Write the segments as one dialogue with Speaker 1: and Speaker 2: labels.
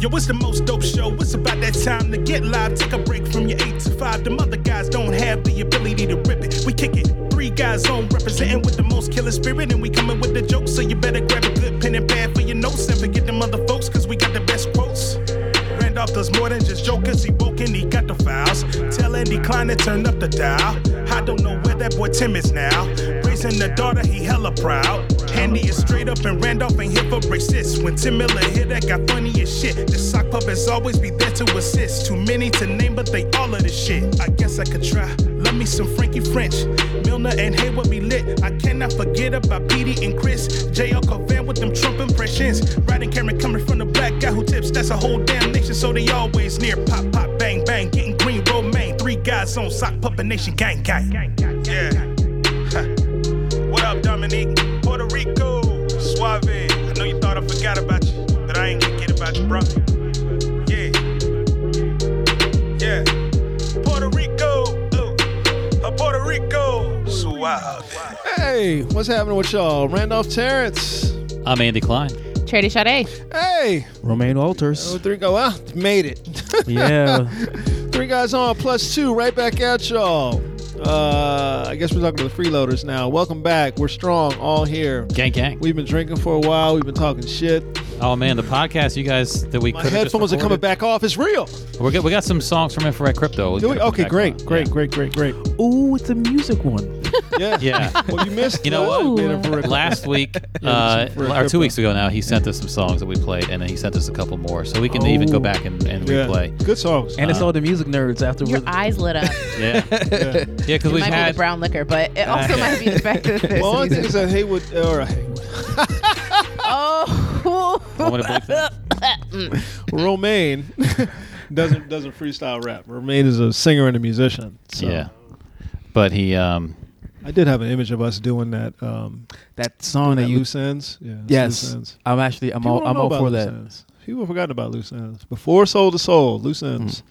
Speaker 1: Yo, it's the most dope show. It's about that time to get live. Take a break from your eight to five. Them other guys don't have the ability to rip it. We kick it. Three guys on representing with the most killer spirit, and we coming with the jokes. So you better grab a good pen and pad for your notes and forget them other folks, cause we got the best quotes. Randolph does more than just joke, cause he woke and he got the files. Tell Andy Klein to turn up the dial. I don't know where that boy Tim is now. Raising the daughter, he hella proud. Andy is straight up and Randolph ain't here for racist. When Tim Miller hit that got funny as shit. The sock puppets always be there to assist. Too many to name, but they all of this shit. I guess I could try. Love me some Frankie French. Milner and Hayward be lit. I cannot forget about Petey and Chris. J.L. Covan with them Trump impressions. Riding Karen coming from the black guy who tips. That's a whole damn nation, so they always near. Pop, pop, bang, bang. Getting green, romaine. Three guys on sock puppet nation gang, gang. Yeah. Huh. What up, Dominique? Puerto Rico, Suave. I know you thought I forgot about you, but I ain't gonna get about you, bro. Yeah. Yeah. Puerto Rico, ooh. Uh, Puerto Rico, Suave.
Speaker 2: Hey, what's happening with y'all? Randolph Terrence.
Speaker 3: I'm Andy Klein.
Speaker 4: Trady Sade.
Speaker 2: Hey,
Speaker 5: Romaine
Speaker 2: oh,
Speaker 5: Walters.
Speaker 2: three go well, made it.
Speaker 5: yeah.
Speaker 2: three guys on plus two, right back at y'all. Uh, I guess we're talking to the freeloaders now. Welcome back. We're strong, all here.
Speaker 3: Gang, gang.
Speaker 2: We've been drinking for a while. We've been talking shit.
Speaker 3: Oh man, the podcast you guys that we
Speaker 2: My
Speaker 3: could've just
Speaker 2: headphones are coming
Speaker 3: recorded.
Speaker 2: back off. It's real.
Speaker 3: We're good. We got some songs from Infrared Crypto. We
Speaker 2: Do we?
Speaker 3: could've put
Speaker 2: Okay,
Speaker 3: back
Speaker 2: great,
Speaker 3: on.
Speaker 2: great, great, great, great.
Speaker 5: Ooh, it's a music one.
Speaker 2: Yeah.
Speaker 3: Yeah. Yeah.
Speaker 2: Well, you missed.
Speaker 3: You know
Speaker 2: last
Speaker 4: what?
Speaker 2: bit of Rick-
Speaker 3: Last week,
Speaker 2: Yeah,
Speaker 3: uh,
Speaker 2: this is Infrared
Speaker 3: or
Speaker 2: Crypto.
Speaker 3: two weeks ago now, he sent us some songs that we played, and then he sent us a couple more, so we can even
Speaker 5: Oh.
Speaker 3: go back and, and
Speaker 2: Yeah.
Speaker 3: replay.
Speaker 2: Good songs.
Speaker 5: And it's
Speaker 3: Uh-huh.
Speaker 5: all the music nerds afterwards.
Speaker 4: Your eyes lit up.
Speaker 3: Yeah,
Speaker 2: Yeah.
Speaker 3: yeah, because
Speaker 4: It
Speaker 3: we've
Speaker 4: might be
Speaker 3: had
Speaker 4: the brown liquor, but it also might be the fact that there's
Speaker 2: Well,
Speaker 4: some
Speaker 2: only thing is
Speaker 4: music.
Speaker 2: that Haywood or Haywood,
Speaker 4: Oh,
Speaker 3: Want me to blink that?
Speaker 4: Mm.
Speaker 2: Romaine doesn't doesn't freestyle rap. Romaine is a singer and a musician. So
Speaker 3: yeah, but he um,
Speaker 2: I did have an image of us doing that. Um,
Speaker 5: that song
Speaker 2: that
Speaker 5: that you.
Speaker 2: loose ends. Yeah. that's Loose
Speaker 5: Yes.
Speaker 2: ends.
Speaker 5: I'm actually. I'm
Speaker 2: People
Speaker 5: all.
Speaker 2: don't
Speaker 5: I'm
Speaker 2: know
Speaker 5: all
Speaker 2: about
Speaker 5: for
Speaker 2: loose
Speaker 5: that.
Speaker 2: Ends. People have forgotten about loose ends. Before soul to soul, loose ends.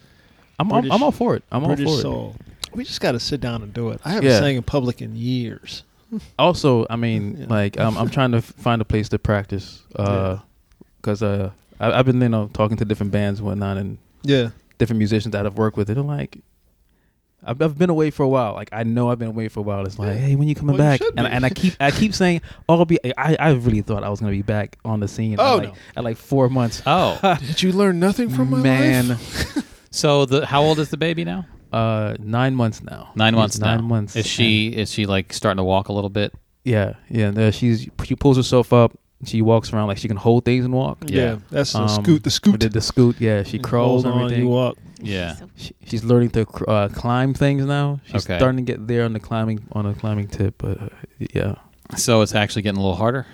Speaker 5: I'm. all-
Speaker 2: British-
Speaker 5: I'm all for it. Mm-hmm. I'm
Speaker 2: British
Speaker 5: all for
Speaker 2: soul. We just got to sit down and do it. I haven't
Speaker 5: Yeah.
Speaker 2: sang in public in years.
Speaker 5: it. Also, I mean,
Speaker 2: Yeah.
Speaker 5: like, um, I'm trying to f- find a place to practice. Uh,
Speaker 2: Yeah.
Speaker 5: because uh, I, I've been you know talking to different bands and whatnot, and
Speaker 2: Yeah.
Speaker 5: different musicians that I've worked with. They're like, I've, I've been away for a while. Like I know I've been away for a while. It's like,
Speaker 2: Yeah.
Speaker 5: hey, when you coming
Speaker 2: Well, you
Speaker 5: back?
Speaker 2: should
Speaker 5: and
Speaker 2: be.
Speaker 5: and I keep I keep saying, oh, I'll be. I, I really thought I was gonna be back on the scene. at
Speaker 2: Oh,
Speaker 5: like,
Speaker 2: no.
Speaker 5: at like four months.
Speaker 3: oh,
Speaker 2: Did you learn nothing from my
Speaker 5: Man,
Speaker 2: life?
Speaker 3: so the how old is the baby now?
Speaker 5: uh, nine months now.
Speaker 3: Nine
Speaker 5: She's
Speaker 3: months.
Speaker 5: Nine
Speaker 3: now.
Speaker 5: months.
Speaker 3: Is she is she like starting to walk a little bit?
Speaker 5: Yeah, yeah. And, uh, she's she pulls herself up. She walks around like she can hold things and walk.
Speaker 2: Yeah.
Speaker 3: Yeah.
Speaker 2: That's the
Speaker 5: Um,
Speaker 2: scoot. The scoot.
Speaker 5: The, the scoot. Yeah, she
Speaker 2: Hold
Speaker 5: crawls and
Speaker 2: on,
Speaker 5: everything.
Speaker 2: You walk.
Speaker 3: Yeah.
Speaker 4: So-
Speaker 5: She- she's learning to cr- uh, climb things now. She's
Speaker 3: Okay.
Speaker 5: starting to get there on the climbing on the climbing tip. But uh, yeah.
Speaker 3: So it's actually getting a little harder.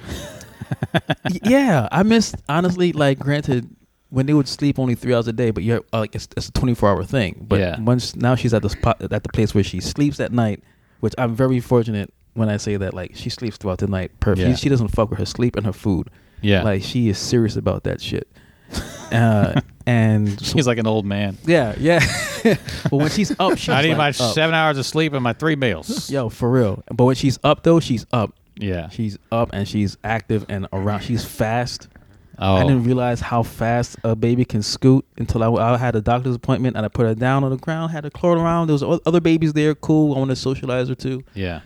Speaker 5: Y- yeah, I missed honestly. Like, granted, when they would sleep only three hours a day, but you're uh, like it's, it's a twenty four hour thing. But
Speaker 3: Yeah.
Speaker 5: once now she's at the spot at the place where she sleeps at night, which I'm very fortunate when I say that. Like, she sleeps throughout the night. Perfect.
Speaker 3: Yeah.
Speaker 5: She doesn't fuck with her sleep and her food.
Speaker 3: Yeah.
Speaker 5: Like, she is serious about that shit. uh, and
Speaker 3: She's like an old man.
Speaker 5: yeah, yeah. but when she's up, she's
Speaker 3: I need my
Speaker 5: like, up.
Speaker 3: seven hours of sleep and my three meals.
Speaker 5: Oh. Yo, for real. But when she's up though, she's up.
Speaker 3: Yeah.
Speaker 5: She's up and she's active and around. She's fast.
Speaker 3: Oh.
Speaker 5: I didn't realize how fast a baby can scoot until I, I had a doctor's appointment and I put her down on the ground, had her crawl around. There was o- other babies there, cool. I want to socialize her too.
Speaker 3: yeah.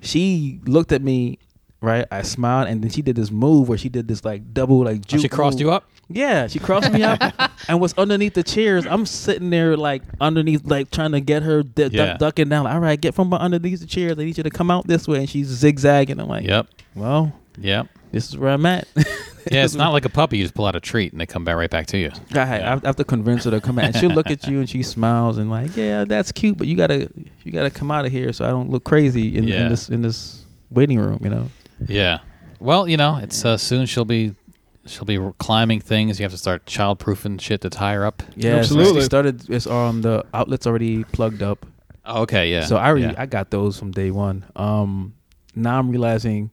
Speaker 5: She looked at me, right? I smiled and then she did this move where she did this like double like
Speaker 3: Oh,
Speaker 5: juke.
Speaker 3: she crossed
Speaker 5: move.
Speaker 3: you up.
Speaker 5: Yeah, she crossed me up and was underneath the chairs. I'm sitting there like underneath, like trying to get her d-
Speaker 3: Yeah.
Speaker 5: duck, ducking down. Like, All right, get from under these chairs. I need you to come out this way. And she's zigzagging. I'm like,
Speaker 3: Yep.
Speaker 5: Well,
Speaker 3: Yep.
Speaker 5: this is where I'm at.
Speaker 3: Yeah, it's not like a puppy. You just pull out a treat and they come back right back to you.
Speaker 5: I, I have to convince her to come out, and she'll look at you and she smiles and like, yeah, that's cute, but you gotta you gotta come out of here so I don't look crazy in,
Speaker 3: Yeah.
Speaker 5: in this in this waiting room, you know.
Speaker 3: Yeah. Well, you know, it's uh, soon she'll be she'll be climbing things. You have to start childproofing shit to tie her up.
Speaker 5: Yeah,
Speaker 2: Absolutely.
Speaker 5: She started. It's um the outlets already plugged up,
Speaker 3: Oh, okay. Yeah.
Speaker 5: so I already
Speaker 3: Yeah.
Speaker 5: I got those from day one. Um, now I'm realizing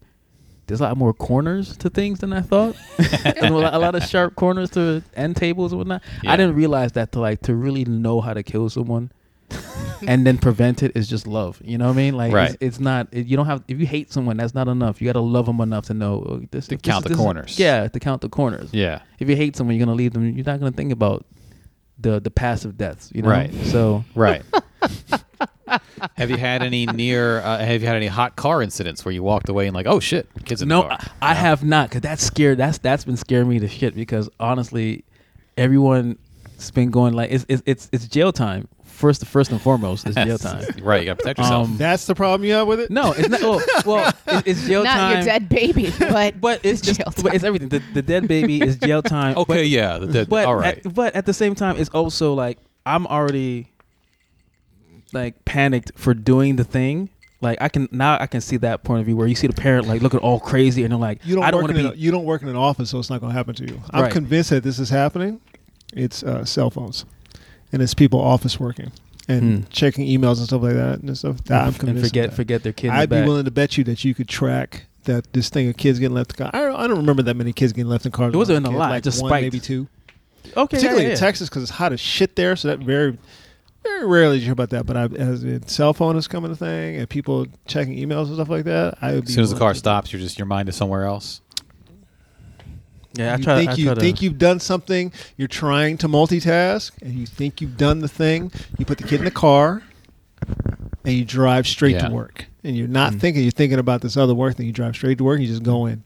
Speaker 5: there's a lot more corners to things than I thought, and a lot, a lot of sharp corners to end tables and whatnot.
Speaker 3: Yeah.
Speaker 5: I didn't realize that to like to really know how to kill someone. and then prevent it is just love. You know what I mean? Like,
Speaker 3: Right.
Speaker 5: it's, it's not. It, you don't have. If you hate someone, that's not enough. You got to love them enough to know oh, this. To
Speaker 3: count the corners.
Speaker 5: Yeah, to count the corners.
Speaker 3: Yeah.
Speaker 5: If you hate someone, you're gonna leave them. You're not gonna think about the the passive deaths. You know.
Speaker 3: Right.
Speaker 5: So
Speaker 3: Right. have you had any near? Uh, have you had any hot car incidents where you walked away and like, oh shit, kids in
Speaker 5: no,
Speaker 3: the car?
Speaker 5: I, I have not because that's scared. That's that's been scaring me to shit because honestly, everyone's been going like it's it's it's, it's jail time. First, first and foremost, it's jail uh, time.
Speaker 3: right. You got to protect yourself.
Speaker 5: Um,
Speaker 2: That's the problem you have with it.
Speaker 5: No, it's not. Well, well it, it's jail
Speaker 4: Not
Speaker 5: time.
Speaker 4: your dead baby, but
Speaker 5: But it's just
Speaker 4: jail
Speaker 5: but it's
Speaker 4: time.
Speaker 5: everything. The, the dead baby is jail time.
Speaker 3: okay.
Speaker 5: but,
Speaker 3: yeah. The, the,
Speaker 5: But
Speaker 3: all right.
Speaker 5: At, but at the same time, it's also like I'm already like panicked for doing the thing. Like I can now I can see that point of view where you see the parent like looking all crazy and they're like
Speaker 2: You don't,
Speaker 5: I don't
Speaker 2: work
Speaker 5: want
Speaker 2: in
Speaker 5: to
Speaker 2: an,
Speaker 5: be
Speaker 2: you don't work in an office, so it's not going to happen to you. I'm
Speaker 5: Right.
Speaker 2: convinced that this is happening. It's uh, cell phones, and it's people office working and
Speaker 5: Hmm.
Speaker 2: checking emails and stuff like that and stuff. I'm
Speaker 5: and,
Speaker 2: convinced. of
Speaker 5: forget
Speaker 2: that.
Speaker 5: forget their kid. in the
Speaker 2: I'd be
Speaker 5: back.
Speaker 2: willing to bet you that you could track that this thing of kids getting left. In car. I don't, I don't remember that many kids getting left in cars.
Speaker 5: It
Speaker 2: when I
Speaker 5: wasn't
Speaker 2: was
Speaker 5: a
Speaker 2: kid,
Speaker 5: lot,
Speaker 2: like
Speaker 5: just
Speaker 2: one,
Speaker 5: spiked.
Speaker 2: maybe two.
Speaker 5: Okay,
Speaker 2: Particularly
Speaker 5: yeah, yeah.
Speaker 2: in Texas because it's hot as shit there. So that very, very rarely you hear about that. But I, as the cell phone is coming a thing and people checking emails and stuff like that, I would be
Speaker 3: As soon as the
Speaker 2: willing
Speaker 3: car
Speaker 2: to-
Speaker 3: stops, you're just your mind is somewhere else.
Speaker 5: Yeah, I
Speaker 2: you
Speaker 5: try.
Speaker 2: think
Speaker 5: I
Speaker 2: you
Speaker 5: try to,
Speaker 2: think you've done something. You're trying to multitask, and you think you've done the thing. You put the kid in the car, and you drive straight
Speaker 3: Yeah.
Speaker 2: to work. And you're
Speaker 5: Hmm.
Speaker 2: not thinking. You're thinking about this other work thing. You drive straight to work. And you just go in.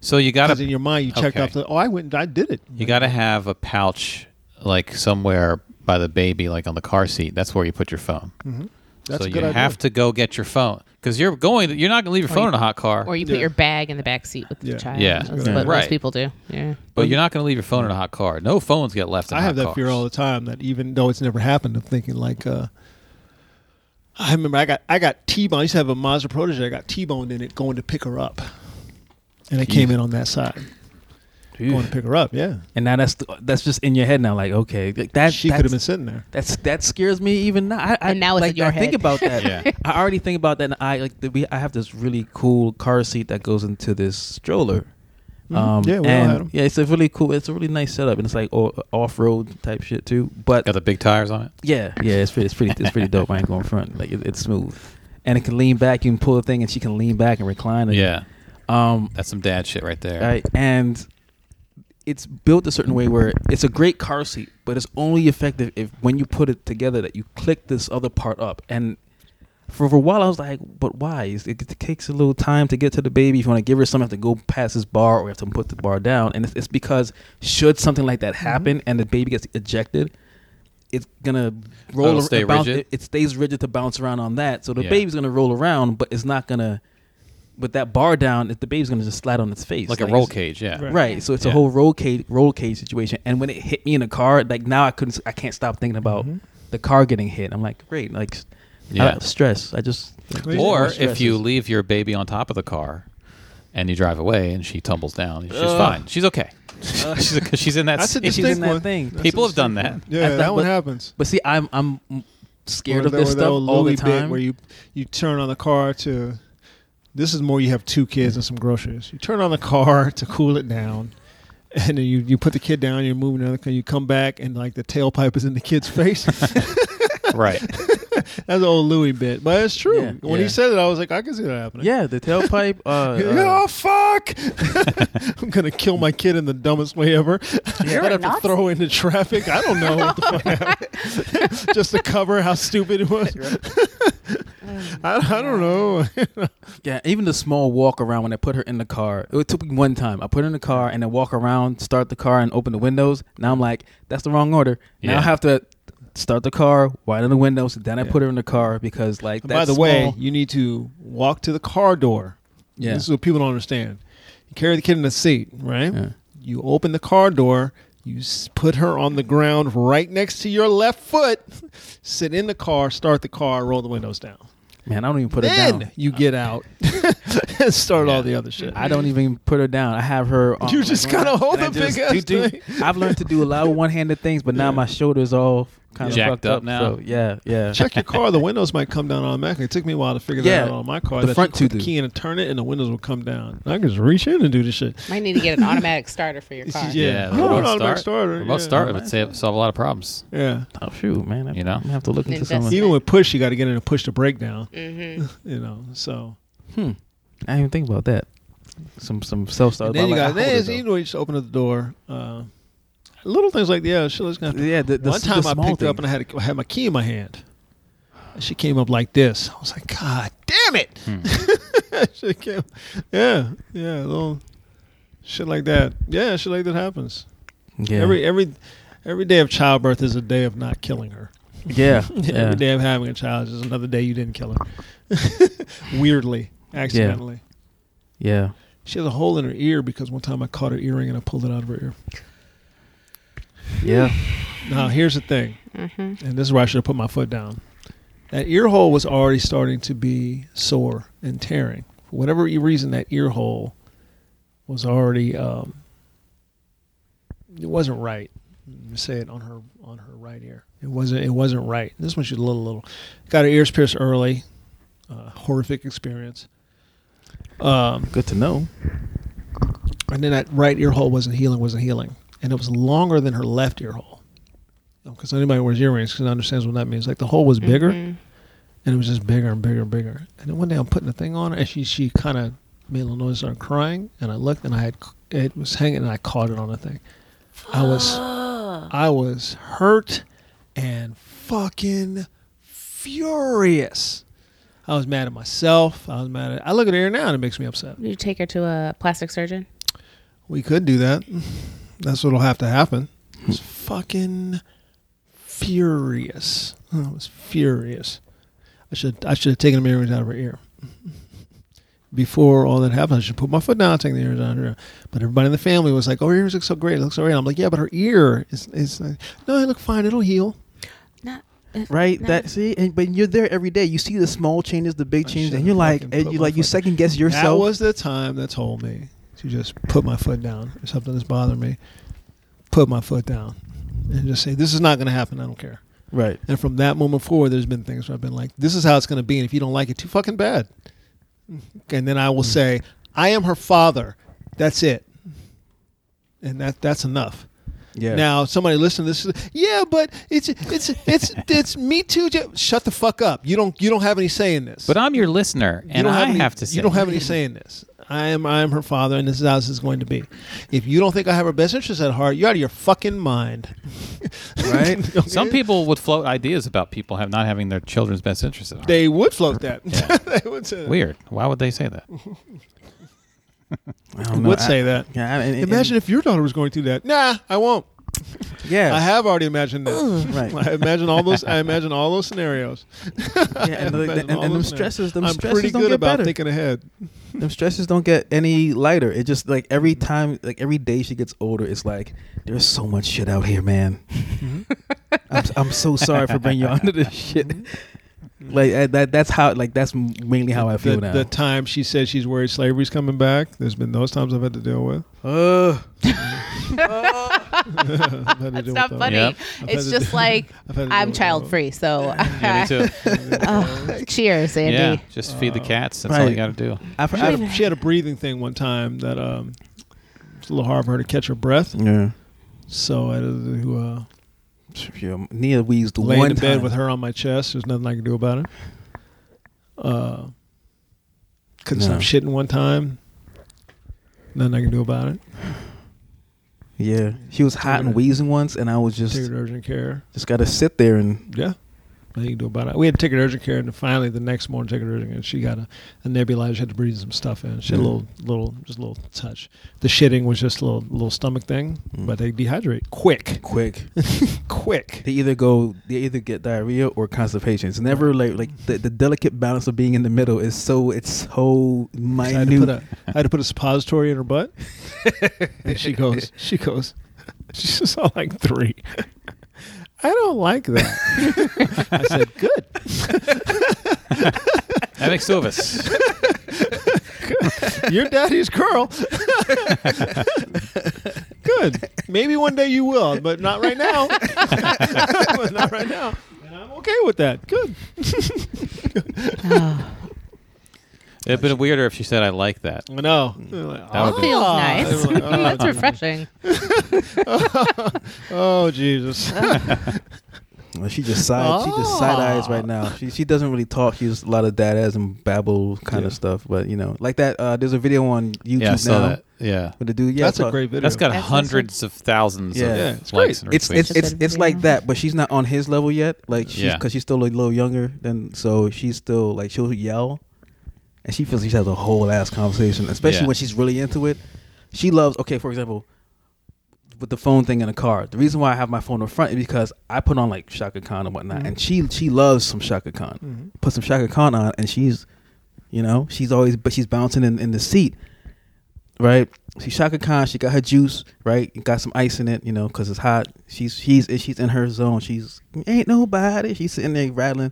Speaker 3: So you got
Speaker 2: Because
Speaker 3: to
Speaker 2: in your mind, you checked
Speaker 3: okay.
Speaker 2: off the. Oh, I went. and I did it.
Speaker 3: you got to have a pouch like somewhere by the baby, like on the car seat. That's where you put your phone.
Speaker 2: Mm-hmm. That's
Speaker 3: so
Speaker 2: a good
Speaker 3: you
Speaker 2: idea.
Speaker 3: have to go get your phone because you're going. You're not going to leave your phone in a hot car.
Speaker 4: Or you put
Speaker 2: Yeah.
Speaker 4: your bag in the back seat with
Speaker 2: Yeah.
Speaker 4: the child.
Speaker 3: Yeah.
Speaker 4: That's
Speaker 5: Yeah.
Speaker 4: what
Speaker 3: Right.
Speaker 4: most people do. Yeah.
Speaker 3: But you're not going to leave your phone in a hot car. No phones get left in
Speaker 2: I
Speaker 3: hot
Speaker 2: have that fear
Speaker 3: cars.
Speaker 2: all the time. That even though it's never happened, I'm thinking like. uh I remember I got I got T-boned. I used to have a Mazda Protege. I got T-boned in it going to pick her up, and I came in on that side going to pick her up. Yeah,
Speaker 5: and now that's that's just in your head now. Like okay, like, that
Speaker 2: she
Speaker 5: that's-
Speaker 2: could have been sitting there.
Speaker 5: That's that scares me even now. I, I
Speaker 4: And now it's
Speaker 5: like,
Speaker 4: in your
Speaker 5: I think
Speaker 4: head.
Speaker 5: about that.
Speaker 3: Yeah.
Speaker 5: I already think about that. And I like the, we. I have this really cool car seat that goes into this stroller. Um,
Speaker 2: Mm-hmm. Yeah, we all
Speaker 5: and
Speaker 2: had 'em.
Speaker 5: yeah, it's a really cool. It's a really nice setup, and it's like off road type shit too. But
Speaker 3: Got the big tires on it.
Speaker 5: yeah, yeah, it's pretty, it's pretty, it's pretty dope. I ain't going front. Like it, it's smooth, and it can lean back. You can pull a thing, and she can lean back and recline. And,
Speaker 3: Yeah,
Speaker 5: Um.
Speaker 3: that's some dad shit right there.
Speaker 5: Right, and it's built a certain way where it's a great car seat, but it's only effective if when you put it together that you click this other part up. And for, for a while, I was like, but why? It's- It, it takes a little time to get to the baby. If you want to give her something, you have to go past this bar or you have to put the bar down. And it's, it's because should something like
Speaker 3: Mm-hmm.
Speaker 5: that happen and the baby gets ejected. It's gonna roll.
Speaker 3: It'll
Speaker 5: ar-
Speaker 3: stay
Speaker 5: bounce-
Speaker 3: rigid?
Speaker 5: It, it stays rigid to bounce around on that, so the
Speaker 3: Yeah.
Speaker 5: baby's gonna roll around, but it's not gonna. With that bar down, the baby's gonna just slide on its face,
Speaker 3: Like, a roll
Speaker 5: it's-
Speaker 3: cage. Yeah.
Speaker 2: Right.
Speaker 5: Right. So it's
Speaker 3: Yeah.
Speaker 5: a whole roll cage roll cage situation. And when it hit me in the car, like now I couldn't I can't stop thinking about
Speaker 2: Mm-hmm.
Speaker 5: the car getting hit. I'm like, great, like
Speaker 3: Yeah.
Speaker 5: I don't- stress. I just
Speaker 2: Crazy.
Speaker 3: Or
Speaker 5: more
Speaker 3: if you
Speaker 5: stresses.
Speaker 3: leave your baby on top of the car and you drive away and she tumbles down, she's
Speaker 5: Ugh.
Speaker 3: fine. She's okay. she's, because she's in that.
Speaker 2: That's a
Speaker 3: seat.
Speaker 5: she's
Speaker 2: distinct
Speaker 5: in that
Speaker 2: one.
Speaker 5: thing.
Speaker 2: That's
Speaker 3: People
Speaker 2: a
Speaker 3: have done
Speaker 2: distinct
Speaker 3: that.
Speaker 2: one. Yeah,
Speaker 5: I thought-
Speaker 2: that one
Speaker 5: but-
Speaker 2: happens.
Speaker 5: But see, I'm I'm scared
Speaker 2: Or
Speaker 5: of
Speaker 2: that-
Speaker 5: this
Speaker 2: or that
Speaker 5: stuff
Speaker 2: old
Speaker 5: all the
Speaker 2: Louis bit
Speaker 5: time.
Speaker 2: where you you turn on the car to. This is more. You have two kids and some groceries. You turn on the car to cool it down, and then you, you put the kid down. You're moving another car. You come back and like the tailpipe is in the kid's face.
Speaker 3: right.
Speaker 2: That's an old Louis bit, but it's true.
Speaker 5: Yeah.
Speaker 2: when
Speaker 5: Yeah.
Speaker 2: he said it, I was like, I can see that happening.
Speaker 5: yeah, the tailpipe. Uh,
Speaker 2: oh
Speaker 5: uh,
Speaker 2: fuck! I'm gonna kill my kid in the dumbest way ever.
Speaker 4: You're
Speaker 2: I'd
Speaker 4: a
Speaker 2: have to
Speaker 4: Nazi.
Speaker 2: throw into traffic. I don't know what the fuck happened. just to cover how stupid it was. I, I don't know.
Speaker 5: yeah, even the small walk around when I put her in the car. It took me one time. I put her in the car and then walk around, start the car, and open the windows. Now I'm like, that's the wrong order. Now
Speaker 3: Yeah.
Speaker 5: I have to start the car, widen the windows, then I
Speaker 2: Yeah.
Speaker 5: put her in the car because like that
Speaker 2: By the way,
Speaker 5: small-
Speaker 2: you need to walk to the car door.
Speaker 5: yeah.
Speaker 2: This is what people don't understand. You carry the kid in the seat, right?
Speaker 5: Yeah.
Speaker 2: You open the car door. You s- put her on the ground right next to your left foot. Sit in the car, start the car, roll the windows down.
Speaker 5: Man, I don't even put it
Speaker 2: then
Speaker 5: down.
Speaker 2: you get out and start
Speaker 3: Yeah.
Speaker 2: all the other shit.
Speaker 5: I don't even put her down. I have her. On
Speaker 2: You
Speaker 5: my
Speaker 2: just
Speaker 5: one
Speaker 2: gotta
Speaker 5: hand,
Speaker 2: hold
Speaker 5: and I
Speaker 2: the
Speaker 5: just-
Speaker 2: big ass
Speaker 5: dude, dude,
Speaker 2: thing.
Speaker 5: I've learned to do a lot of one-handed things, but now my shoulders all kind of
Speaker 3: Jacked
Speaker 5: fucked
Speaker 3: up
Speaker 5: up
Speaker 3: now.
Speaker 5: So yeah, yeah.
Speaker 2: Check your car. The windows might come down automatically. It took me a while to figure
Speaker 5: Yeah.
Speaker 2: that out on my car.
Speaker 5: The
Speaker 2: that you
Speaker 5: front
Speaker 2: click
Speaker 5: two
Speaker 2: the
Speaker 5: do.
Speaker 2: key in and turn it, and the windows will come down. I can just reach in and do this shit.
Speaker 4: Might need to get an automatic starter for your car.
Speaker 2: Yeah.
Speaker 3: Yeah,
Speaker 2: I don't know, automatic
Speaker 3: start,
Speaker 2: starter,
Speaker 3: Remote
Speaker 2: yeah.
Speaker 3: start would save, solve a lot of problems.
Speaker 2: Yeah.
Speaker 5: Oh shoot, man! I,
Speaker 3: You know?
Speaker 5: I have to look into
Speaker 4: Invest-
Speaker 5: someone.
Speaker 2: Even with push, you got to get in and push the brake down.
Speaker 4: Mm-hmm.
Speaker 2: You know, so
Speaker 5: Hmm. I didn't even think about that. Some some self
Speaker 2: and
Speaker 5: started.
Speaker 2: then you got then it's- you
Speaker 5: like,
Speaker 2: know you just open up the door. Uh, little things like yeah, shit. Let's
Speaker 5: I yeah. The, the,
Speaker 2: One time
Speaker 5: the
Speaker 2: I
Speaker 5: small
Speaker 2: picked
Speaker 5: things.
Speaker 2: up and I had, a, I had my key in my hand. And She came up like this. I was like, God damn it!
Speaker 5: Hmm.
Speaker 2: she came, yeah, yeah, little shit like that. Yeah, shit like that happens.
Speaker 5: yeah.
Speaker 2: Every every every day of childbirth is a day of not killing her.
Speaker 5: yeah, yeah.
Speaker 2: Every day of having a child is another day you didn't kill her. Weirdly, accidentally,
Speaker 5: yeah.
Speaker 2: she has a hole in her ear because one time I caught her earring and I pulled it out of her ear.
Speaker 5: Yeah.
Speaker 2: Now here's the thing.
Speaker 4: Mm-hmm.
Speaker 2: and this is where I should have put my foot down. That ear hole was already starting to be sore and tearing. For whatever e- reason, that ear hole was already um, it wasn't right. Let me say it on her on her right ear. It wasn't it wasn't right. This one she's a little little. Got her ears pierced early. Uh, horrific experience. Um,
Speaker 5: Good to know.
Speaker 2: and then that right ear hole wasn't healing, wasn't healing, and it was longer than her left ear hole. Because anybody who wears earrings can understands what that means. Like the hole was bigger, and it was just bigger and bigger and bigger. And then one day I'm putting the thing on, her, and she she kind of made a little noise, started crying, and I looked, and I had it was hanging, and I caught it on the thing. I was I was hurt and fucking furious. I was mad at myself. I was mad at. I look at her now, and it makes me upset.
Speaker 4: You take her to a plastic surgeon.
Speaker 2: We could do that. That's what'll have to happen. I was fucking furious. I was furious. I should I should have taken the earrings out of her ear. Before all that happened, I should put my foot down, take the earrings out of her ear. But everybody in the family was like, Oh, her ears look so great, it looks so great. I'm like, Yeah, but her ear is is like, no, it look fine, it'll heal.
Speaker 4: Not
Speaker 5: Right.
Speaker 4: No.
Speaker 5: That see, and but you're there every day. You see the small changes, the big
Speaker 2: I
Speaker 5: changes,
Speaker 2: should've
Speaker 5: and you're like,
Speaker 2: fucking
Speaker 5: and
Speaker 2: put
Speaker 5: you
Speaker 2: my
Speaker 5: like you
Speaker 2: foot-
Speaker 5: second guess yourself.
Speaker 2: That was the time that told me to just put my foot down. If something that's bothering me, put my foot down. And just say, This is not gonna happen, I don't care.
Speaker 5: right.
Speaker 2: And from that moment forward, there's been things where I've been like, this is how it's going to be. And if you don't like it, too fucking bad. And then I
Speaker 3: Mm.
Speaker 2: will say, I am her father. That's it. And that that's enough.
Speaker 5: Yeah.
Speaker 2: Now somebody listen to this. is- Yeah, but it's it's it's it's me too. J-" Shut the fuck up. You don't you don't have any say in this.
Speaker 3: But I'm your listener,
Speaker 2: You
Speaker 3: and
Speaker 2: don't
Speaker 3: I
Speaker 2: any,
Speaker 3: have to say
Speaker 2: You don't have any say in this. I am I am her father, and this is how this is going to be. If you don't think I have her best interest at heart, you're out of your fucking mind.
Speaker 5: Right.
Speaker 3: Some people would float ideas about people have not having their children's best interests at heart.
Speaker 2: They would float that. they would say that.
Speaker 3: Weird. Why would they say that?
Speaker 5: I don't know.
Speaker 2: would
Speaker 5: I-
Speaker 2: say that.
Speaker 5: Yeah. I- and- and-
Speaker 2: Imagine if your daughter was going through that. Nah, I won't.
Speaker 5: Yeah.
Speaker 2: I have already imagined that.
Speaker 5: Right.
Speaker 2: I imagine all those. I imagine all those scenarios.
Speaker 5: Yeah, and,
Speaker 2: I
Speaker 5: the,
Speaker 2: imagine
Speaker 5: and,
Speaker 2: all
Speaker 5: and them
Speaker 2: those scenarios.
Speaker 5: stresses, them
Speaker 2: I'm
Speaker 5: stresses
Speaker 2: pretty
Speaker 5: don't
Speaker 2: good
Speaker 5: get
Speaker 2: about
Speaker 5: better.
Speaker 2: thinking ahead.
Speaker 5: them stresses don't get any lighter. It just like every
Speaker 2: Mm-hmm.
Speaker 5: time, like every day she gets older, it's like there's so much shit out here, man.
Speaker 2: Mm-hmm.
Speaker 5: I'm, I'm so sorry for bringing you onto this shit. Like I, that, that's how, like that's mainly how I feel
Speaker 2: Mm-hmm. the,
Speaker 5: now.
Speaker 2: the time she said she's worried slavery's coming back. There's been those times I've had to deal with.
Speaker 5: Ugh.
Speaker 2: I've had to
Speaker 4: That's
Speaker 2: deal
Speaker 4: not
Speaker 2: with those.
Speaker 4: funny.
Speaker 3: Yeah.
Speaker 2: I've
Speaker 4: It's
Speaker 2: had to
Speaker 4: just
Speaker 2: do-
Speaker 4: like
Speaker 2: I've had to
Speaker 4: I'm
Speaker 2: deal with
Speaker 4: child
Speaker 2: those.
Speaker 4: free, so
Speaker 3: Yeah, me too.
Speaker 4: cheers, Andy.
Speaker 3: Yeah, just feed the
Speaker 2: Oh.
Speaker 3: cats. That's all you
Speaker 5: Right.
Speaker 3: got to do.
Speaker 5: I've,
Speaker 2: She had,
Speaker 5: I've,
Speaker 2: a, she had a breathing thing one time that um, it's a little hard for her to catch her breath.
Speaker 5: yeah.
Speaker 2: So I had to uh,
Speaker 5: yeah. Nia wheezed
Speaker 2: laying
Speaker 5: one
Speaker 2: in bed
Speaker 5: time.
Speaker 2: with her on my chest. There's nothing I can do about it. Uh, couldn't
Speaker 5: No.
Speaker 2: stop shitting one time. Nothing I can do about it.
Speaker 5: Yeah, she was hot and wheezing once, and I was
Speaker 2: Take her
Speaker 5: just
Speaker 2: to urgent care.
Speaker 5: just gotta sit there and
Speaker 2: Yeah. Nothing you can do about it. We had to take her to urgent care, and then finally the next morning, take her to urgent care. And she got a, a nebulizer. She had to breathe some stuff in. She had a
Speaker 5: Mm.
Speaker 2: little, little, just a little touch. The shitting was just a little, little stomach thing,
Speaker 5: Mm.
Speaker 2: but they dehydrate quick,
Speaker 5: quick.
Speaker 2: quick.
Speaker 5: They either go, they either get diarrhea or constipation. It's never like like the, the delicate balance of being in the middle is so it's so
Speaker 2: I had, to put
Speaker 5: minute.
Speaker 2: a, I had to put a suppository in her butt. and she goes, she goes, she saw like three. I don't like that. I said, good.
Speaker 3: That makes two of us.
Speaker 2: Your daddy's curl. Good. Maybe one day you will, but not right now. but not right now. And I'm okay with that. Good.
Speaker 4: Oh.
Speaker 3: It'd been weirder if she said, "I like that."
Speaker 2: I know.
Speaker 3: That
Speaker 4: That
Speaker 3: would be-
Speaker 4: feels nice.
Speaker 2: Oh,
Speaker 4: That's refreshing.
Speaker 2: Oh Jesus.
Speaker 5: Well, she just side she just side eyes right now.
Speaker 2: Oh.
Speaker 5: She she doesn't really talk. She's a lot of dad ass and babble kind
Speaker 2: Yeah.
Speaker 5: of stuff. But you know, like that. Uh, there's a video on YouTube
Speaker 3: Yeah, I saw
Speaker 5: now
Speaker 3: that. Yeah,
Speaker 5: with the dude. Yeah,
Speaker 2: That's
Speaker 5: I
Speaker 2: a
Speaker 5: saw-
Speaker 2: great video.
Speaker 3: that's got
Speaker 4: That's
Speaker 3: hundreds of thousands
Speaker 5: Yeah.
Speaker 3: of
Speaker 5: Yeah,
Speaker 2: it's
Speaker 3: likes
Speaker 2: great.
Speaker 3: and retweets.
Speaker 5: It's it's
Speaker 4: It's a
Speaker 5: it's,
Speaker 4: good
Speaker 5: it's like
Speaker 4: video.
Speaker 5: that, but she's not on his level yet. Like she's
Speaker 3: Yeah.
Speaker 5: because she's still a little younger than so she's still like she'll yell, and she feels like she has a whole ass conversation, especially
Speaker 3: Yeah.
Speaker 5: when she's really into it. She loves okay, for example, with the phone thing in the car. The reason why I have my phone in front is because I put on like Shaka Khan and whatnot, and she she loves some Shaka Khan.
Speaker 2: Mm-hmm.
Speaker 5: Put some Shaka Khan on, and she's, you know, she's always but she's bouncing in, in the seat right? She Shaka Khan. She got her juice, right? Got some ice in it, you know, because it's hot. She's she's she's in her zone. She's ain't nobody. She's sitting there rattling,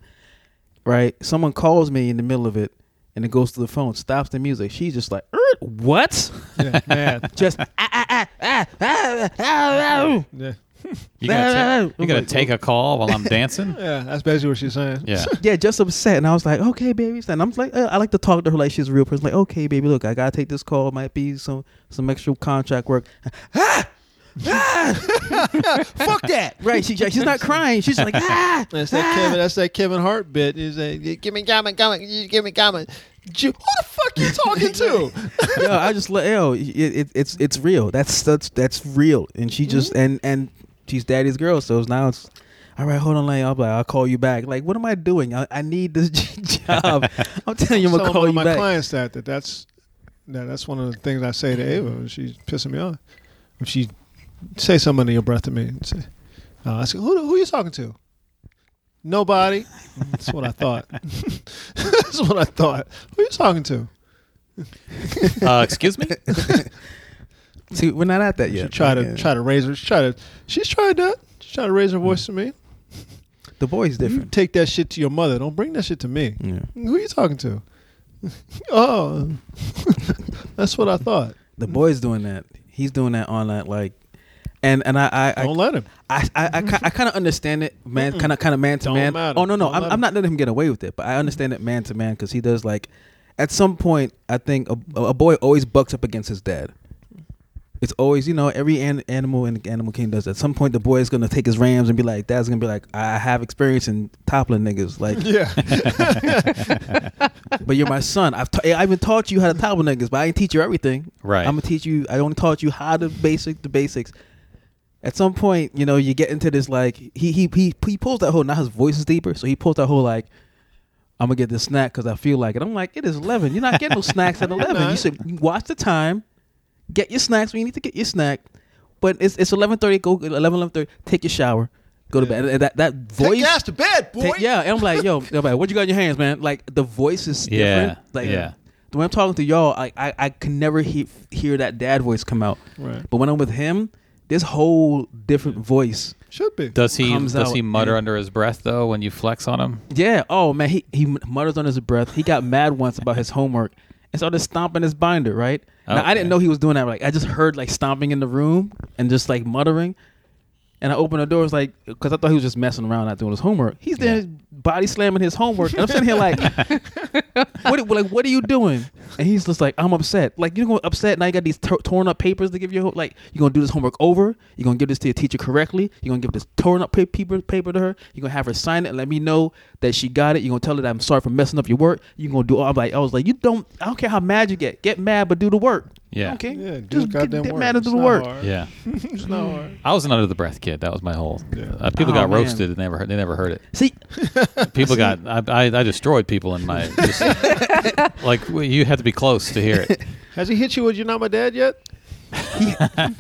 Speaker 5: right? Someone calls me in the middle of it, and it goes to the phone, stops the music. She's just like, "Er, what?
Speaker 2: yeah, man.
Speaker 5: Just ah ah ah ah ah ah. ah,
Speaker 2: Yeah.
Speaker 3: you gonna, ta-
Speaker 5: I'm
Speaker 3: you gonna
Speaker 5: like,
Speaker 3: take a call while I'm dancing?
Speaker 2: yeah, that's basically what she's saying.
Speaker 3: Yeah,
Speaker 5: Yeah, just upset, and I was like, "Okay, baby." And I'm like, uh, I like to talk to her like she's a real person. Like, "Okay, baby, look, I gotta take this call. It might be some some extra contract work." Ah! Ah! Fuck that! Right? She, she's not crying. She's like, "Ah!"
Speaker 2: That's that
Speaker 5: ah.
Speaker 2: Kevin. That's that Kevin Hart bit. Is that give me comment, comment, you give me comment. Ju- Who the fuck you talking to?
Speaker 5: yo, I just let yo, it, it, it's it's real. That's that's that's real. And she
Speaker 2: Mm-hmm.
Speaker 5: just and and she's daddy's girl, so it's now it's all right. Hold on, like I'll be like, I'll call you back. Like, what am I doing? I, I need this job. I'm telling you, I'm
Speaker 2: Someone-
Speaker 5: gonna
Speaker 2: one
Speaker 5: call you
Speaker 2: of my
Speaker 5: back.
Speaker 2: clients that that that's that, that's one of the things I say to Ava. when She's pissing me off. If she say something under your breath to me, and say, uh, I say, who who you talking to? Nobody. That's what I thought. that's what I thought. Who you talking to?
Speaker 3: uh, excuse me.
Speaker 5: See, we're not at that
Speaker 2: She
Speaker 5: yet.
Speaker 2: try to
Speaker 5: Yeah.
Speaker 2: try to raise her. She try to. She's tried that. She's trying to raise her voice to me.
Speaker 5: The boy's
Speaker 2: You
Speaker 5: different.
Speaker 2: take that shit to your mother. Don't bring that shit to me.
Speaker 5: Yeah.
Speaker 2: Who you talking to? oh, that's what I thought.
Speaker 5: The boy's doing that. He's doing that on that like, and and I I I,
Speaker 2: Don't let him.
Speaker 5: I, I, I, ki- I kind of understand it, man. Kind of, kind of man to
Speaker 2: Don't
Speaker 5: man.
Speaker 2: matter.
Speaker 5: Oh no, no,
Speaker 2: Don't
Speaker 5: I'm,
Speaker 2: matter.
Speaker 5: I'm not letting him get away with it, but I understand it man to man because he does like, at some point, I think a, a boy always bucks up against his dad. It's always, you know, every an, animal in the animal kingdom does. At some point, the boy is gonna take his rams and be like, "Dad's gonna be like, I I have experience in toppling niggas, like,
Speaker 2: Yeah.
Speaker 5: but you're my son. I've ta- I even taught you how to topple niggas, but I ain't teach you everything.
Speaker 3: Right.
Speaker 5: I'm gonna teach you. I only taught you how to basic the basics. At some point, you know, you get into this like he he he he pulls that whole. Now his voice is deeper, so he pulls that whole like. I'm gonna get this snack because I feel like it. I'm like, it is 11. You're not getting no snacks at 11. You
Speaker 2: not.
Speaker 5: should watch the time, get your snacks when you need to get your snack. But it's it's 11:30. Go 11 11:30. Take your shower. Go to bed. And that that voice.
Speaker 2: Take your ass to bed, boy.
Speaker 5: Take- yeah, and I'm like, yo, I'm like, what you got in your hands, man? Like the voice is
Speaker 3: Yeah,
Speaker 5: different. Like
Speaker 3: yeah.
Speaker 5: when I'm talking to y'all, I I, I can never he- hear that dad voice come out.
Speaker 2: Right.
Speaker 5: But when I'm with him, this whole different voice.
Speaker 2: Should be.
Speaker 3: Does he
Speaker 5: Comes
Speaker 3: does
Speaker 5: out
Speaker 3: he mutter
Speaker 5: and-
Speaker 3: under his breath though when you flex on him?
Speaker 5: Yeah. Oh man, he he mutters under his breath. He got mad once about his homework and started stomping his binder. Right. Now I
Speaker 3: Okay.
Speaker 5: didn't know he was doing that. Like I just heard like stomping in the room and just like muttering. And I opened the door, was like, because I thought he was just messing around, not doing his homework. He's there,
Speaker 3: Yeah.
Speaker 5: body slamming his homework, and I'm sitting here like, what, like, what are you doing? And he's just like, I'm upset. Like, you're going to upset. Now you got these tor- torn up papers to give you. Like, you're going to do this homework over. You're going to give this to your teacher correctly. You're going to give this torn up pa- paper, paper to her. You're going to have her sign it and let me know that she got it. You're going to tell her that I'm sorry for messing up your work. You're going to do all. I'm like, I was like, you don't, I don't care how mad you get. Get mad, but do the work.
Speaker 3: Yeah.
Speaker 5: Okay.
Speaker 2: Yeah, do
Speaker 5: just
Speaker 2: the
Speaker 5: get,
Speaker 2: goddamn
Speaker 5: get
Speaker 2: work.
Speaker 5: mad and
Speaker 2: It's
Speaker 5: do the
Speaker 2: not
Speaker 5: work.
Speaker 2: hard.
Speaker 3: Yeah.
Speaker 2: It's not hard.
Speaker 3: I was an under the breath kid. That was my whole.
Speaker 2: Yeah.
Speaker 3: Uh, people
Speaker 5: Oh,
Speaker 3: got
Speaker 5: man.
Speaker 3: roasted and never heard- they never heard it.
Speaker 5: See,
Speaker 3: People got I, I I destroyed people in my just, like well, you had to be close to hear it.
Speaker 2: Has he hit you with "You're not my dad" yet?
Speaker 5: he,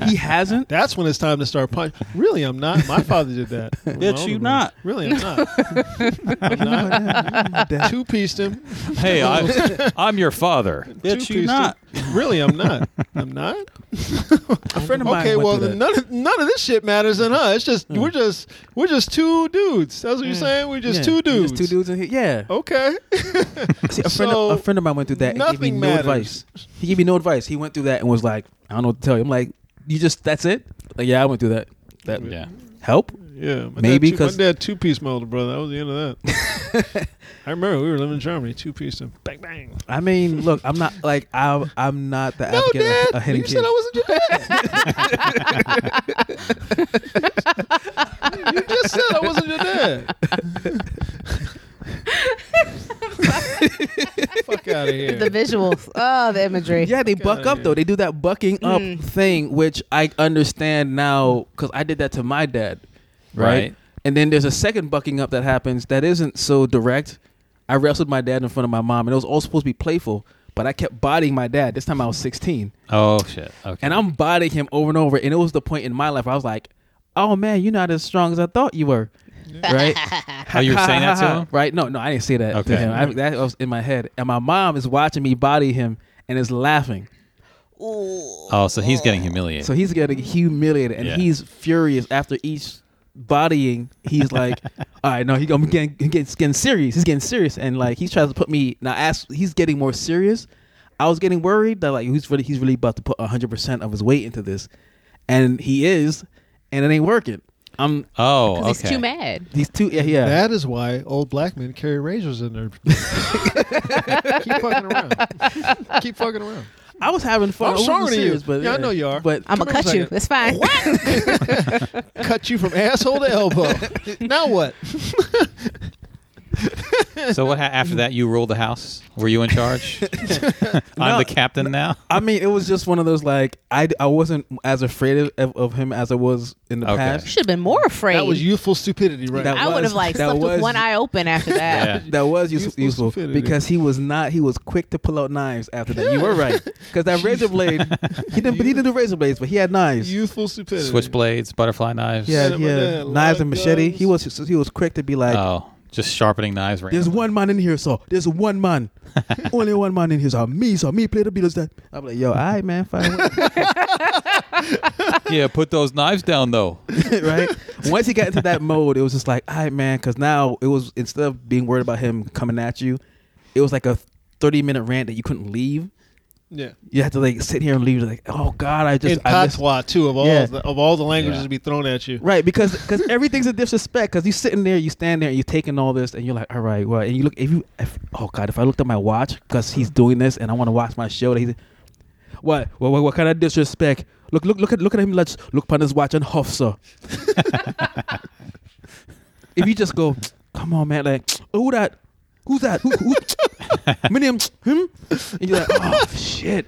Speaker 5: he hasn't.
Speaker 2: That's when it's time to start punching. Really, I'm not. My father did that. with my
Speaker 5: Bitch,
Speaker 2: older
Speaker 5: you
Speaker 2: brother.
Speaker 5: not.
Speaker 2: Really, I'm not. I'm not.
Speaker 5: Dad.
Speaker 2: Two pieced him.
Speaker 3: Hey, I, I'm your father.
Speaker 2: Two-pieced him. really, I'm not. I'm not.
Speaker 5: A friend of mine.
Speaker 2: Okay,
Speaker 5: went
Speaker 2: well,
Speaker 5: through
Speaker 2: then
Speaker 5: that. Mm.
Speaker 2: none of, none of this shit matters in us. It's just we're just we're just two dudes. That's what you're saying. We're just
Speaker 5: Yeah,
Speaker 2: two
Speaker 5: we're
Speaker 2: dudes.
Speaker 5: Just two dudes in here. Yeah.
Speaker 2: Okay.
Speaker 5: See, a friend,
Speaker 2: So,
Speaker 5: of, a friend of mine went through that and gave me
Speaker 2: nothing
Speaker 5: no
Speaker 2: matters.
Speaker 5: advice. He gave me no advice. He went through that and was like, I don't know what to tell you. I'm like, you just that's it. Like, yeah, I went through that. That
Speaker 3: Yeah.
Speaker 5: help.
Speaker 2: Yeah, my
Speaker 5: Maybe
Speaker 2: dad two-
Speaker 5: 'cause-
Speaker 2: my dad two piece my older brother. That was the end of that. I remember we were living in Germany, two piece and bang bang.
Speaker 5: I mean, look, I'm not like I'm. I'm not the
Speaker 2: No,
Speaker 5: advocate
Speaker 2: Dad,
Speaker 5: of- of hitting
Speaker 2: you said
Speaker 5: kids.
Speaker 2: I wasn't your dad. you just said I wasn't your dad. Fuck out of here.
Speaker 4: The visuals. Oh, the imagery.
Speaker 5: Yeah, they
Speaker 2: Fuck
Speaker 5: buck
Speaker 2: outta
Speaker 5: up
Speaker 2: here.
Speaker 5: though. They do that bucking up
Speaker 4: Mm.
Speaker 5: thing, which I understand now because I did that to my dad, right?
Speaker 3: Right.
Speaker 5: And then there's a second bucking up that happens that isn't so direct. I wrestled my dad in front of my mom, and it was all supposed to be playful, but I kept bodying my dad. This time I was 16,
Speaker 3: Oh shit. Okay.
Speaker 5: and I'm bodying him over and over. And it was the point in my life where I was like, "Oh man, you're not as strong as I thought you were," right?
Speaker 3: How Oh, you were saying that to him?
Speaker 5: Right? No, no, I didn't say that
Speaker 3: Okay.
Speaker 5: to him. I, that was in my head, and my mom is watching me body him and is laughing.
Speaker 3: Oh, so he's getting humiliated.
Speaker 5: So he's getting humiliated, and
Speaker 3: Yeah.
Speaker 5: he's furious after each bodying. He's like, "All right, no, he, I'm getting, he gets- getting serious. He's getting serious, and like he tries to put me now. As he's getting more serious, I was getting worried that like he's really he's really about to put 100 percent of his weight into this, and he is, and it ain't working. I'm
Speaker 3: oh, okay.
Speaker 4: 'Cause He's too mad.
Speaker 5: these two, yeah, yeah.
Speaker 2: That is why old black men carry razors in their. Keep fucking around. Keep fucking around.
Speaker 5: I was having fun.
Speaker 2: I'm
Speaker 5: I wasn't
Speaker 2: stronger than you.
Speaker 5: serious, but
Speaker 2: Yeah, I know you are.
Speaker 5: But
Speaker 4: I'm
Speaker 2: Come
Speaker 4: gonna
Speaker 2: here a
Speaker 4: cut you.
Speaker 2: second.
Speaker 4: It's fine.
Speaker 2: Cut you from asshole to elbow. now what?
Speaker 3: So what? Ha- after that, you ruled the house. Were you in charge? I'm
Speaker 5: No.
Speaker 3: the captain now.
Speaker 5: I mean, it was just one of those like I, I wasn't as afraid of, of him as I was in the
Speaker 3: Okay.
Speaker 5: past.
Speaker 4: Should have been more afraid.
Speaker 2: That was youthful stupidity, right?
Speaker 5: That
Speaker 4: I would have
Speaker 5: was-
Speaker 4: like
Speaker 5: that
Speaker 4: slept
Speaker 5: was-
Speaker 4: with one eye open after that.
Speaker 3: Yeah.
Speaker 5: that was use-
Speaker 2: Useful
Speaker 5: useful,
Speaker 2: stupidity.
Speaker 5: because he was not. He was quick to pull out knives after that. You were right because that razor blade. He didn't. he didn't do razor blades, but he had knives.
Speaker 2: youthful stupidity.
Speaker 3: Switchblades, butterfly knives.
Speaker 5: yeah,
Speaker 2: Yeah,
Speaker 5: yeah,
Speaker 2: yeah,
Speaker 5: knives and
Speaker 2: like
Speaker 5: machete. He was.
Speaker 2: those.
Speaker 5: He was quick to be like,
Speaker 3: Oh, just sharpening knives.
Speaker 5: "There's
Speaker 3: randomly.
Speaker 5: one man in here, so there's one man, only one man in here, so me, so me play the Beatles." That I'm like, "Yo, all right, man, fine,
Speaker 3: yeah, put those knives down though.
Speaker 5: right?" Once he got into that mode, it was just like, "All right, man," because now it was instead of being worried about him coming at you, it was like a 30 minute rant that you couldn't leave.
Speaker 2: Yeah.
Speaker 5: You had to like sit here and leave. Like, oh God, I
Speaker 2: In
Speaker 5: just I missed-
Speaker 2: patois too, of all
Speaker 5: Yeah.
Speaker 2: the, of all the languages
Speaker 3: Yeah.
Speaker 2: to be thrown at you.
Speaker 5: Right, because because everything's a disrespect. Because you sitting there, you stand there, and you're taking all this, and you're like, all right, well, and you look if you, if, oh god, if I looked at my watch because he's doing this, and I want to watch my show, that he's, what, what, what, what kind of disrespect? Look, look, look at, look at him. Let's look upon his watch and huff, sir. if you just go, come on, man, like, who that? Who's that? Who? who my name, him? And you're like, oh shit,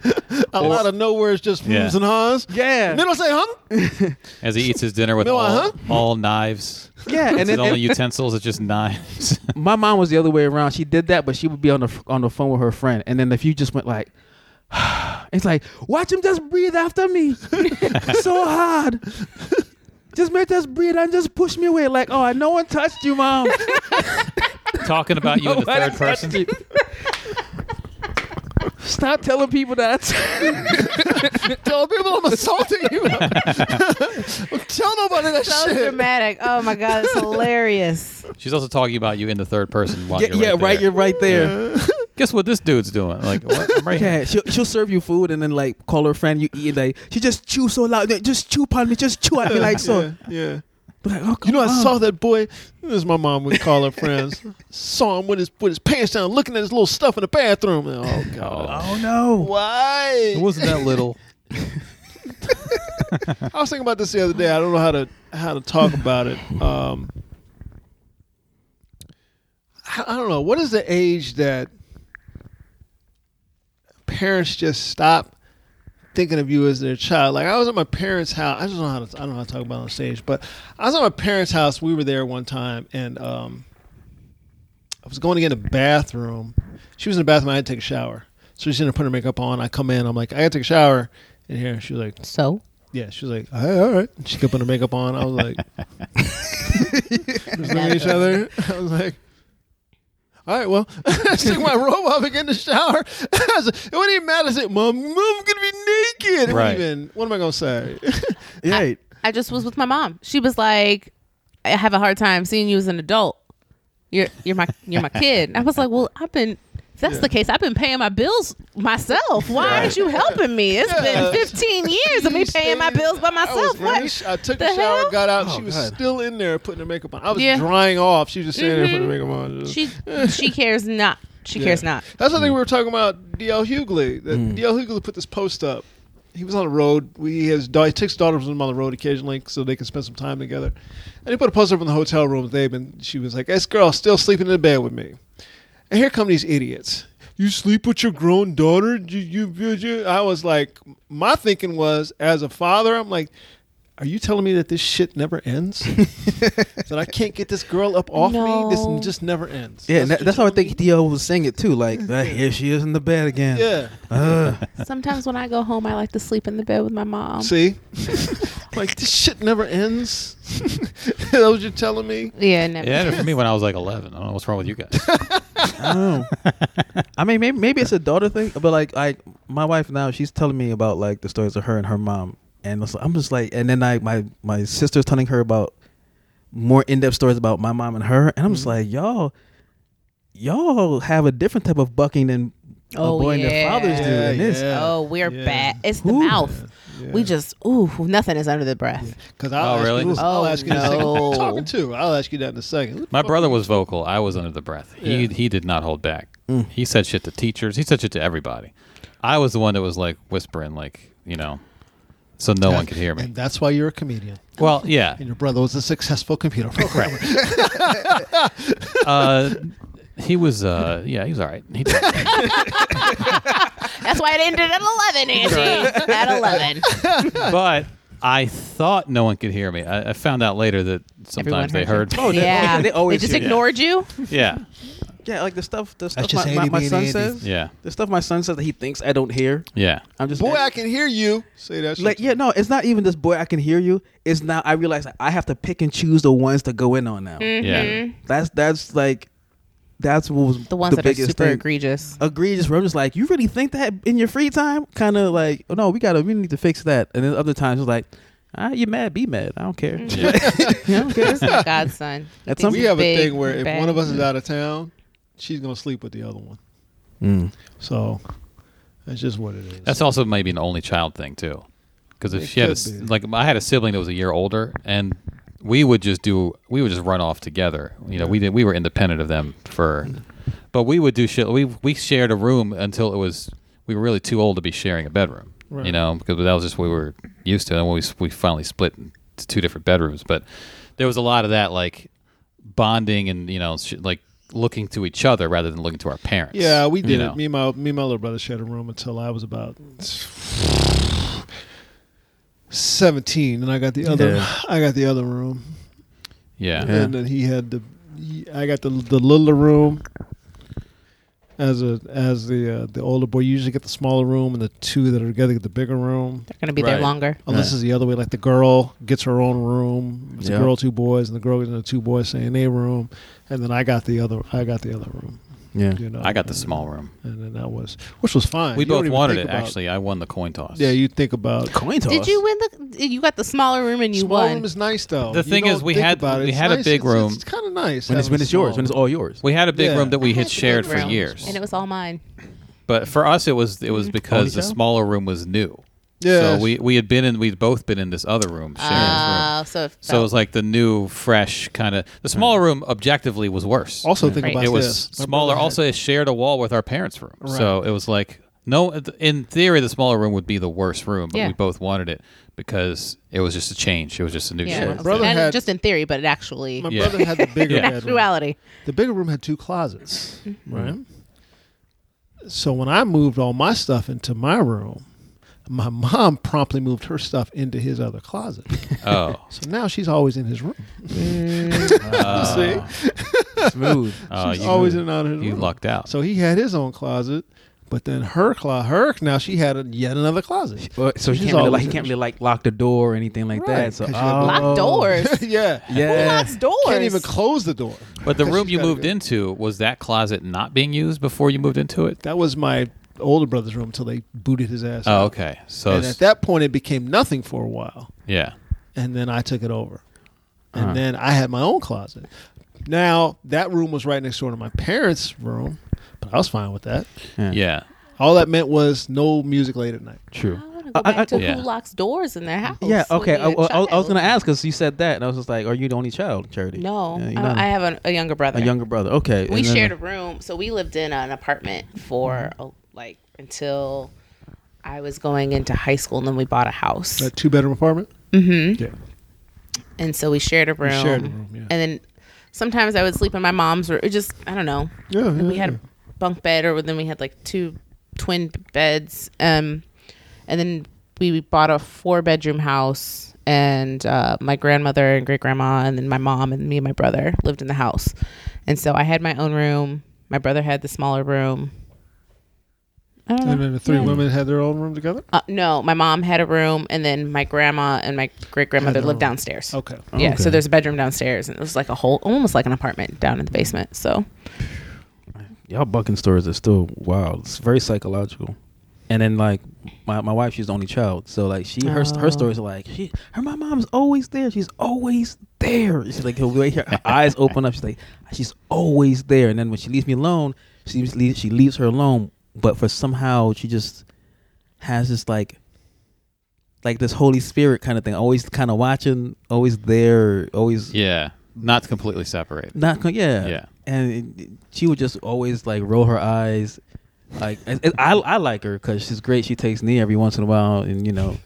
Speaker 2: A lot of no words, just
Speaker 3: Yeah.
Speaker 2: hmms and hahs.
Speaker 5: yeah,
Speaker 2: And then I'll say, huh?
Speaker 3: As he eats his dinner with
Speaker 2: No,
Speaker 3: all,
Speaker 2: uh-huh.
Speaker 3: all knives.
Speaker 5: yeah, and
Speaker 3: It's
Speaker 5: then.
Speaker 3: only
Speaker 5: and-
Speaker 3: utensils. It's just knives.
Speaker 5: my mom was the other way around. She did that, but she would be on the on the phone with her friend, and then if you just went like, it's like watch him just breathe after me, so hard. Just make us breathe and just push me away. Like, oh, no one touched you, mom.
Speaker 3: Talking about you in the
Speaker 5: Nobody
Speaker 3: third
Speaker 5: touched
Speaker 3: person.
Speaker 5: you. Stop telling people that.
Speaker 2: Tell people I'm assaulting you. Tell nobody that
Speaker 4: So
Speaker 2: shit.
Speaker 4: dramatic. Oh my god, it's hilarious.
Speaker 3: She's also talking about you in the third person. While
Speaker 5: yeah,
Speaker 3: you're
Speaker 5: yeah,
Speaker 3: right.
Speaker 5: right.
Speaker 3: there.
Speaker 5: You're right there.
Speaker 3: Guess what this dude's doing? Like, what? I'm right here.
Speaker 5: Yeah, she'll, she'll serve you food and then like call her friend. You eat like she just chew so loud. Just chew upon me. Just chew at me like so.
Speaker 2: Yeah.
Speaker 5: Be like, oh,
Speaker 2: You know, I
Speaker 5: come on.
Speaker 2: saw that boy. This is my mom would call her friends. saw him with his with his pants down, looking at his little stuff in the bathroom. Oh God!
Speaker 5: Oh no.
Speaker 2: Why?
Speaker 3: It wasn't that little.
Speaker 2: I was thinking about this the other day. I don't know how to how to talk about it. Um, I, I don't know. What is the age that parents just stop thinking of you as their child? Like I was at my parents' house. I just don't know how to. I don't know how to talk about it on stage. But I was at my parents' house. We were there one time, and um, I was going to get in the bathroom. She was in the bathroom. I had to take a shower. So she's gonna put her makeup on. I come in. I'm like, I gotta take a shower. And here she was like,
Speaker 4: So
Speaker 2: yeah, she was like, all right, all right. She kept putting her makeup on. I was like, just looking at each other. I was like, All right, well, I took my robe off and get in the shower. I was like, it wouldn't even matter. I said, Mom, I'm going to be naked. It wouldn't
Speaker 3: Right.
Speaker 2: Even, what am I going to say?
Speaker 5: Yeah.
Speaker 4: I just was with my mom. She was like, I have a hard time seeing you as an adult. You're you're my you're my kid. And I was like, Well, I've been if that's the case, I've been paying my bills myself. Why aren't you helping me? It's
Speaker 2: Yeah.
Speaker 4: been fifteen years of me paying my bills by
Speaker 2: I, was
Speaker 4: myself.
Speaker 2: in the
Speaker 4: What?
Speaker 2: sh- I took
Speaker 4: the
Speaker 2: a shower,
Speaker 4: hell?
Speaker 2: got out.
Speaker 5: Oh,
Speaker 2: she was
Speaker 5: God.
Speaker 2: still in there putting her makeup on. I was
Speaker 4: Yeah. Mm-hmm.
Speaker 2: drying off. She was just sitting there putting her makeup on. Just-
Speaker 4: She she cares not. She
Speaker 2: Yeah.
Speaker 4: cares not.
Speaker 2: That's the thing we were talking about. DL Hughley. That
Speaker 5: Mm.
Speaker 2: DL Hughley put this post up. He was on the road. We his da- he takes his daughters with him on the road occasionally so they can spend some time together. And he put a post up in the hotel room. They've been. She was like, "This girl's still sleeping in the bed with me." And here come these idiots. You sleep with your grown daughter. You, you, you, you. I was like, my thinking was, as a father, I'm like, are you telling me that this shit never ends? that I can't get this girl up off me?
Speaker 4: No.
Speaker 2: This just never ends.
Speaker 5: Yeah,
Speaker 2: what
Speaker 5: and that,
Speaker 2: you're
Speaker 5: that's how I
Speaker 2: telling me?
Speaker 5: think Dio was saying it too. Like, "Ah, here she is in the bed again. Uh,
Speaker 2: Yeah.
Speaker 5: Ugh.
Speaker 4: Sometimes when I go home I like to sleep in the bed with my mom.
Speaker 2: See, like this shit never ends. Is that what you're telling me?
Speaker 4: Yeah, never.
Speaker 3: Yeah, for me when I was like 11. I don't know what's wrong with you guys.
Speaker 5: Oh. I mean, maybe maybe it's a daughter thing, but like like my wife now, she's telling me about like the stories of her and her mom, and it's like- I'm just like, and then like my my sister's telling her about more in depth stories about my mom and her, and I'm just like, y'all, y'all have a different type of bucking than a
Speaker 4: Oh,
Speaker 5: boy and their
Speaker 4: yeah.
Speaker 5: fathers do.
Speaker 2: Yeah,
Speaker 5: And this,
Speaker 2: yeah.
Speaker 4: Oh, we're
Speaker 2: Yeah.
Speaker 4: bad. It's the
Speaker 5: Ooh.
Speaker 4: mouth. We just ooh, nothing is under the breath.
Speaker 2: Because I'll
Speaker 3: Oh,
Speaker 2: ask
Speaker 3: really?
Speaker 2: you. I'll
Speaker 4: Oh,
Speaker 2: ask you in a second.
Speaker 4: no.
Speaker 2: I'm talking to. I'll ask you that in a second. Who the
Speaker 3: My
Speaker 2: fuck-
Speaker 3: brother was vocal. I was under the breath. He
Speaker 2: Yeah.
Speaker 3: he did not hold back. He said shit to teachers. He said shit to everybody. I was the one that was like whispering, like you know, so no one could hear me.
Speaker 2: And that's why you're a comedian.
Speaker 3: Well, yeah,
Speaker 2: And your brother was a successful computer programmer.
Speaker 3: uh, he was. Uh, yeah, he was all right. He did.
Speaker 4: That's why it ended at eleven, Angie. at eleven.
Speaker 3: but I thought no one could hear me. I, I found out later that
Speaker 4: Everyone
Speaker 3: sometimes they
Speaker 4: heard
Speaker 3: heard.
Speaker 4: you.
Speaker 5: Oh, they-
Speaker 4: yeah,
Speaker 5: oh, they always
Speaker 4: just
Speaker 5: do that.
Speaker 4: ignored you.
Speaker 3: yeah,
Speaker 5: yeah, like the stuff the stuff
Speaker 2: just
Speaker 5: my,
Speaker 2: Andy
Speaker 5: my, my
Speaker 2: being
Speaker 5: son
Speaker 2: Andy.
Speaker 5: says.
Speaker 3: yeah,
Speaker 5: The stuff my son says that he thinks I don't hear.
Speaker 3: yeah.
Speaker 5: I'm just
Speaker 2: Boy,
Speaker 5: like-
Speaker 2: I can hear you. Say that. shit.
Speaker 5: like yeah no it's not even this boy i can hear you it's now i realize that i have to pick and choose the ones to go in on now
Speaker 3: Yeah.
Speaker 5: that's that's like that's what was
Speaker 4: The ones that are
Speaker 5: biggest
Speaker 4: super
Speaker 5: thing.
Speaker 4: egregious.
Speaker 5: egregious where i'm just like you really think that in your free time kind of like oh, no we gotta we need to fix that and then other times it's like ah, you mad be mad i don't care
Speaker 4: Mm.
Speaker 3: Yeah.
Speaker 5: Yeah, i don't care
Speaker 4: It's my godson. He
Speaker 5: At
Speaker 4: thinks
Speaker 5: some-
Speaker 2: we
Speaker 4: he's
Speaker 2: have
Speaker 4: big,
Speaker 2: a thing where if
Speaker 4: bad.
Speaker 2: one of us is out of town, she's gonna sleep with the other one.
Speaker 5: Mm.
Speaker 2: So that's just what it is.
Speaker 3: That's also maybe an only child thing too, because if
Speaker 2: It
Speaker 3: she had a,
Speaker 2: could
Speaker 3: s-
Speaker 2: be.
Speaker 3: like I had a sibling that was a year older, and we would just do we would just run off together. You know, we did we were independent of them for, but we would do shit. We we shared a room until it was we were really too old to be sharing a bedroom.
Speaker 2: Right.
Speaker 3: You know, because that was just what we were used to, and when we s- we finally split into two different bedrooms. But there was a lot of that like bonding and you know sh- like looking to each other rather than looking to our parents.
Speaker 2: Yeah, we
Speaker 3: you
Speaker 2: did it.
Speaker 3: know?
Speaker 2: Me and my me and my little brother shared a room until I was about seventeen, and I got the other
Speaker 5: Yeah.
Speaker 2: I got the other room,
Speaker 3: Yeah.
Speaker 5: Yeah.
Speaker 2: and then he had the he, I got the the littler room. As a as the uh, the older boy, you usually get the smaller room, and the two that are together get the bigger room.
Speaker 4: They're gonna be
Speaker 3: Right.
Speaker 4: there longer.
Speaker 2: Unless
Speaker 5: Yeah.
Speaker 2: it's the other way, like the girl gets her own room. It's
Speaker 5: Yeah.
Speaker 2: a girl, two boys, and the girl gets the two boys stay in a room, and then I got the other I got the other room.
Speaker 5: yeah
Speaker 2: You know,
Speaker 3: Hmm. I got the small room.
Speaker 2: and then that was which was fine.
Speaker 3: We
Speaker 2: You don't
Speaker 3: both
Speaker 2: even
Speaker 3: wanted
Speaker 2: think
Speaker 3: it.
Speaker 2: about-
Speaker 3: Actually, I won the coin toss.
Speaker 2: Yeah, you think about
Speaker 5: coin toss
Speaker 4: Did you win the? You got the smaller room and you
Speaker 2: small
Speaker 4: won.
Speaker 2: room is nice though.
Speaker 3: The
Speaker 2: You
Speaker 3: thing
Speaker 2: don't
Speaker 3: is, we
Speaker 2: think
Speaker 3: had-
Speaker 2: about it.
Speaker 3: we
Speaker 2: It's
Speaker 3: had a
Speaker 2: nice.
Speaker 3: big
Speaker 2: It's-
Speaker 3: room.
Speaker 2: It's, kind of nice
Speaker 5: when it's
Speaker 2: having
Speaker 5: when
Speaker 2: a
Speaker 5: it's yours
Speaker 2: small
Speaker 5: when it's all yours
Speaker 3: we had a big
Speaker 2: Yeah.
Speaker 3: room that we
Speaker 4: I
Speaker 3: had
Speaker 4: the
Speaker 3: shared
Speaker 4: big
Speaker 3: for
Speaker 4: room,
Speaker 3: years.
Speaker 4: and it was Mm-hmm. all mine.
Speaker 3: but for us, it was it was because the
Speaker 5: child?
Speaker 3: smaller room was new.
Speaker 2: Yes.
Speaker 3: So we we had been in we'd both been in this other room sharing this room.
Speaker 4: Uh, so it
Speaker 3: So it
Speaker 4: felt-
Speaker 3: was like the new, fresh kind of. The smaller room objectively was worse.
Speaker 2: Hmm. Also think
Speaker 4: Right.
Speaker 2: about
Speaker 3: it was
Speaker 2: this. My
Speaker 3: smaller.
Speaker 2: brother had-
Speaker 3: Also, it shared a wall with our parents' room. So it was like no. In theory, the smaller room would be the worst room, but
Speaker 4: Yeah.
Speaker 3: we both wanted it because it was just a change. It was just a new
Speaker 4: yeah,
Speaker 3: change.
Speaker 2: my brother
Speaker 4: and
Speaker 2: had-
Speaker 4: just in theory, but it actually
Speaker 2: my
Speaker 3: Yeah.
Speaker 2: brother had the bigger
Speaker 3: Yeah.
Speaker 2: bedroom.
Speaker 4: actuality.
Speaker 2: The bigger room had two closets,
Speaker 5: Mm-hmm.
Speaker 2: right? So when I moved all my stuff into my room, my mom promptly moved her stuff into his other closet.
Speaker 3: Oh,
Speaker 2: so now she's always in his room. See,
Speaker 5: smooth
Speaker 3: uh,
Speaker 2: she's
Speaker 3: you,
Speaker 5: Uh,
Speaker 2: always in and out of his
Speaker 3: Oh, you
Speaker 2: room.
Speaker 3: lucked out.
Speaker 2: So he had his own closet, But then her clo her now she had a, yet another closet.
Speaker 5: Well, so he
Speaker 2: She's
Speaker 5: can't, really, like,
Speaker 2: always
Speaker 5: he can't
Speaker 2: in-
Speaker 5: really like lock the door or anything like
Speaker 2: Right,
Speaker 5: that. So
Speaker 2: 'cause you
Speaker 5: oh,
Speaker 2: have
Speaker 4: Lock doors.
Speaker 2: yeah,
Speaker 4: Who
Speaker 5: Yeah.
Speaker 4: locks doors?
Speaker 2: can't even close the door.
Speaker 3: But the
Speaker 2: Because
Speaker 3: room
Speaker 2: she's
Speaker 3: you
Speaker 2: gotta
Speaker 3: moved
Speaker 2: go.
Speaker 3: into was that closet not being used before you moved into it?
Speaker 2: That was my older brother's room until they booted his ass.
Speaker 3: Oh,
Speaker 2: out.
Speaker 3: okay. So
Speaker 2: and
Speaker 3: it's-
Speaker 2: at that point, it became nothing for a while,
Speaker 3: yeah,
Speaker 2: and then I took it over, and
Speaker 5: Uh-huh.
Speaker 2: then I had my own closet. Now that room was right next door to my parents' room, but I was fine with that.
Speaker 3: yeah.
Speaker 2: All that meant was no music late at night.
Speaker 5: True.
Speaker 4: I want to
Speaker 5: I-
Speaker 4: go back
Speaker 5: I- I-
Speaker 4: to
Speaker 3: Yeah.
Speaker 4: who locks doors in their house.
Speaker 5: Yeah.
Speaker 4: when
Speaker 5: Okay.
Speaker 4: you're a
Speaker 5: I, I, I was
Speaker 4: child.
Speaker 5: gonna ask because you said that, and I was just like, "Are you the only child, Charity?"
Speaker 4: No,
Speaker 5: Yeah, you
Speaker 4: I-
Speaker 5: know.
Speaker 4: I have a, a younger brother.
Speaker 5: a younger brother.
Speaker 4: we
Speaker 5: Okay. and then- Mm-hmm.
Speaker 4: shared a room, so we lived in an apartment for uh, like until I was going into high school, and then we bought a house,
Speaker 2: That two bedroom apartment. Mm-hmm. Yeah.
Speaker 4: and so we shared a room.
Speaker 2: shared a room, yeah.
Speaker 4: And then sometimes I would sleep in my mom's room. It just I don't know.
Speaker 2: Yeah,
Speaker 4: And we
Speaker 2: yeah,
Speaker 4: had
Speaker 2: yeah.
Speaker 4: a bunk bed, or then we had like two twin beds. Um, and then we bought a four bedroom house, and uh, my grandmother and great grandma, and then my mom and me and my brother lived in the house. And so I had my own room. My brother had the smaller room. I don't know.
Speaker 2: And then the three
Speaker 4: Yeah.
Speaker 2: women had their own room together.
Speaker 4: Uh, no, my mom had a room, and then my grandma and my great grandmother
Speaker 2: their
Speaker 4: lived
Speaker 2: own.
Speaker 4: downstairs.
Speaker 2: Okay.
Speaker 4: Yeah, so
Speaker 5: Okay.
Speaker 4: there's a bedroom downstairs, and it was like a whole, almost like an apartment down in the basement. So
Speaker 5: y'all bucking stories are still wild. It's very psychological. And then like my, my wife, she's the only child, so like she her her
Speaker 4: Oh.
Speaker 5: stories are like she her my mom's always there. She's always there. She's like her, her, her eyes open up. She's like she's always there. And then when she leaves me alone, she just leaves, she leaves her alone. But for somehow she just has this like like this Holy Spirit kind of thing. Always kind of watching. Always there. Always
Speaker 3: Yeah. Not completely separate.
Speaker 5: not co- yeah
Speaker 3: Yeah.
Speaker 5: and it- it- she would just always like roll her eyes like and- and I I like her because she's great she takes knee every once in a while and you know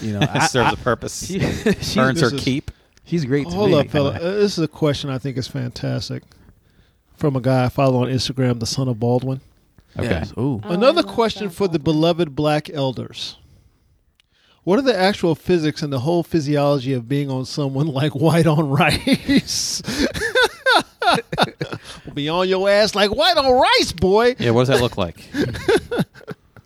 Speaker 5: you know I,
Speaker 3: Serves
Speaker 5: I-
Speaker 3: a purpose.
Speaker 5: she, she's,
Speaker 3: Earns her
Speaker 2: this is-
Speaker 3: keep.
Speaker 5: she's great to
Speaker 2: Hold
Speaker 5: me.
Speaker 2: up, fella. Uh, this is a question I think is fantastic from a guy I follow on Instagram, the son of Baldwin.
Speaker 3: Okay.
Speaker 5: Yes. Ooh.
Speaker 4: Oh, I
Speaker 2: Another
Speaker 4: love
Speaker 2: question
Speaker 4: Son of
Speaker 2: for the beloved black elders. What are the actual physics and the whole physiology of being on someone like white on rice? Be on your ass like white on rice, boy.
Speaker 3: Yeah. What does that look like?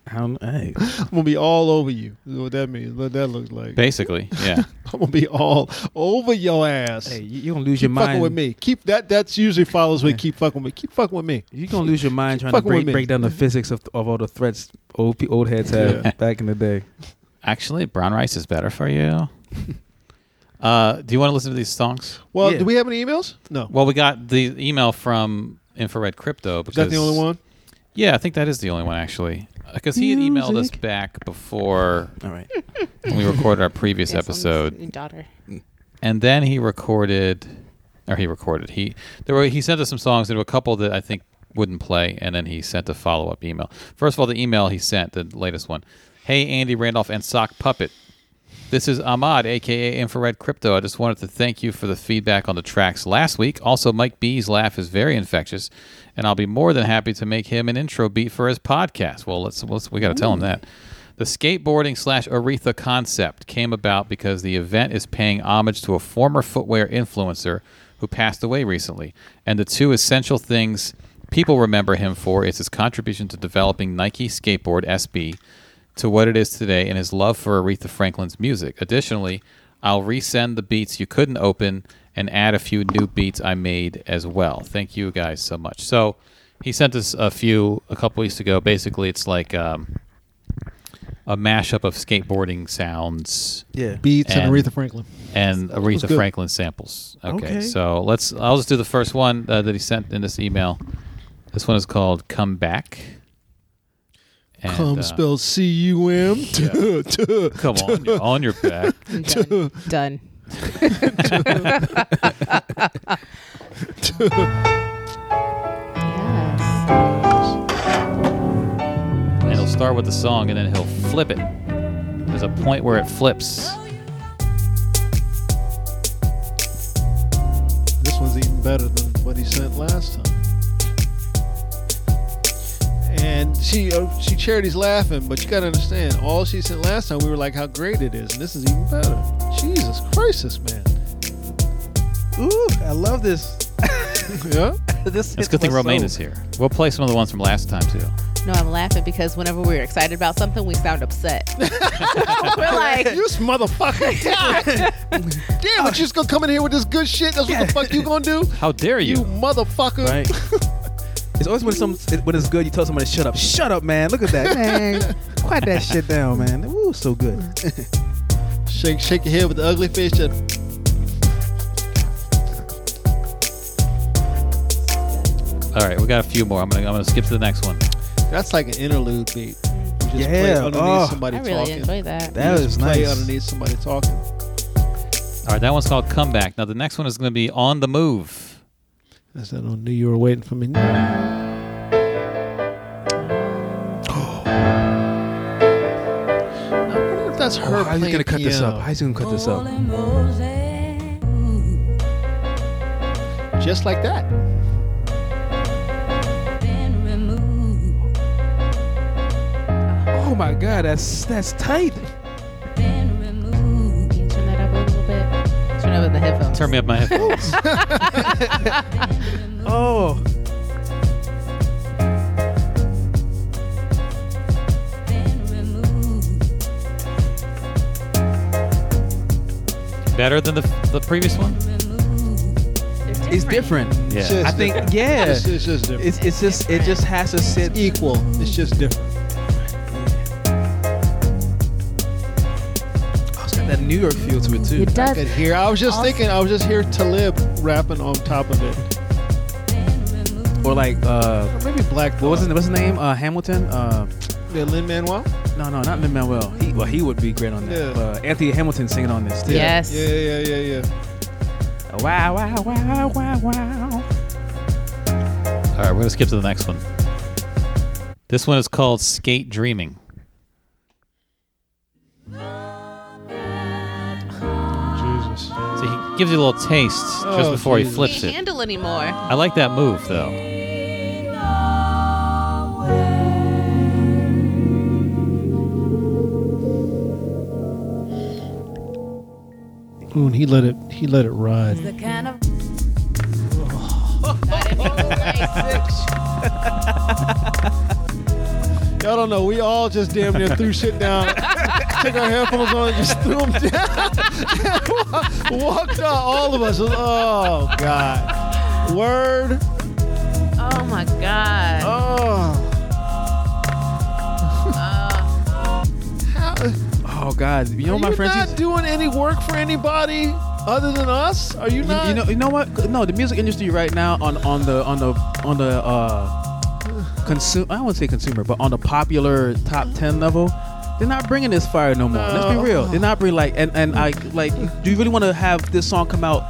Speaker 5: I don't, hey.
Speaker 2: I'm gonna be all over you. Is what that means? What that looks like?
Speaker 3: Basically. Yeah.
Speaker 2: I'm gonna be all over your ass.
Speaker 5: hey you, you gonna lose your
Speaker 2: keep fucking
Speaker 5: mind
Speaker 2: with me. Keep that. That's usually follows with keep fucking with. Keep fucking with me.
Speaker 5: you gonna lose your mind trying to
Speaker 2: fucking with
Speaker 5: break,
Speaker 2: me.
Speaker 5: break down the physics of, of all the threats old pe- old heads had
Speaker 2: Yeah.
Speaker 5: back in the day
Speaker 3: Actually, brown rice is better for you. Uh, do you want to listen to these songs?
Speaker 2: Well,
Speaker 5: Yeah.
Speaker 2: do we have any emails? No.
Speaker 3: Well, we got the email from Infrared Crypto. Because
Speaker 2: Is that the only one?
Speaker 3: Yeah, I think that is the only one actually, because he had emailed us
Speaker 5: Music.
Speaker 3: back before
Speaker 5: all right
Speaker 3: when we recorded our previous
Speaker 4: Yes, I'm just
Speaker 3: episode.
Speaker 4: your daughter.
Speaker 3: and then he recorded or he recorded he there were he sent us some songs there were a couple that i think wouldn't play and then he sent a follow-up email first of all the email he sent the latest one hey andy randolph and sock puppet this is ahmad aka infrared crypto i just wanted to thank you for the feedback on the tracks last week also mike b's laugh is very infectious and i'll be more than happy to make him an intro beat for his podcast well let's, let's we got to tell him that the skateboarding slash Aretha concept came about because the event is paying homage to a former footwear influencer who passed away recently. And the two essential things people remember him for is his contribution to developing Nike Skateboard SB to what it is today and his love for Aretha Franklin's music. Additionally, I'll resend the beats you couldn't open and add a few new beats I made as well. Thank you guys so much. So he sent us a few a couple weeks ago. Basically, it's like. Um, a mashup of skateboarding sounds
Speaker 5: yeah
Speaker 2: Beats and,
Speaker 3: And-
Speaker 2: Aretha Franklin.
Speaker 3: and Aretha
Speaker 2: good.
Speaker 3: Franklin samples. Okay,
Speaker 5: Okay.
Speaker 3: so let's. I'll just do the first one uh, that he sent in this email. This one is called "Come Back." And,
Speaker 2: Cum
Speaker 3: uh,
Speaker 2: spelled C U M.
Speaker 3: Come on, you're on your back.
Speaker 4: Done. Done. yes.
Speaker 3: And he'll start with the song, and then he'll flip it. There's a point where it flips.
Speaker 2: This one's even better than what he sent last time. And she, uh, she charity's laughing, but you gotta understand, all she sent last time, we were like, how great it is, and this is even better. Jesus Christ, this man.
Speaker 5: ooh I love this
Speaker 2: Yeah.
Speaker 5: this
Speaker 3: It's a good thing Romaine is here. We'll play some of the ones from last time too.
Speaker 4: No, I'm laughing because whenever we're excited about something, we sound upset. we're like,
Speaker 2: You this motherfucker. Damn, but you just gonna come in here with this good shit? That's what the fuck you gonna do?
Speaker 3: How dare
Speaker 2: You
Speaker 3: you?
Speaker 2: motherfucker.
Speaker 5: right? it's always when some when it's good, you tell somebody, "Shut up, shut up, man! Look at that, man! Quiet that shit down, man! Ooh, so good."
Speaker 2: Shake shake your head with the ugly face. Just,
Speaker 3: All right, we got a few more. I'm gonna I'm gonna skip to the next one.
Speaker 2: that's like an interlude beat. You just play
Speaker 5: Yeah,
Speaker 2: underneath
Speaker 5: oh.
Speaker 2: somebody
Speaker 4: I really
Speaker 2: talking.
Speaker 4: enjoy that.
Speaker 5: That
Speaker 2: You
Speaker 5: was
Speaker 2: just play
Speaker 5: nice.
Speaker 2: underneath somebody talking.
Speaker 3: All right, that one's called Comeback. Now the next one is gonna be On the Move.
Speaker 2: I said, I knew you were waiting for me. I wonder if that's her
Speaker 5: Oh, how you
Speaker 2: playing
Speaker 5: gonna cut this up?
Speaker 2: piano.
Speaker 5: How you gonna cut this up?
Speaker 2: Just like that.
Speaker 5: Oh my god, that's that's tight.
Speaker 4: Can you turn that up a little bit? Turn up in the headphones.
Speaker 3: Turn me up my headphones.
Speaker 5: Oh,
Speaker 3: Better than the the previous one.
Speaker 5: it's different.
Speaker 3: Yeah.
Speaker 2: Shit.
Speaker 5: I think yeah.
Speaker 2: It's,
Speaker 5: It's
Speaker 2: it's just different. It's
Speaker 5: it's just it just has to sit.
Speaker 2: equal. It's just different.
Speaker 5: Oh, it's got that New York feel to it too.
Speaker 4: It
Speaker 2: I
Speaker 4: does.
Speaker 2: could hear. I was just thinking. I was just hear Talib rapping on top of it.
Speaker 5: Or like uh,
Speaker 2: Maybe Black.
Speaker 5: what was his, what's his name? Uh, Hamilton. Uh,
Speaker 2: Yeah, Lin Manuel.
Speaker 5: no, no, not Lin Manuel. He well, he would be great on that.
Speaker 2: Yeah.
Speaker 5: Uh, Anthony Hamilton singing on this too.
Speaker 4: Yes.
Speaker 2: Yeah, yeah, yeah, yeah.
Speaker 5: Wow, wow, wow, wow, wow.
Speaker 3: All right, we're gonna skip to the next one. This one is called Skate Dreaming.
Speaker 2: Jesus.
Speaker 3: So he gives you a little taste just
Speaker 2: Oh,
Speaker 3: before
Speaker 2: Jesus.
Speaker 3: he
Speaker 4: I
Speaker 3: flips
Speaker 4: can't
Speaker 3: it.
Speaker 4: handle anymore.
Speaker 3: I like that move though.
Speaker 2: Ooh, and he let it. He let it ride. Y'all don't know. We all just damn near threw shit down. Took our headphones on and just threw them down. Walked out. All of us. was, Oh God. Word.
Speaker 4: oh my god.
Speaker 2: Oh. How-
Speaker 5: Oh God, you know
Speaker 2: Are
Speaker 5: my
Speaker 2: you
Speaker 5: friends.
Speaker 2: not
Speaker 5: used-
Speaker 2: doing any work for anybody other than us? Are you
Speaker 5: You,
Speaker 2: not?
Speaker 5: you know, you know what? No, the music industry right now on on the on the on the uh, consume. I wouldn't say consumer, but on the popular top ten level, they're not bringing this fire no more. Let's
Speaker 2: No.
Speaker 5: be real. They're not bringing like and and I like. Do you really want to have this song come out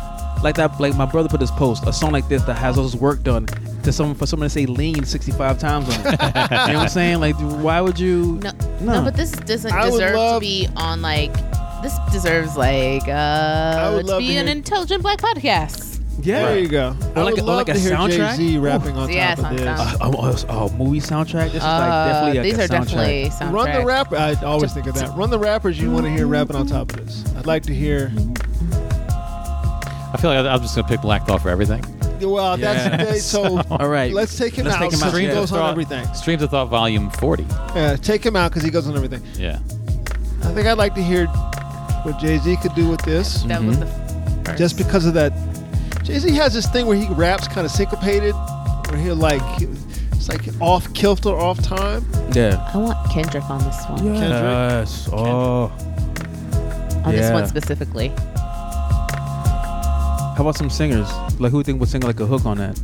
Speaker 5: like that? Like my brother put this post, a song like this that has all this work done to someone for someone to say lean sixty five times on it. you know what I'm saying? Like, why would you?
Speaker 4: No, no, but this doesn't
Speaker 2: I would
Speaker 4: deserve to
Speaker 2: love-
Speaker 4: be on like. This deserves like
Speaker 2: would
Speaker 4: uh to
Speaker 2: love to
Speaker 4: be an
Speaker 2: hear-
Speaker 4: intelligent black podcast.
Speaker 5: yeah.
Speaker 2: there you go. I
Speaker 5: Or like
Speaker 2: would
Speaker 5: a- or
Speaker 2: love
Speaker 5: like a
Speaker 2: to hear
Speaker 5: soundtrack?
Speaker 2: Jay-Z
Speaker 5: Ooh.
Speaker 2: rapping on
Speaker 4: Yeah,
Speaker 2: top of
Speaker 4: sound-
Speaker 2: this.
Speaker 4: sound.
Speaker 5: Oh, oh, oh, movie soundtrack. This is like
Speaker 4: Uh,
Speaker 5: definitely a
Speaker 4: these
Speaker 5: good
Speaker 4: are
Speaker 5: soundtrack.
Speaker 2: Uh,
Speaker 4: definitely
Speaker 2: Run
Speaker 4: soundtrack.
Speaker 2: the rapper. I always think of that. Run the rappers you want to hear rapping on top of this. I'd like to hear.
Speaker 3: I feel like I'm just gonna pick Black Thought for everything.
Speaker 2: Well,
Speaker 5: Yeah.
Speaker 2: that's so.
Speaker 5: All right.
Speaker 2: Let's take him
Speaker 5: Let's
Speaker 2: out.
Speaker 5: take him
Speaker 2: since
Speaker 5: out.
Speaker 2: He
Speaker 5: Yeah.
Speaker 2: goes on
Speaker 3: Thought-
Speaker 2: everything.
Speaker 3: Streams of Thought Volume 40.
Speaker 2: Yeah, take him out because he goes on everything.
Speaker 3: Yeah.
Speaker 2: I think I'd like to hear what Jay Z could do with this,
Speaker 4: That was the first.
Speaker 2: Mm-hmm. just because of that. Jay Z has this thing where he raps kind of syncopated, where he'll like, it's like off kilter, off time.
Speaker 5: Yeah.
Speaker 4: I want Kendrick on this one.
Speaker 5: Yes. Oh.
Speaker 4: On this one
Speaker 5: Yeah.
Speaker 4: specifically.
Speaker 5: How about some singers? Like who think would sing like a hook on that?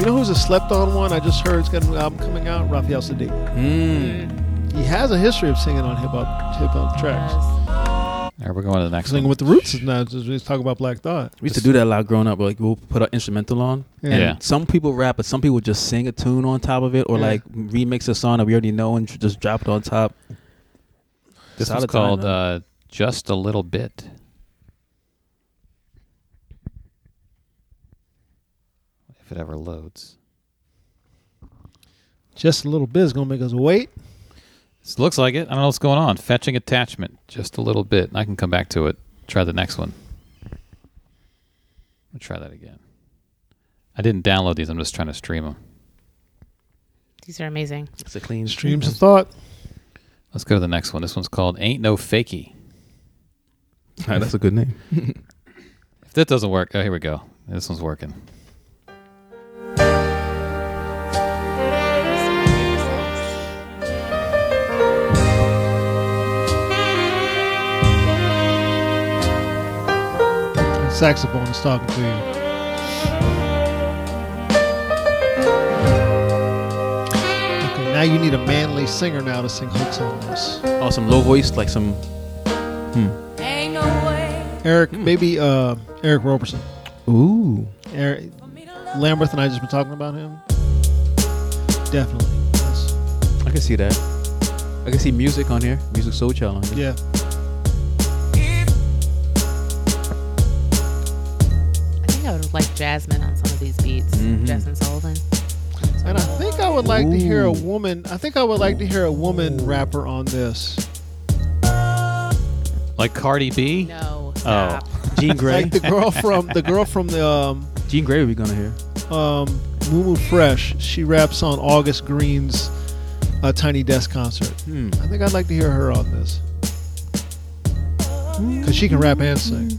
Speaker 2: You know who's a slept on one? I just heard it's got a new album coming out. Raphael Sadiq.
Speaker 4: Hmm.
Speaker 5: Mm.
Speaker 2: He has a history of singing on hip hop hip hop tracks.
Speaker 3: All right, we're going to the next one.
Speaker 2: Singing with the Roots is not. just- Just talk about Black Thought.
Speaker 5: We used to do that a lot growing up. Like we'll put an instrumental on.
Speaker 3: Yeah.
Speaker 5: Some people rap, but some people just sing a tune on top of it, or
Speaker 2: Yeah.
Speaker 5: like remix a song that we already know and tr- just drop it on top.
Speaker 3: This
Speaker 5: It's out
Speaker 3: one's
Speaker 5: of time,
Speaker 3: called
Speaker 5: huh?
Speaker 3: uh, Just a Little Bit. If it ever loads.
Speaker 2: Just a little bit is gonna make us wait.
Speaker 3: This looks like it. I don't know what's going on. Fetching attachment. Just a little bit. I can come back to it. Try the next one. I'll try that again. I didn't download these. I'm just trying to stream them.
Speaker 4: These are amazing.
Speaker 5: It's a clean stream.
Speaker 2: Dreams of thought.
Speaker 3: Let's go to the next one. This one's called "Ain't No Fakey."
Speaker 5: That's a good name.
Speaker 3: If that doesn't work, oh, here we go. This one's working.
Speaker 2: Saxophone is talking to you. Okay, now you need a manly singer now to sing hooks on this.
Speaker 5: Oh, some low voice, like some.
Speaker 6: Ain't no way
Speaker 2: Eric, maybe uh, Eric Roberson.
Speaker 5: Ooh.
Speaker 2: Eric,
Speaker 6: for me to love
Speaker 2: Lambert and I just been talking about him. Definitely. That's-
Speaker 5: I can see that. I can see music on here. Music soul challenge.
Speaker 2: yeah.
Speaker 6: if
Speaker 4: I think I would like Jasmine on some of these beats. Jasmine Sullivan.
Speaker 2: And I think I would like to hear a
Speaker 5: Ooh.
Speaker 2: woman. I think I would like to hear a woman rapper on this.
Speaker 3: Like Cardi B.
Speaker 4: No.
Speaker 3: Oh,
Speaker 4: Stop.
Speaker 5: Jean Grey.
Speaker 2: Like the girl from the girl from the um,
Speaker 5: Jean Grey would be gonna hear.
Speaker 2: um, Moo Moo Fresh. She raps on August Green's uh, Tiny Desk concert.
Speaker 5: Hmm.
Speaker 2: I think I'd like to hear her on this because she can rap and sing.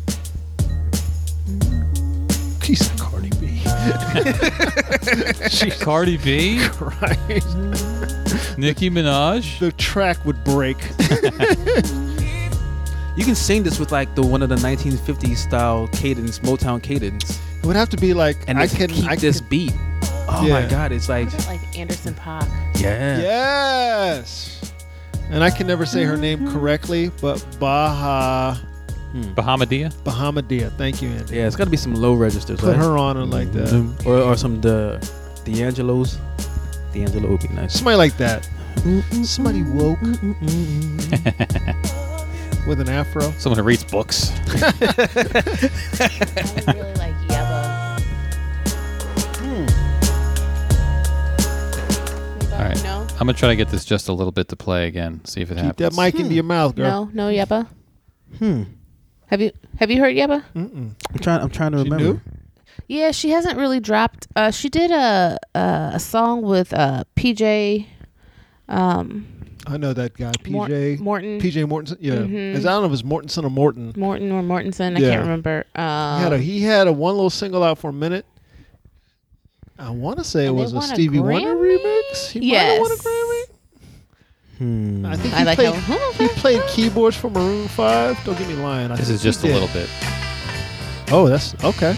Speaker 2: He said Cardi B.
Speaker 3: She's Cardi B,
Speaker 2: Right.
Speaker 3: Nicki Minaj.
Speaker 2: The track would break.
Speaker 5: You can sing this with like the one of the 1950s style cadence, Motown cadence,
Speaker 2: It would have to be like
Speaker 5: and
Speaker 2: I
Speaker 5: just
Speaker 2: can
Speaker 5: keep
Speaker 2: I
Speaker 5: this
Speaker 2: can-
Speaker 5: beat. Oh
Speaker 2: Yeah.
Speaker 5: my God! It's like
Speaker 4: Like Anderson Paak.
Speaker 5: yeah.
Speaker 2: Yes. And I can never say her name
Speaker 4: Mm-hmm.
Speaker 2: correctly, but Baha
Speaker 3: Bahamadia.
Speaker 2: Bahamadia. Thank you, Andy.
Speaker 5: Hmm. Yeah, it's got to be some low registers.
Speaker 2: Put
Speaker 5: right? Mm-hmm.
Speaker 2: her on and like that.
Speaker 5: or, or some the D'Angelo's. D'Angelo would be nice.
Speaker 2: Somebody like that. Somebody woke with an afro.
Speaker 3: Someone who reads books.
Speaker 4: I would really like Yellow. Hmm.
Speaker 3: All right.
Speaker 4: No.
Speaker 3: I'm gonna try to get this just a little bit to play again. See if it
Speaker 2: Keep
Speaker 3: happens.
Speaker 2: that mic
Speaker 4: Hmm.
Speaker 2: into your mouth, girl.
Speaker 4: No, no Yeba. Hmm. Have you have you heard Yeba?
Speaker 2: Hmm?
Speaker 5: I'm trying. I'm trying to
Speaker 2: She
Speaker 5: remember.
Speaker 2: knew?
Speaker 4: Yeah, she hasn't really dropped. Uh, she did a a, a song with uh, PJ um,
Speaker 2: I know that guy,
Speaker 4: Mor-
Speaker 2: PJ
Speaker 4: Morton
Speaker 2: PJ Mortensen. Yeah,
Speaker 4: Mhm.
Speaker 2: Is- I don't know if it's Mortensen or Morton.
Speaker 4: Morton or Mortensen. I
Speaker 2: Yeah.
Speaker 4: can't remember. Um,
Speaker 2: he had a he had a one little single out for a minute. I want to say it
Speaker 4: And they
Speaker 2: was a
Speaker 4: won a
Speaker 2: Stevie Wonder
Speaker 4: Grammy?
Speaker 2: remix. He might have
Speaker 4: yes.
Speaker 2: won a Grammy.
Speaker 5: Hmm.
Speaker 2: I think
Speaker 4: I
Speaker 2: he
Speaker 4: like
Speaker 2: played,
Speaker 4: how- Oh,
Speaker 2: he played keyboards for Maroon Five. Don't get me lying. I
Speaker 3: This
Speaker 2: think
Speaker 3: is
Speaker 2: he
Speaker 3: just a
Speaker 2: did.
Speaker 3: little bit.
Speaker 2: Oh, that's okay.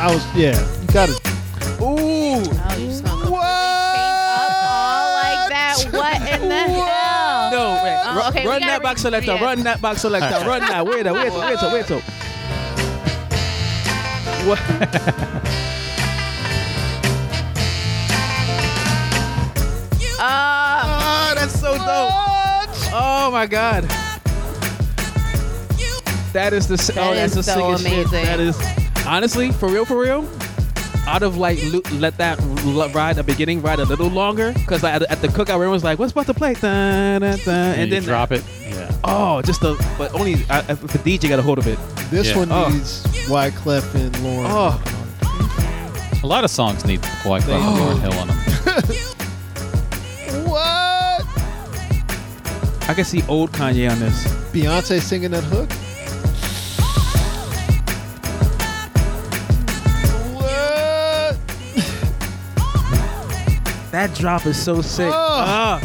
Speaker 2: I was yeah. You got it. Ooh.
Speaker 4: Oh, you just gonna completely change
Speaker 2: What?
Speaker 4: up all like that. What in the hell?
Speaker 5: No, wait.
Speaker 4: Oh,
Speaker 5: Ru-
Speaker 4: okay, we
Speaker 5: run
Speaker 4: gotta
Speaker 5: that box selector.
Speaker 4: redo it.
Speaker 5: Run that box selector. run that. Wait a wait a wait a wait a. What?
Speaker 4: Uh,
Speaker 5: Oh, that's so dope. Oh my god. That is the s- oh,
Speaker 4: That
Speaker 5: that's the
Speaker 4: is so
Speaker 5: sickest shit.
Speaker 4: amazing.
Speaker 5: That is honestly for real for real. I'd have like lo- let that l- ride the beginning ride a little longer because at, at the cookout everyone was like, "What's about to play?" Dun, dun, dun,
Speaker 3: And,
Speaker 5: and
Speaker 3: you
Speaker 5: then
Speaker 3: drop it. Yeah.
Speaker 5: Oh, just the but only I, if the DJ got a hold of it.
Speaker 2: This
Speaker 3: Yeah.
Speaker 2: one
Speaker 5: Oh.
Speaker 2: needs Wyclef and Lauren.
Speaker 5: Oh.
Speaker 3: A lot of songs need Wyclef and Lauren Hill on them.
Speaker 2: What?
Speaker 5: I can see old Kanye on this.
Speaker 2: Beyonce singing that hook? What?
Speaker 5: That drop is so sick.
Speaker 2: Oh.
Speaker 5: Ah.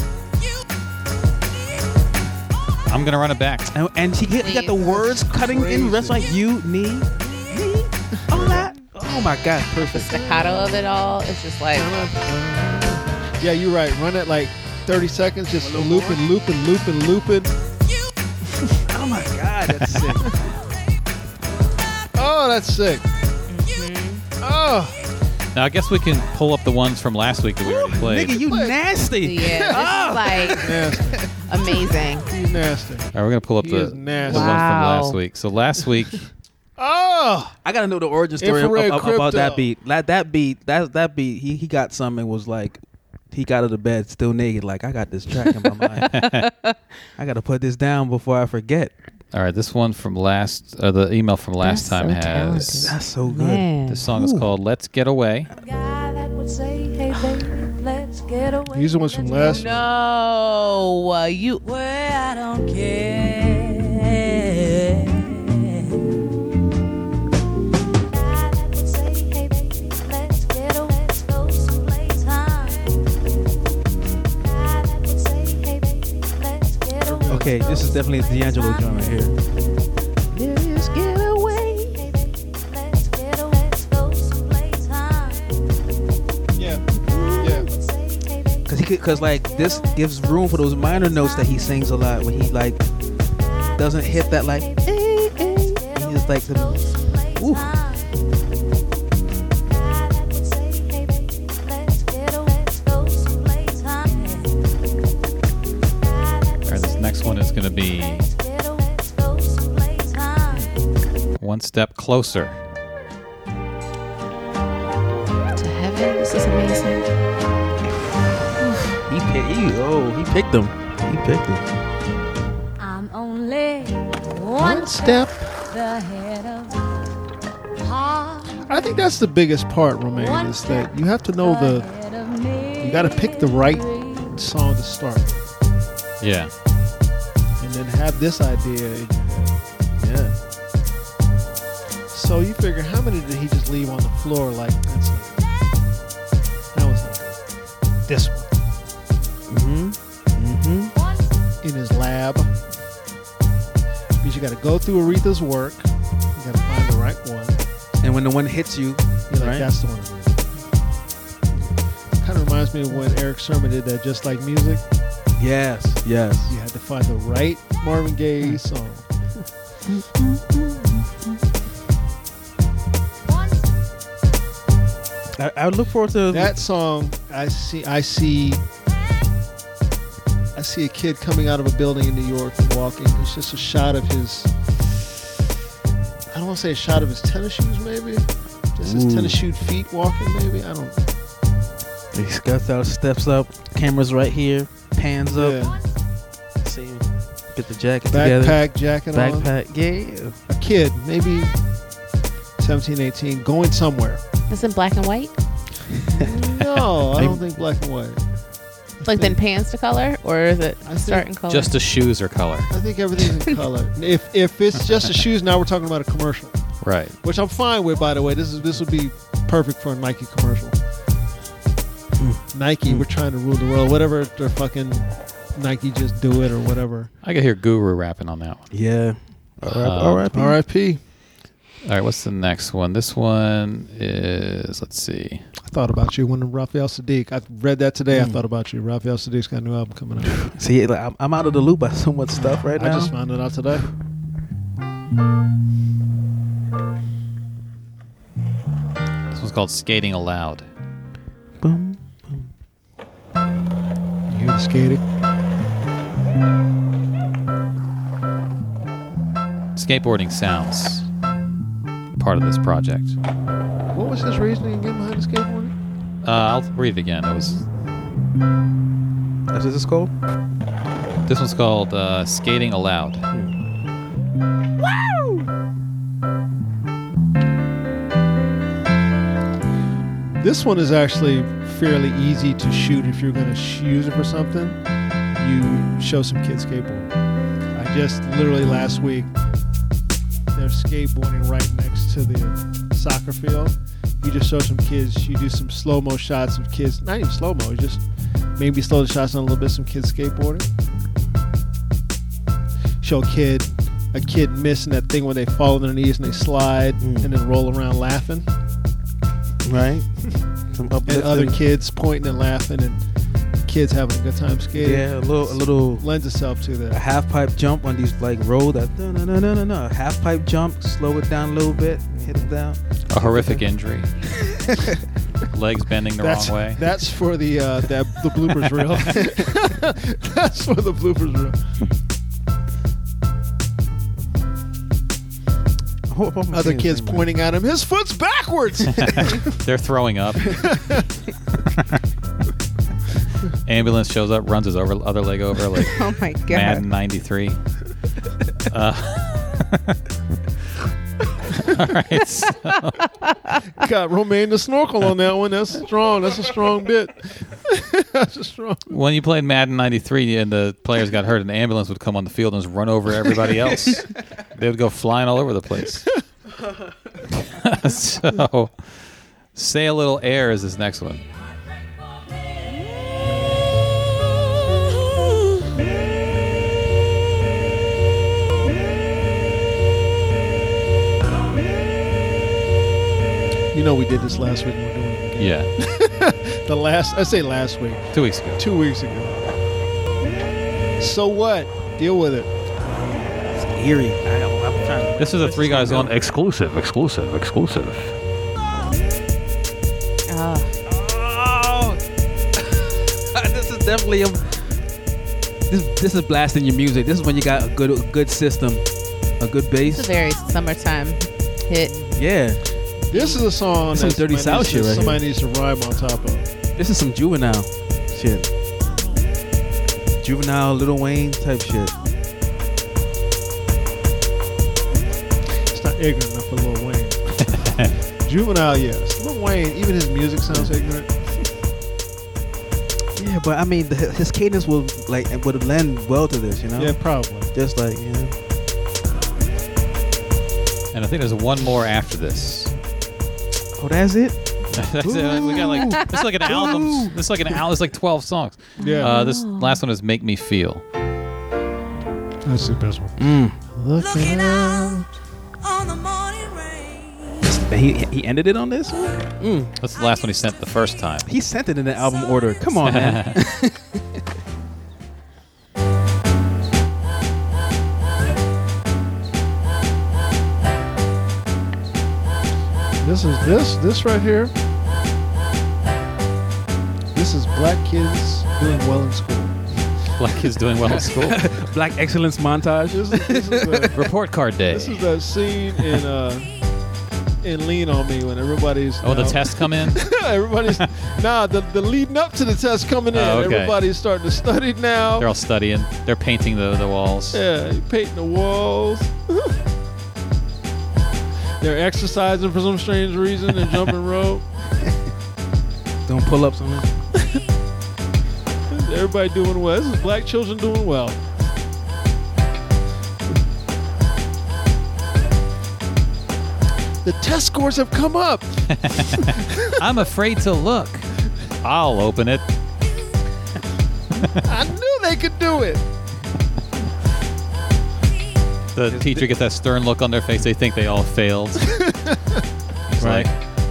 Speaker 3: I'm gonna run it back.
Speaker 5: And, and he, get- he got the
Speaker 4: Please.
Speaker 5: words cutting in. That's
Speaker 2: Crazy.
Speaker 5: like you need me. All that. Oh my God,
Speaker 4: the
Speaker 5: perfect.
Speaker 4: staccato of it all is just like
Speaker 2: Oh. Yeah, you're right. Run it like 30 seconds, just looping, looping, looping, looping.
Speaker 5: Oh my God, that's sick.
Speaker 2: Oh, that's sick.
Speaker 4: Mm-hmm.
Speaker 2: Oh,
Speaker 3: Now I guess we can pull up the ones from last week that we already played.
Speaker 5: Nigga, you nasty.
Speaker 4: yeah, this is like
Speaker 2: nasty.
Speaker 4: amazing.
Speaker 2: He's nasty.
Speaker 3: All right, we're gonna pull up
Speaker 2: He
Speaker 3: the,
Speaker 2: is nasty.
Speaker 3: the ones from
Speaker 4: Wow.
Speaker 3: last week. So last week,
Speaker 2: Oh,
Speaker 5: I gotta know the origin story of,
Speaker 2: Infrared
Speaker 5: of-
Speaker 2: crypto.
Speaker 5: about that beat. That that beat. That that beat. He he got some and was like, he got out of bed still naked. Like I got this track in my mind. I gotta put this down before I forget.
Speaker 3: all right, this one from last, uh, the email from last
Speaker 4: That's
Speaker 3: time
Speaker 4: so
Speaker 3: has
Speaker 5: That's so good.
Speaker 4: Man.
Speaker 3: this song is called "Let's Get Away."
Speaker 6: guy that would say, hey baby, let's get get away.
Speaker 2: These are ones from
Speaker 6: Let me
Speaker 2: last-
Speaker 6: know
Speaker 4: No, uh, you.
Speaker 6: Where I don't care. I say, hey baby, let's get away, let's go someplace high. I say, hey baby, let's get away.
Speaker 5: Okay, this is definitely a D'Angelo joint right here.
Speaker 4: Let's get away.
Speaker 6: Hey baby, let's get away, let's go someplace high.
Speaker 2: Yeah. Yeah.
Speaker 6: Say, hey baby,
Speaker 5: Cause he could, cause like this gives room for those minor notes that he sings a lot when he like doesn't hit that like. "Eh, eh." He just like the, ooh.
Speaker 3: All right, this next one is going to be One Step Closer.
Speaker 4: To heaven. This is amazing.
Speaker 5: He picked. He, oh, he picked them. He picked them.
Speaker 6: I'm only one
Speaker 2: Step.
Speaker 6: the head of heart,
Speaker 2: I think that's the biggest part, Romaine, is that you have to know
Speaker 6: the
Speaker 2: the
Speaker 6: head of me.
Speaker 2: you got to pick the right song to start,
Speaker 3: Yeah.
Speaker 2: and then have this idea. Yeah. So you figure how many did he just leave on the floor? Like that's not good. that was not good. This one
Speaker 5: Mm-hmm. Mm-hmm.
Speaker 2: in his lab means you got to go through Aretha's work. You got to find the right one.
Speaker 5: And when the one hits you,
Speaker 2: You're like,
Speaker 5: right?
Speaker 2: that's the one. Kind of reminds me of when Eric Sermon did that, just like music.
Speaker 5: yes, yes.
Speaker 2: You had to find the right Marvin Gaye song.
Speaker 5: I, I would look forward to
Speaker 2: That song, I see, I see, I see a kid coming out of a building in New York and walking. It's just a shot of his. I don't want to say a shot of his tennis shoes, maybe. Just his
Speaker 5: Ooh.
Speaker 2: tennis shoe feet walking, maybe. I don't.
Speaker 5: He scuffs out, steps up, cameras right here, pans up,
Speaker 2: Yeah.
Speaker 5: see him. Get the jacket together.
Speaker 2: Backpack, jacket on.
Speaker 5: Backpack, yeah.
Speaker 2: A kid, maybe 17, 18, going somewhere.
Speaker 4: It's in black and white.
Speaker 2: No, I
Speaker 5: I-
Speaker 2: don't think black and white.
Speaker 4: Like then
Speaker 2: think-
Speaker 4: pans to color, or is it
Speaker 2: I
Speaker 4: start in
Speaker 2: think-
Speaker 4: color?
Speaker 3: Just the shoes are color.
Speaker 2: I think everything's in color. If if it's just the shoes, now we're talking about a commercial,
Speaker 3: Right.
Speaker 2: which I'm fine with. By the way, this is this would be perfect for a Nike commercial. Nike, we're trying to rule the world. Whatever they're fucking Nike, just do it or whatever.
Speaker 3: I could hear Guru rapping on that one.
Speaker 5: Yeah.
Speaker 2: Uh,
Speaker 3: Um,
Speaker 5: R.I.P.
Speaker 2: R.I.P.
Speaker 3: All right, what's the next one? This one is, let's see.
Speaker 2: I thought about you when Raphael Sadiq. I read that today. I
Speaker 5: Mm.
Speaker 2: thought about you. Raphael Sadiq's got a new album coming out.
Speaker 5: See, like, I'm, I'm out of the loop by so much stuff right
Speaker 2: I
Speaker 5: now.
Speaker 2: just found it out today.
Speaker 3: This one's called Skating Aloud.
Speaker 5: Boom.
Speaker 2: You hear the skating?
Speaker 3: Skateboarding sounds part of this project.
Speaker 2: What was his reasoning again behind the skateboarding?
Speaker 3: Uh, I'll read it again. It was
Speaker 5: That's what it's called.
Speaker 3: this one's called uh, Skating Aloud.
Speaker 2: This one is actually fairly easy to shoot if you're going to sh- use it for something. You show some kids skateboard. I just literally last week, they're skateboarding right next to the soccer field. You just show some kids, you do some slow mo shots of kids, not even slow mo, just maybe slow the shots down a little bit, some kids skateboarding. Show a kid, a kid missing that thing when they fall on their knees and they slide
Speaker 5: Mm.
Speaker 2: and then roll around laughing
Speaker 5: Right. Some
Speaker 2: and
Speaker 5: uplifting-
Speaker 2: other kids pointing and laughing and kids having a good time skating
Speaker 5: Yeah, a little, a little
Speaker 2: lends itself to
Speaker 5: a
Speaker 2: that.
Speaker 5: half pipe jump on these like roll that no no no no no no half pipe jump. Slow it down a little bit. Hit it down.
Speaker 3: A horrific injury. Legs bending the
Speaker 2: That's
Speaker 3: wrong way.
Speaker 2: that's for the uh, that the bloopers reel. that's for the bloopers reel.
Speaker 5: I hope I'm
Speaker 2: Other
Speaker 5: saying
Speaker 2: kids
Speaker 5: something.
Speaker 2: pointing at him. His foot's backwards.
Speaker 3: They're throwing up. Ambulance shows up, runs his over, other leg over like
Speaker 4: oh my god.
Speaker 3: Madden 93. Uh, right, so-
Speaker 2: Got Romaine the snorkel on that one. That's strong. That's a strong bit. That's a strong.
Speaker 3: when you played Madden '93 and the players got hurt, an ambulance would come on the field and just run over everybody else. they would go flying all over the place. so, say a little air is this next one.
Speaker 2: You know, we did this last week. and We're doing it
Speaker 3: Yeah,
Speaker 2: again. the last. I say last week,
Speaker 3: two weeks ago.
Speaker 2: two weeks ago. So what? Deal with it.
Speaker 5: Eerie. I, I'm trying.
Speaker 3: This is a three guys on
Speaker 7: Exclusive, exclusive, exclusive.
Speaker 4: Ah,
Speaker 5: Oh, this is definitely a. This, this is blasting your music. This is when you got a good a good system, a good
Speaker 4: It's a
Speaker 5: bass.
Speaker 4: very summertime hit.
Speaker 5: Yeah,
Speaker 2: This is a song
Speaker 5: Some
Speaker 2: that
Speaker 5: Dirty
Speaker 2: somebody needs
Speaker 5: South
Speaker 2: to-
Speaker 5: shit right
Speaker 2: Somebody needs to rhyme on top of.
Speaker 5: this is some juvenile shit. Juvenile, Little Wayne type shit.
Speaker 2: It's not ignorant enough for Lil Wayne. Juvenile, yes. Lil Wayne, even his music sounds ignorant.
Speaker 5: Yeah, but I mean, the, his cadence will like would lend well to this, you know.
Speaker 2: Yeah, probably.
Speaker 5: Just like you know.
Speaker 3: And I think there's one more after this.
Speaker 5: Oh, that's it.
Speaker 3: That's it. we got like it's like an album. It's like an album. It's like twelve songs.
Speaker 2: Yeah.
Speaker 3: Uh, this last one is "Make Me Feel."
Speaker 2: That's the best one.
Speaker 6: Looking out on the morning rain.
Speaker 5: He he ended it on this. one?
Speaker 3: That's the last one he sent the first time.
Speaker 5: He sent it in the album order. Come on, man.
Speaker 2: This is this this right here. This is black kids doing well in school.
Speaker 3: Black is doing well in school.
Speaker 5: Black excellence montage.
Speaker 2: This is this is the,
Speaker 3: Report card day.
Speaker 2: this is that scene in uh in Lean on Me when everybody's
Speaker 3: Oh, the
Speaker 2: now-
Speaker 3: tests come in.
Speaker 2: everybody's nah the, the leading up to the test coming in.
Speaker 3: Oh, okay.
Speaker 2: Everybody's starting to study now.
Speaker 3: They're all studying. They're painting the, the walls.
Speaker 2: yeah, you painting the walls. They're exercising for some strange reason. They're jumping rope.
Speaker 5: Don't pull up something.
Speaker 2: Everybody doing well. This is black children doing well. The test scores have come up.
Speaker 3: I'm afraid to look. I'll open it.
Speaker 2: I knew they could do it.
Speaker 3: The teacher gets that stern look on their face. They think they all failed. It's
Speaker 5: Right.
Speaker 3: like,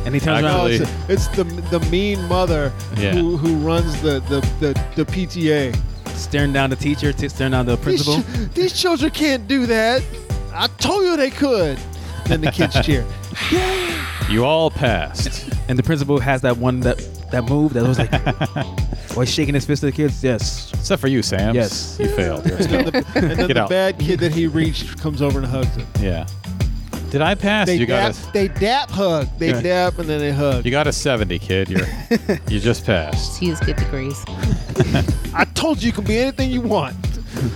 Speaker 5: And he turns
Speaker 2: No,
Speaker 5: around.
Speaker 2: it's,
Speaker 3: Actually-
Speaker 2: it's the the mean mother
Speaker 3: Yeah.
Speaker 2: who, who runs the the, the, the PTA.
Speaker 5: staring down the teacher, t- staring down the
Speaker 2: These,
Speaker 5: principal.
Speaker 2: ch- these children can't do that. I told you they could. Then the kids cheer.
Speaker 3: you all passed.
Speaker 5: And the principal has that one that that move that was like, was shaking his fist at the kids. Yes,
Speaker 3: Except for you, Sam.
Speaker 5: Yes.
Speaker 3: You failed. You're
Speaker 2: And then
Speaker 3: still.
Speaker 2: the, and then
Speaker 3: Get
Speaker 2: the
Speaker 3: out.
Speaker 2: bad kid that he reached comes over and hugs him.
Speaker 3: Yeah. Did I pass?
Speaker 2: They
Speaker 3: you
Speaker 2: dap,
Speaker 3: got a
Speaker 2: they dap hug. They
Speaker 5: Yeah.
Speaker 2: dap and then they hug.
Speaker 3: you got a 70, kid. You're you just passed.
Speaker 4: She's get degrees.
Speaker 2: I told you you can be anything you want.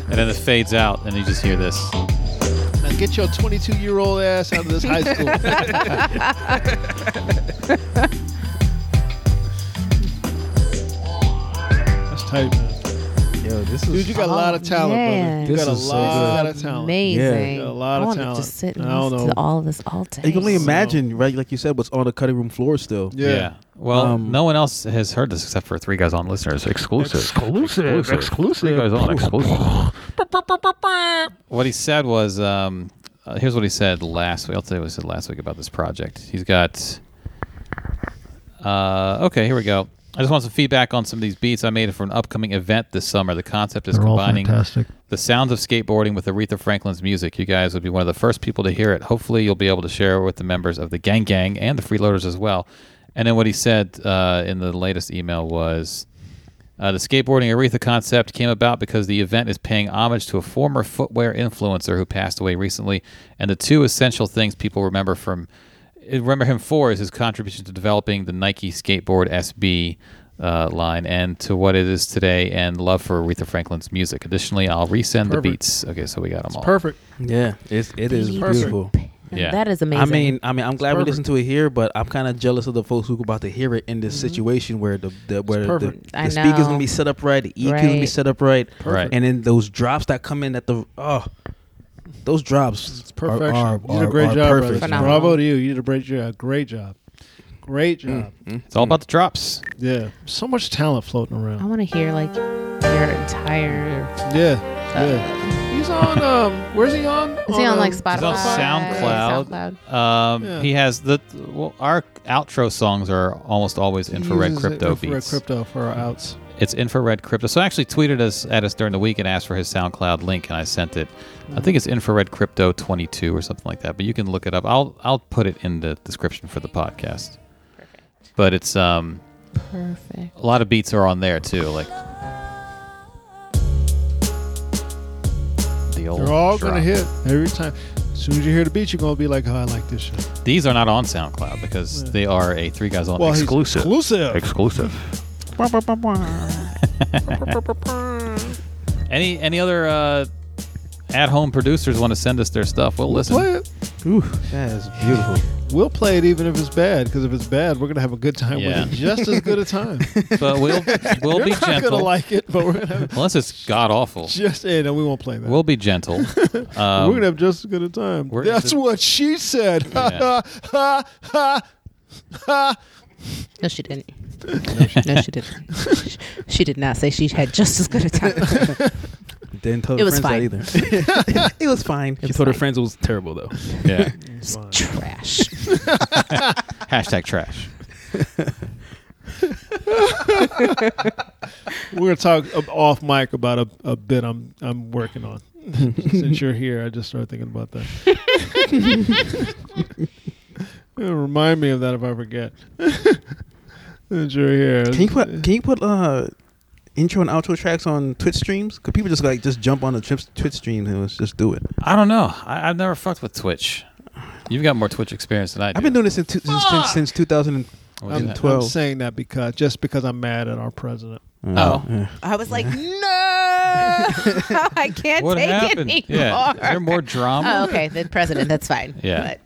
Speaker 3: And then it fades out, and you just hear this.
Speaker 2: Now get your 22 year old ass out of this high school. That's tight, man.
Speaker 5: yo, this
Speaker 2: Dude, you got a lot of talent,
Speaker 4: man.
Speaker 2: brother. You
Speaker 5: This
Speaker 2: got a
Speaker 5: is so
Speaker 2: lot
Speaker 5: good.
Speaker 2: of talent.
Speaker 4: Amazing.
Speaker 2: Yeah, a lot
Speaker 4: I
Speaker 2: of
Speaker 4: wanna
Speaker 2: talent.
Speaker 4: Oh, just sit and
Speaker 2: I don't
Speaker 4: listen
Speaker 2: know.
Speaker 4: to all of this all day.
Speaker 5: You can only imagine, right? Like you said, what's on the cutting room floor still.
Speaker 2: Yeah.
Speaker 3: Well,
Speaker 5: Um,
Speaker 3: no one else has heard this except for three guys on listeners.
Speaker 7: Exclusive. Exclusive.
Speaker 3: Three
Speaker 7: Exclusive.
Speaker 3: guys on exclusive.
Speaker 7: Exclusive.
Speaker 3: What he said was, um, uh, here's what he said last week. I'll tell you what he said last week about this project. He's got. Uh, okay, here we go. I just want some feedback on some of these beats I made for an upcoming event this summer. The concept is combining the sounds of skateboarding with Aretha Franklin's music. You guys would be one of the first people to hear it. Hopefully, you'll be able to share it with the members of the Gang Gang and the Freeloaders as well. And then what he said uh, in the latest email was uh, the skateboarding Aretha concept came about because the event is paying homage to a former footwear influencer who passed away recently. And the two essential things people remember from remember him for is his contribution to developing the Nike skateboard SB uh, line and to what it is today and love for Aretha Franklin's music. Additionally, I'll resend the
Speaker 2: Perfect.
Speaker 3: beats. Okay, so we got them all.
Speaker 2: Perfect.
Speaker 5: Yeah, it's it is
Speaker 4: Believe
Speaker 5: beautiful.
Speaker 4: And
Speaker 3: Yeah.
Speaker 4: That is amazing.
Speaker 5: I mean, I mean, I'm glad we
Speaker 2: perfect.
Speaker 5: listened to it here, but I'm kind of jealous of the folks who about to hear it in this situation where the, the where the, the,
Speaker 2: Mm-hmm. perfect.
Speaker 4: I
Speaker 5: speaker's
Speaker 4: know.
Speaker 5: gonna be set up right, the EQ's gonna be
Speaker 4: Right.
Speaker 5: set up right,
Speaker 3: Right.
Speaker 5: and then those drops that come in at the oh, those drops are-
Speaker 2: Perfection.
Speaker 5: Are,
Speaker 2: you did a
Speaker 5: are-
Speaker 2: great
Speaker 5: are
Speaker 2: job, brother.
Speaker 5: perfect. Mm.
Speaker 4: Phenomenal.
Speaker 2: Bravo to you. You did a great job. Great job. Great
Speaker 4: Mm.
Speaker 2: job.
Speaker 3: It's all about the drops.
Speaker 2: Yeah. So much talent floating
Speaker 4: I
Speaker 2: around.
Speaker 4: want to hear like your entire.
Speaker 2: Yeah. Yeah. He's on. Um. Where's he on?
Speaker 4: Uh,
Speaker 2: um,
Speaker 4: Is he on like Spotify?
Speaker 3: It's on SoundCloud.
Speaker 4: SoundCloud.
Speaker 3: Um,
Speaker 2: Yeah.
Speaker 3: He has the well, our outro songs are almost always
Speaker 2: He
Speaker 3: infrared
Speaker 2: uses
Speaker 3: crypto
Speaker 2: infrared
Speaker 3: beats.
Speaker 2: crypto for our outs.
Speaker 3: It's infrared crypto. So I actually tweeted us at us during the week and asked for his SoundCloud link, and I sent it. I think it's infrared crypto twenty two or something like that. But you can look it up. I'll I'll put it in the description for the podcast. But it's um
Speaker 4: Perfect.
Speaker 3: a lot of beats are on there too, like the old.
Speaker 2: They're all gonna
Speaker 3: drop.
Speaker 2: hit every time. As soon as you hear the beat, you're gonna be like, "Oh, I like this shit."
Speaker 3: These are not on SoundCloud because they are a three guys on.
Speaker 2: Well, he's
Speaker 7: Exclusive.
Speaker 2: exclusive.
Speaker 7: Exclusive.
Speaker 3: Any any other uh, at home producers want to send us their stuff? We'll listen.
Speaker 2: Play it.
Speaker 5: Ooh, that is beautiful.
Speaker 2: We'll play it even if it's bad, because if it's bad, we're gonna have a good time
Speaker 3: Yeah.
Speaker 2: with it, just as good a time.
Speaker 3: But we'll we'll
Speaker 2: You're
Speaker 3: be
Speaker 2: not gonna
Speaker 3: gentle.
Speaker 2: like it, but we're gonna have
Speaker 3: Unless it's god awful,
Speaker 2: just. Hey, no, we won't play that.
Speaker 3: we'll be gentle. Um,
Speaker 2: we're gonna have just as good a time.
Speaker 3: we're-
Speaker 2: That's what she said.
Speaker 3: Yeah.
Speaker 2: Ha ha ha ha.
Speaker 4: No, she didn't. no, she didn't. She- She did not say she had just as good a time.
Speaker 5: Didn't tell
Speaker 4: It
Speaker 5: her
Speaker 4: was
Speaker 5: friends that either. it was fine. she
Speaker 4: was
Speaker 5: told her
Speaker 4: fine.
Speaker 5: friends it was terrible though.
Speaker 3: yeah.
Speaker 4: It's trash.
Speaker 3: Hashtag trash.
Speaker 2: We're gonna talk uh, off mic about a, a bit I'm I'm working on. Since you're here, I just started thinking about that. It'll remind me of that if I forget. Since you're here,
Speaker 5: Can you put can you put uh intro and outro tracks on Twitch streams? Could people just like just jump on the Twitch Twitch stream and let's just do it?
Speaker 3: I don't know. I, I've never fucked with Twitch. You've got more Twitch experience than I do.
Speaker 5: I've been um, doing this since two- since, since, since 2000.
Speaker 3: What is
Speaker 2: I'm,
Speaker 3: that?
Speaker 5: tw- 12.
Speaker 2: I'm saying that because just because I'm mad at our president.
Speaker 3: Oh.
Speaker 5: uh, yeah.
Speaker 4: I was like, no, I can't
Speaker 3: what
Speaker 4: take
Speaker 3: happened?
Speaker 4: it
Speaker 3: Yeah.
Speaker 4: anymore.
Speaker 3: Is there more drama?
Speaker 4: Oh, okay, the president. That's fine.
Speaker 3: Yeah.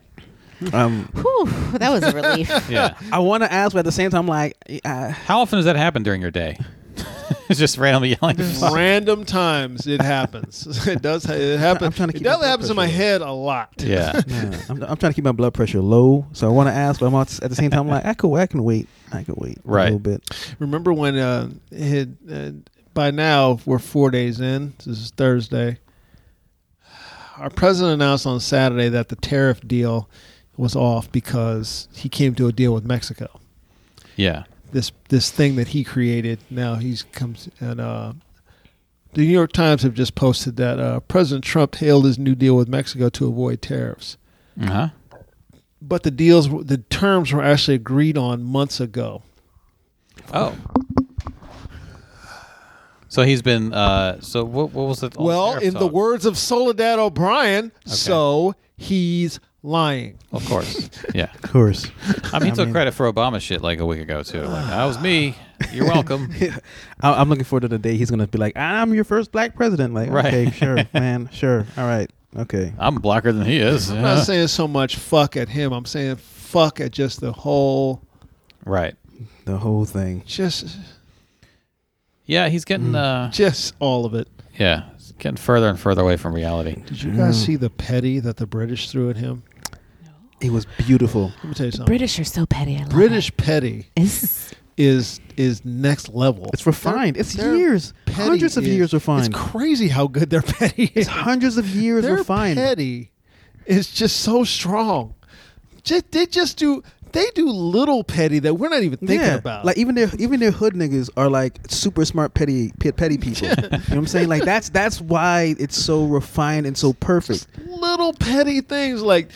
Speaker 5: Um,
Speaker 4: But, whew, that was a relief.
Speaker 3: Yeah.
Speaker 5: I want to ask, but at the same time, I'm like, uh,
Speaker 3: How often does that happen during your day? it's just randomly yelling.
Speaker 2: Random times it happens. it does. It happens.
Speaker 5: I'm trying to
Speaker 2: it
Speaker 5: keep
Speaker 2: definitely
Speaker 5: my
Speaker 2: happens in my
Speaker 5: pressure
Speaker 2: head a lot.
Speaker 3: yeah.
Speaker 5: nah, I'm, I'm trying to keep my blood pressure low, so I want to ask, but I'm also, at the same time, I'm like, I could, I can wait, I could wait
Speaker 3: Right.
Speaker 5: a little bit.
Speaker 2: Remember when uh, it had, uh, by now we're four days in. This is Thursday. Our president announced on Saturday that the tariff deal was off because he came to a deal with Mexico.
Speaker 3: Yeah.
Speaker 2: This this thing that he created now he's comes and uh, the New York Times have just posted that uh, President Trump hailed his new deal with Mexico to avoid tariffs.
Speaker 3: Uh huh.
Speaker 2: But the deals, were- the terms were actually agreed on months ago.
Speaker 3: Oh. So he's been. Uh, so what? What was it?
Speaker 2: Well, in the words of Soledad O'Brien, so he's lying.
Speaker 3: Of course. Yeah.
Speaker 5: Of course,
Speaker 3: I mean, he
Speaker 5: I
Speaker 3: took
Speaker 5: mean-
Speaker 3: credit for Obama shit like a week ago too. Like that was me. You're welcome.
Speaker 5: I, I'm looking forward to the day he's gonna be like, I'm your first black president. Like,
Speaker 3: Right.
Speaker 5: okay, sure, man, sure, all right, okay.
Speaker 3: I'm blacker than he is.
Speaker 2: I'm
Speaker 5: Uh-huh.
Speaker 2: not saying so much fuck at him. I'm saying fuck at just the whole
Speaker 3: Right.
Speaker 5: The whole thing.
Speaker 2: just
Speaker 3: Yeah, he's getting.
Speaker 2: Mm.
Speaker 3: Uh,
Speaker 2: just all of it.
Speaker 3: yeah, he's getting further and further away from reality.
Speaker 2: Did you guys
Speaker 5: Mm.
Speaker 2: see the petty that the British threw at him?
Speaker 5: It was beautiful.
Speaker 2: Let me tell you something.
Speaker 4: British are so petty. I love
Speaker 2: British petty
Speaker 4: It. It's-
Speaker 2: is is next level.
Speaker 5: It's refined. It's
Speaker 2: Their- their
Speaker 5: years,
Speaker 2: petty
Speaker 5: hundreds of
Speaker 2: is-
Speaker 5: years refined.
Speaker 2: It's crazy how good their petty is.
Speaker 5: It's hundreds of years
Speaker 2: their
Speaker 5: refined.
Speaker 2: petty is just so strong. Just they just do they do little petty that we're not even thinking about.
Speaker 5: Like even their even their hood niggas are like super smart petty pe- petty people. You know what I'm saying? Like that's that's why it's so refined and so perfect.
Speaker 2: little petty things like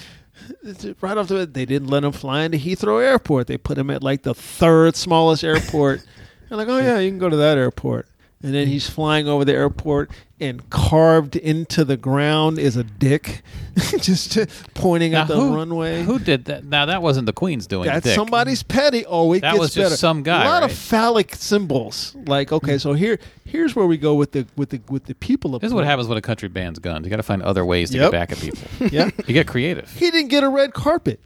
Speaker 2: right off the bat they didn't let him fly into Heathrow Airport. They put him at like the third smallest airport. They're like, oh yeah, you can go to that airport. And then he's flying over the airport, and carved into the ground is a dick, just to- pointing
Speaker 3: Now,
Speaker 2: at the
Speaker 3: who,
Speaker 2: runway.
Speaker 3: Who did that? Now that wasn't the Queen's doing.
Speaker 2: That's
Speaker 3: Dick.
Speaker 2: somebody's petty. Oh, it
Speaker 3: That
Speaker 2: gets
Speaker 3: was just
Speaker 2: better.
Speaker 3: some guy,
Speaker 2: A lot
Speaker 3: right?
Speaker 2: of phallic symbols. Like okay, so here here's where we go with the with the with the people. Of
Speaker 3: This is what happens when a country band's gunned. You got to find other ways to
Speaker 2: Yep.
Speaker 3: get back at people.
Speaker 2: Yeah,
Speaker 3: you get creative,
Speaker 2: he didn't get a red carpet.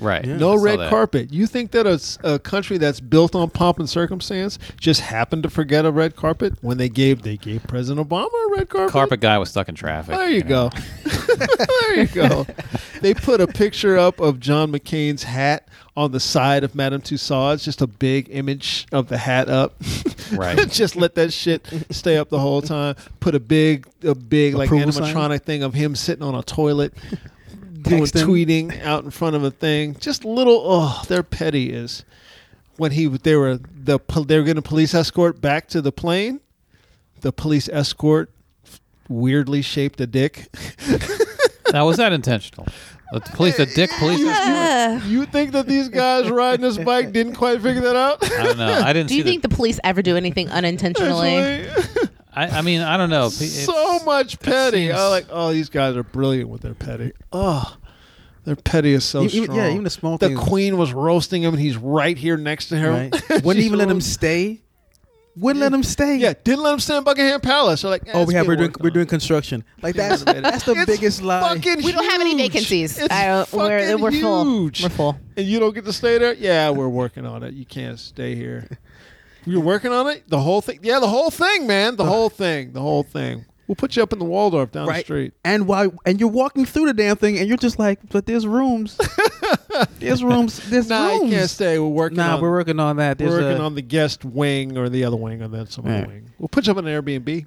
Speaker 3: right? I
Speaker 2: No
Speaker 3: saw
Speaker 2: red
Speaker 3: that.
Speaker 2: carpet. You think that a, s- a country that's built on pomp and circumstance just happened to forget a red carpet when they gave they gave President Obama a red carpet?
Speaker 3: Carpet guy was stuck in traffic.
Speaker 2: There you
Speaker 3: know.
Speaker 2: go. there you go. They put a picture up of John McCain's hat on the side of Madame Tussauds, just a big image of the hat up.
Speaker 3: Right.
Speaker 2: just let that shit stay up the whole time. Put a big, a big like
Speaker 5: Approval sign?
Speaker 2: animatronic thing of him sitting on a toilet. Doing
Speaker 5: Texting.
Speaker 2: tweeting out in front of a thing, just little. Oh, their petty is when he they were the pol- they were going to police escort back to the plane. The police escort weirdly shaped a dick.
Speaker 3: Now was that intentional? The police, the dick police.
Speaker 4: uh,
Speaker 2: you think that these guys riding this bike didn't quite figure that out?
Speaker 3: I don't know. I didn't
Speaker 4: Do
Speaker 3: see
Speaker 4: you think the, police ever do anything unintentionally?
Speaker 3: I, I mean, I don't know. Pe- it's-
Speaker 2: so much petty.
Speaker 3: seems-
Speaker 2: I like. Oh, these guys are brilliant with their petty. Oh, their petty is so
Speaker 5: E- even-
Speaker 2: strong.
Speaker 5: yeah, even the small
Speaker 2: The
Speaker 5: things.
Speaker 2: queen was roasting him, and he's right here next to her.
Speaker 5: Right? Wouldn't
Speaker 2: She's
Speaker 5: even let him
Speaker 2: roast-
Speaker 5: stay. Wouldn't let him stay.
Speaker 2: Yeah, didn't let him stay in Buckingham Palace. They're like, eh,
Speaker 5: Oh,
Speaker 2: it's
Speaker 5: we have
Speaker 2: being
Speaker 5: we're doing
Speaker 2: worked
Speaker 5: we're
Speaker 2: on.
Speaker 5: doing construction. Like that's
Speaker 2: Wait a minute.
Speaker 5: that's the
Speaker 2: It's
Speaker 5: biggest lie.
Speaker 2: fucking
Speaker 4: We don't have any
Speaker 2: huge.
Speaker 4: vacancies.
Speaker 2: It's
Speaker 4: I don't- we're-
Speaker 2: fucking
Speaker 4: we're full.
Speaker 2: huge.
Speaker 4: We're full.
Speaker 2: And you don't get to stay there? Yeah, we're working on it. You can't stay here. You're working on it? The whole thing? Yeah, the whole thing, man. The whole thing. The whole thing. We'll put you up in the Waldorf down the
Speaker 5: right.
Speaker 2: street.
Speaker 5: And why? And you're walking through the damn thing, and you're just like, but there's rooms. there's rooms. There's
Speaker 2: Nah,
Speaker 5: rooms.
Speaker 2: you can't stay. We're working
Speaker 5: Nah,
Speaker 2: on
Speaker 5: we're working on that.
Speaker 2: we're
Speaker 5: There's
Speaker 2: working
Speaker 5: a-
Speaker 2: on the guest wing or the other wing or then some other
Speaker 5: Yeah.
Speaker 2: wing. We'll put you up in an Airbnb.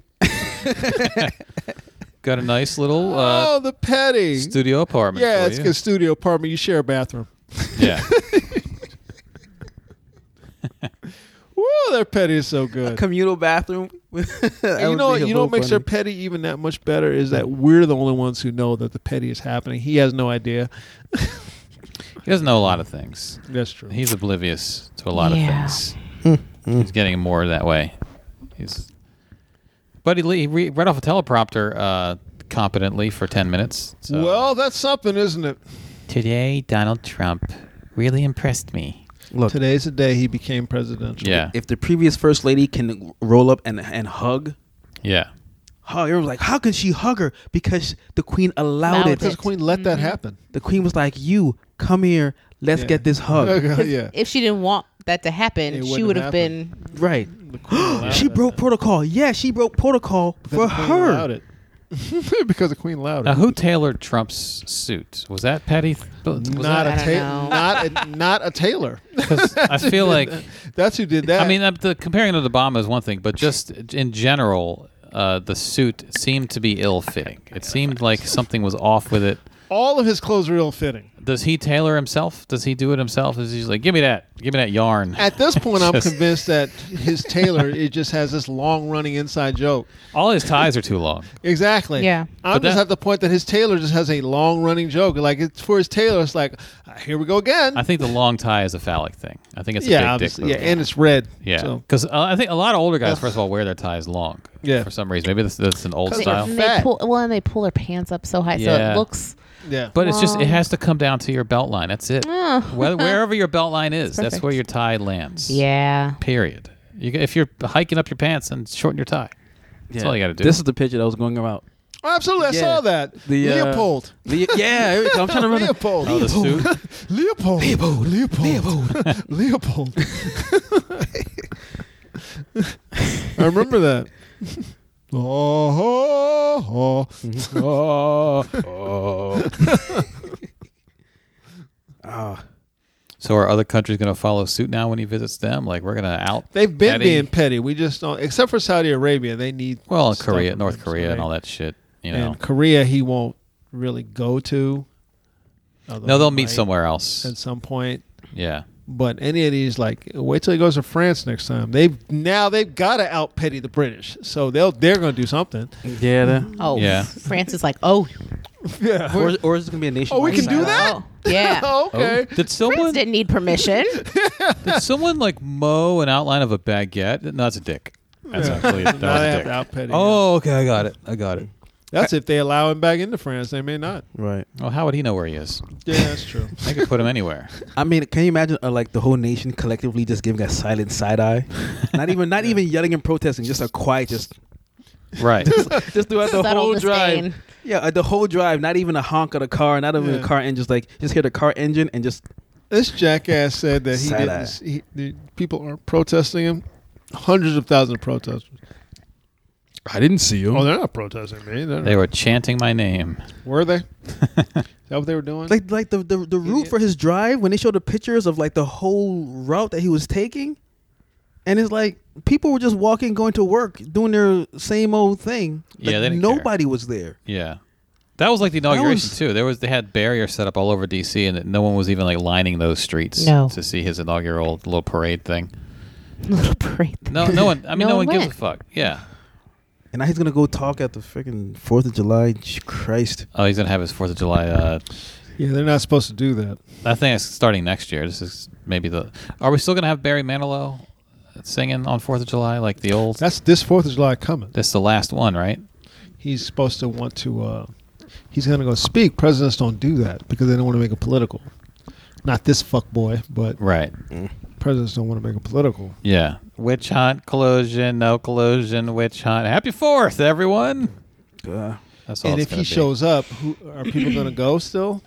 Speaker 3: got a nice little uh,
Speaker 2: oh, the petty.
Speaker 3: studio apartment.
Speaker 2: yeah,
Speaker 3: for
Speaker 2: it's
Speaker 3: you.
Speaker 2: a studio apartment. You share a bathroom.
Speaker 3: Yeah,
Speaker 2: Woo, their petty is so good.
Speaker 5: communal bathroom.
Speaker 2: And you know what? You know what makes their petty even that much better is that we're the only ones who know that the petty is happening. He has no idea.
Speaker 3: he doesn't know a lot of things.
Speaker 2: That's true.
Speaker 3: He's oblivious to a lot
Speaker 4: Yeah.
Speaker 3: of things.
Speaker 2: Hmm,
Speaker 3: He's getting more that way. He's, but he, le- he re- read off a teleprompter uh, competently for ten minutes. So.
Speaker 2: Well, that's something, isn't it?
Speaker 3: today Donald Trump really impressed me.
Speaker 5: Look,
Speaker 2: Today's the day he became presidential.
Speaker 3: Yeah,
Speaker 5: if the previous first lady can roll up and and hug,
Speaker 3: yeah.
Speaker 5: hug. Everyone's like, how can she hug her? Because the queen allowed
Speaker 4: Allowed
Speaker 5: it.
Speaker 4: it.
Speaker 2: Because Queen let that
Speaker 4: Mm-hmm.
Speaker 2: happen.
Speaker 5: The queen was like, you come here. Let's
Speaker 2: Yeah.
Speaker 5: get this hug.
Speaker 2: yeah.
Speaker 4: If she didn't want that to happen,
Speaker 2: It
Speaker 4: she
Speaker 2: wouldn't
Speaker 4: would
Speaker 2: have
Speaker 4: have been.
Speaker 5: right.
Speaker 2: The Queen allowed
Speaker 5: She
Speaker 2: that.
Speaker 5: broke protocol. Yeah, she broke protocol
Speaker 2: Because
Speaker 5: for
Speaker 2: the Queen
Speaker 5: her.
Speaker 2: allowed it. because the Queen allowed it.
Speaker 3: Now, who tailored Trump's suit? Was that Patty? Th- was
Speaker 2: not,
Speaker 4: I
Speaker 2: a
Speaker 4: don't
Speaker 2: ta-
Speaker 4: know.
Speaker 2: not a not a tailor.
Speaker 3: because I feel like
Speaker 2: That's who did that.
Speaker 3: I mean, uh, the comparing it to Obama is one thing, but just in general, uh, the suit seemed to be ill-fitting. It seemed like something was off with it.
Speaker 2: all of his clothes were ill fitting.
Speaker 3: Does he tailor himself? Does he do it himself? Is he just like, give me that, give me that yarn?
Speaker 2: At this point, I'm
Speaker 3: Just-
Speaker 2: convinced that his tailor it just has this long running inside joke.
Speaker 3: All his ties are too long.
Speaker 2: Exactly.
Speaker 4: Yeah.
Speaker 2: I'm
Speaker 3: But
Speaker 2: just
Speaker 3: that-
Speaker 2: at the point that his tailor just has a long running joke. Like it's for his tailor, it's like "Ah, here we go again.
Speaker 3: I think the long tie is a phallic thing. I think it's
Speaker 2: yeah,
Speaker 3: a big dick.
Speaker 2: obviously.
Speaker 3: move.
Speaker 2: yeah, and it's red.
Speaker 3: Yeah,
Speaker 2: So.
Speaker 3: because uh, I think a lot of older guys,
Speaker 2: Ugh.
Speaker 3: first of all, wear their ties long.
Speaker 2: Yeah.
Speaker 3: for some reason, maybe that's, that's an old
Speaker 2: Cause
Speaker 3: style.
Speaker 4: And
Speaker 2: Fat.
Speaker 4: they pull, well, and they pull her pants up so high, so
Speaker 3: Yeah.
Speaker 4: it looks.
Speaker 2: Yeah.
Speaker 3: But it's just it
Speaker 4: long. Oh.
Speaker 3: has to come down to your belt line. That's it. Whether, wherever your belt line is, that's
Speaker 4: perfect.
Speaker 3: where your tie lands.
Speaker 4: Yeah.
Speaker 3: Period. You, ca- if you're hiking up your pants, and shorten your tie. That's all you got to do.
Speaker 5: This is the picture that was going about.
Speaker 2: Oh, absolutely. I
Speaker 5: Yeah.
Speaker 2: saw that.
Speaker 5: The, uh,
Speaker 2: Leopold.
Speaker 5: Le- yeah, here we go. I'm trying to remember.
Speaker 2: Leopold.
Speaker 3: oh, the suit.
Speaker 2: Leopold. Leopold. Leopold. Leopold. I remember that. Oh, oh, oh.
Speaker 3: Oh. So are other countries going to follow suit now when he visits them? Like we're going to out.
Speaker 2: They've been
Speaker 3: Petty.
Speaker 2: being petty. We just don't, except for Saudi Arabia, they need.
Speaker 3: well,
Speaker 2: stuff
Speaker 3: Korea,
Speaker 2: from
Speaker 3: North
Speaker 2: them, so
Speaker 3: Korea, and
Speaker 2: they-
Speaker 3: all that shit. You know.
Speaker 2: And Korea, he won't really go to. although
Speaker 3: no, they'll
Speaker 2: he
Speaker 3: meet
Speaker 2: might
Speaker 3: somewhere else.
Speaker 2: at some point.
Speaker 3: yeah.
Speaker 2: But any of these, like, wait till he goes to France next time. They've now they've got to out petty the British, so they'll they're going to do something.
Speaker 5: Yeah, the,
Speaker 4: Oh,
Speaker 3: Yeah.
Speaker 4: France is like, oh,
Speaker 2: Yeah.
Speaker 5: or, or is it gonna be a nation?
Speaker 2: oh, we can do that.
Speaker 4: oh, yeah.
Speaker 2: okay.
Speaker 3: Oh, Did someone
Speaker 4: France didn't need permission.
Speaker 3: did someone like mow an outline of a baguette? No, that's a dick. That's actually that
Speaker 2: Now
Speaker 3: was
Speaker 2: they
Speaker 3: a
Speaker 2: have
Speaker 3: dick.
Speaker 2: to out petty.
Speaker 3: Oh, okay, I got it. I got it.
Speaker 2: That's if they allow him back into France. They may not.
Speaker 5: Right.
Speaker 3: Well, how would he know where he is?
Speaker 2: Yeah, that's true.
Speaker 3: They could put him anywhere.
Speaker 5: I mean, can you imagine uh, like the whole nation collectively just giving a silent side eye? not even not even yelling and protesting, just a quiet just
Speaker 3: Right.
Speaker 5: just throughout the
Speaker 4: Subtle
Speaker 5: whole
Speaker 4: disdain.
Speaker 5: drive. Yeah, uh, the whole drive, not even a honk of the car, not even
Speaker 2: Yeah.
Speaker 5: a car engine, just like just hear the car engine and just
Speaker 2: this jackass said that he
Speaker 5: Sad
Speaker 2: didn't.
Speaker 5: eye.
Speaker 2: He, the people are protesting him. Hundreds of thousands of protesters.
Speaker 5: I didn't see you.
Speaker 2: Oh, they're not protesting me. They're
Speaker 3: They were chanting my name.
Speaker 2: were they? Is that what they were doing?
Speaker 5: like like the the, the route
Speaker 2: Idiot.
Speaker 5: for his drive when they showed the pictures of like the whole route that he was taking and it's like people were just walking going to work doing their same old thing
Speaker 3: Yeah,
Speaker 5: Like,
Speaker 3: they didn't care.
Speaker 5: nobody was there
Speaker 3: Yeah. That was like the inauguration
Speaker 5: was-
Speaker 3: too. There was they had barriers set up all over DC and no one was even like lining those streets
Speaker 4: No.
Speaker 3: to see his inaugural little parade thing.
Speaker 4: Little break.
Speaker 3: No no one I mean
Speaker 4: No
Speaker 3: no,
Speaker 4: one
Speaker 3: one, gives a
Speaker 4: went.
Speaker 3: fuck. Yeah.
Speaker 5: and now he's gonna go talk at the freaking fourth of july J- christ
Speaker 3: Oh, he's gonna have his Fourth of July uh
Speaker 2: yeah, they're not supposed to do that.
Speaker 3: I think it's starting next year. This is maybe the Are we still gonna have Barry Manilow singing on Fourth of July like the old
Speaker 2: That's this Fourth of July coming.
Speaker 3: that's the last one, right?
Speaker 2: He's supposed to want to. Uh, he's going to go speak. Presidents don't do that because they don't want to make it political. Not this fuck boy, but
Speaker 3: Right.
Speaker 2: presidents don't want to make it political.
Speaker 3: Yeah. Witch hunt, collusion, no collusion, witch hunt. Happy fourth, everyone.
Speaker 5: Uh,
Speaker 3: That's all.
Speaker 2: and if
Speaker 3: it's
Speaker 2: he
Speaker 3: gonna be.
Speaker 2: shows up, who are people going to go still?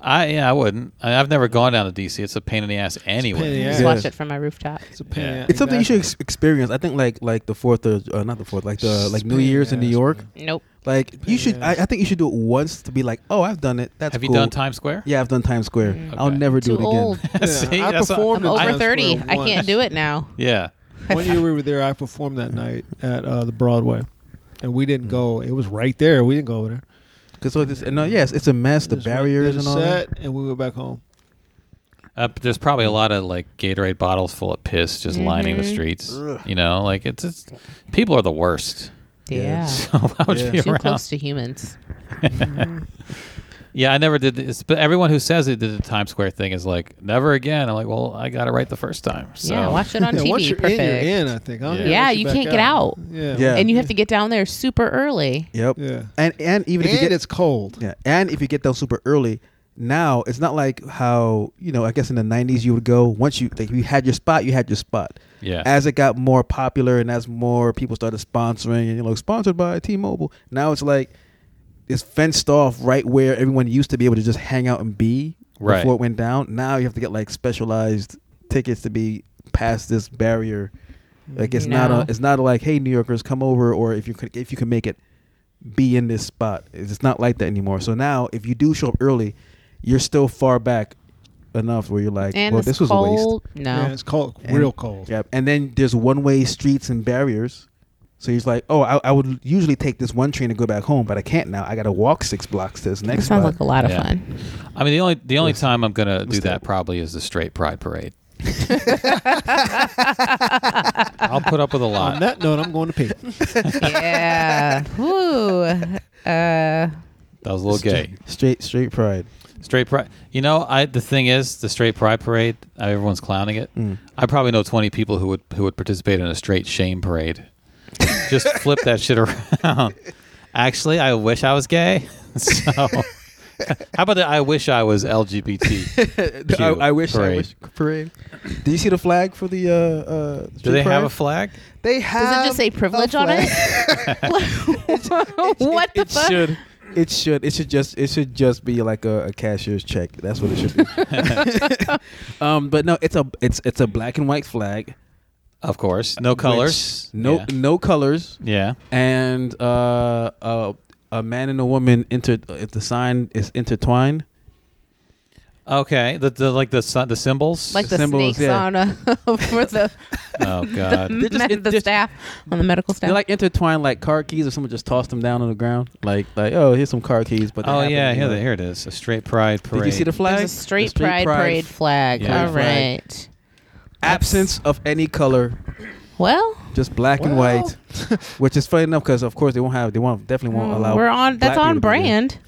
Speaker 3: I yeah, I wouldn't. I, I've never gone down to DC. It's a pain in the ass anyway.
Speaker 2: pain in the
Speaker 4: Just
Speaker 2: Yeah.
Speaker 4: watch it from my rooftop.
Speaker 2: It's a pain.
Speaker 3: Yeah.
Speaker 5: it's something you should ex- experience i think like like the fourth of uh, not the fourth like the like new year's in new york
Speaker 4: Nope.
Speaker 5: like you should I,
Speaker 2: ass.
Speaker 5: I think you should do it once to be like oh i've done it that's
Speaker 3: Have you
Speaker 5: cool.
Speaker 3: done Times Square?
Speaker 5: yeah i've done times square i'll
Speaker 3: Okay.
Speaker 5: never do
Speaker 4: Too
Speaker 5: it again
Speaker 4: old.
Speaker 3: See,
Speaker 2: I
Speaker 3: that's what-
Speaker 2: performed in
Speaker 4: I'm over
Speaker 2: Times Square
Speaker 4: 30. I
Speaker 2: once.
Speaker 4: can't do it now.
Speaker 3: Yeah.
Speaker 2: One year we were there, I performed that night at uh, the Broadway, and we
Speaker 5: Mm.
Speaker 2: didn't go. It was right there. We didn't go over there.
Speaker 5: Cause so this, and no, yes, it's a mess. The
Speaker 2: Just went,
Speaker 5: barriers
Speaker 2: did
Speaker 5: and
Speaker 2: a
Speaker 5: all that.
Speaker 2: set, and we went back home.
Speaker 3: Uh, but there's probably a lot of like Gatorade bottles full of piss just lining the streets. You know, like it's, it's people are the worst.
Speaker 4: Yeah.
Speaker 3: So why would you
Speaker 5: Yeah.
Speaker 3: be
Speaker 4: Too
Speaker 3: around?
Speaker 4: close to humans.
Speaker 3: Yeah, I never did this. But everyone who says it did the Times Square thing is like, never again. I'm like, well, I got it right the first time. So
Speaker 4: yeah, watch it on
Speaker 2: yeah,
Speaker 4: TV.
Speaker 2: once you're
Speaker 4: Perfect.
Speaker 2: in, you're in. I think. I don't
Speaker 3: Yeah.
Speaker 2: care
Speaker 4: Yeah,
Speaker 2: once
Speaker 4: you
Speaker 2: back
Speaker 4: can't get out.
Speaker 2: Yeah,
Speaker 5: Yeah.
Speaker 4: And you have to get down there super early.
Speaker 5: Yep.
Speaker 2: yeah.
Speaker 5: And and even if
Speaker 2: And
Speaker 5: you get
Speaker 2: it's cold.
Speaker 5: yeah, and if you get down super early, now it's not like how you know. I guess in the '90s you would go once you like you had your spot, you had your spot.
Speaker 3: Yeah.
Speaker 5: As it got more popular and as more people started sponsoring and you know sponsored by T-Mobile, now it's like it's fenced off right where everyone used to be able to just hang out and be
Speaker 3: Right.
Speaker 5: before it went down. Now you have to get like specialized tickets to be past this barrier. Like it's
Speaker 4: No.
Speaker 5: not a, it's not like hey New Yorkers come over or if you could if you can make it be in this spot. It's it's not like that anymore. So now if you do show up early, you're still far back enough where you're like,
Speaker 4: And
Speaker 5: well,
Speaker 4: it's
Speaker 5: this was a waste.
Speaker 4: cold. No.
Speaker 2: Yeah, it's cold,
Speaker 5: And-
Speaker 2: real cold.
Speaker 5: Yep. And then there's one way streets and barriers. So he's like, oh, I, I would usually take this one train to go back home, but I can't now. I got to walk six blocks to this
Speaker 4: that
Speaker 5: next
Speaker 4: sounds
Speaker 5: spot.
Speaker 4: like a lot of
Speaker 3: Yeah.
Speaker 4: fun.
Speaker 3: I mean, the only the only time I'm gonna do
Speaker 5: that?
Speaker 3: that probably is the straight pride parade. I'll put up with a
Speaker 2: On
Speaker 3: lot.
Speaker 2: that note, I'm going to pee.
Speaker 4: yeah. Woo. Uh,
Speaker 3: That was a little gay.
Speaker 5: Straight, straight pride.
Speaker 3: Straight pride. You know, I the thing is, the straight pride parade. uh, Everyone's clowning it.
Speaker 5: Mm.
Speaker 3: I probably know twenty people who would who would participate in a straight shame parade. Just flip that shit around. Actually, I wish I was gay. So, how about that? I wish I was LGBT.
Speaker 5: I, I wish. I wish parade. Did you see the flag for the? Uh, uh,
Speaker 3: Do
Speaker 5: street
Speaker 3: they have
Speaker 5: parade?
Speaker 3: a flag?
Speaker 5: They have.
Speaker 4: does it just say privilege on it? what the
Speaker 5: it
Speaker 4: fuck?
Speaker 5: should. It should. It should just. It should just be like a, a cashier's check. That's what it should be. um, but no, it's a it's it's a black and white flag.
Speaker 3: Of course, no colors.
Speaker 5: No
Speaker 3: Yeah.
Speaker 5: no colors.
Speaker 3: Yeah.
Speaker 5: And uh, uh, a man and a woman inter. If the sign is intertwined.
Speaker 3: Okay. The, the like the sun, the symbols.
Speaker 4: Like the
Speaker 5: Symbols,
Speaker 4: snakes
Speaker 5: yeah.
Speaker 4: on a, for the,
Speaker 3: oh god.
Speaker 5: They're Uh, just-
Speaker 4: med-
Speaker 5: it-
Speaker 4: the
Speaker 5: just-
Speaker 4: staff on the medical staff.
Speaker 5: They're like intertwined like car keys, or someone just tossed them down on the ground. Like like oh here's some car keys, but they
Speaker 3: oh
Speaker 5: happen,
Speaker 3: yeah.
Speaker 5: you
Speaker 3: Here,
Speaker 5: know.
Speaker 3: the- here it is. A straight pride parade.
Speaker 5: Did you see the flag?
Speaker 4: There's a straight,
Speaker 5: The
Speaker 4: pride,
Speaker 5: street
Speaker 4: parade flag.
Speaker 3: Yeah.
Speaker 4: All
Speaker 5: Pride flag.
Speaker 4: right.
Speaker 5: Absence of any color,
Speaker 4: Well,
Speaker 5: just black and
Speaker 2: Well.
Speaker 5: white, which is funny enough because of course they won't have they won't definitely won't allow.
Speaker 4: Mm, we're on. That's
Speaker 5: black
Speaker 4: on
Speaker 5: people to be-
Speaker 4: brand.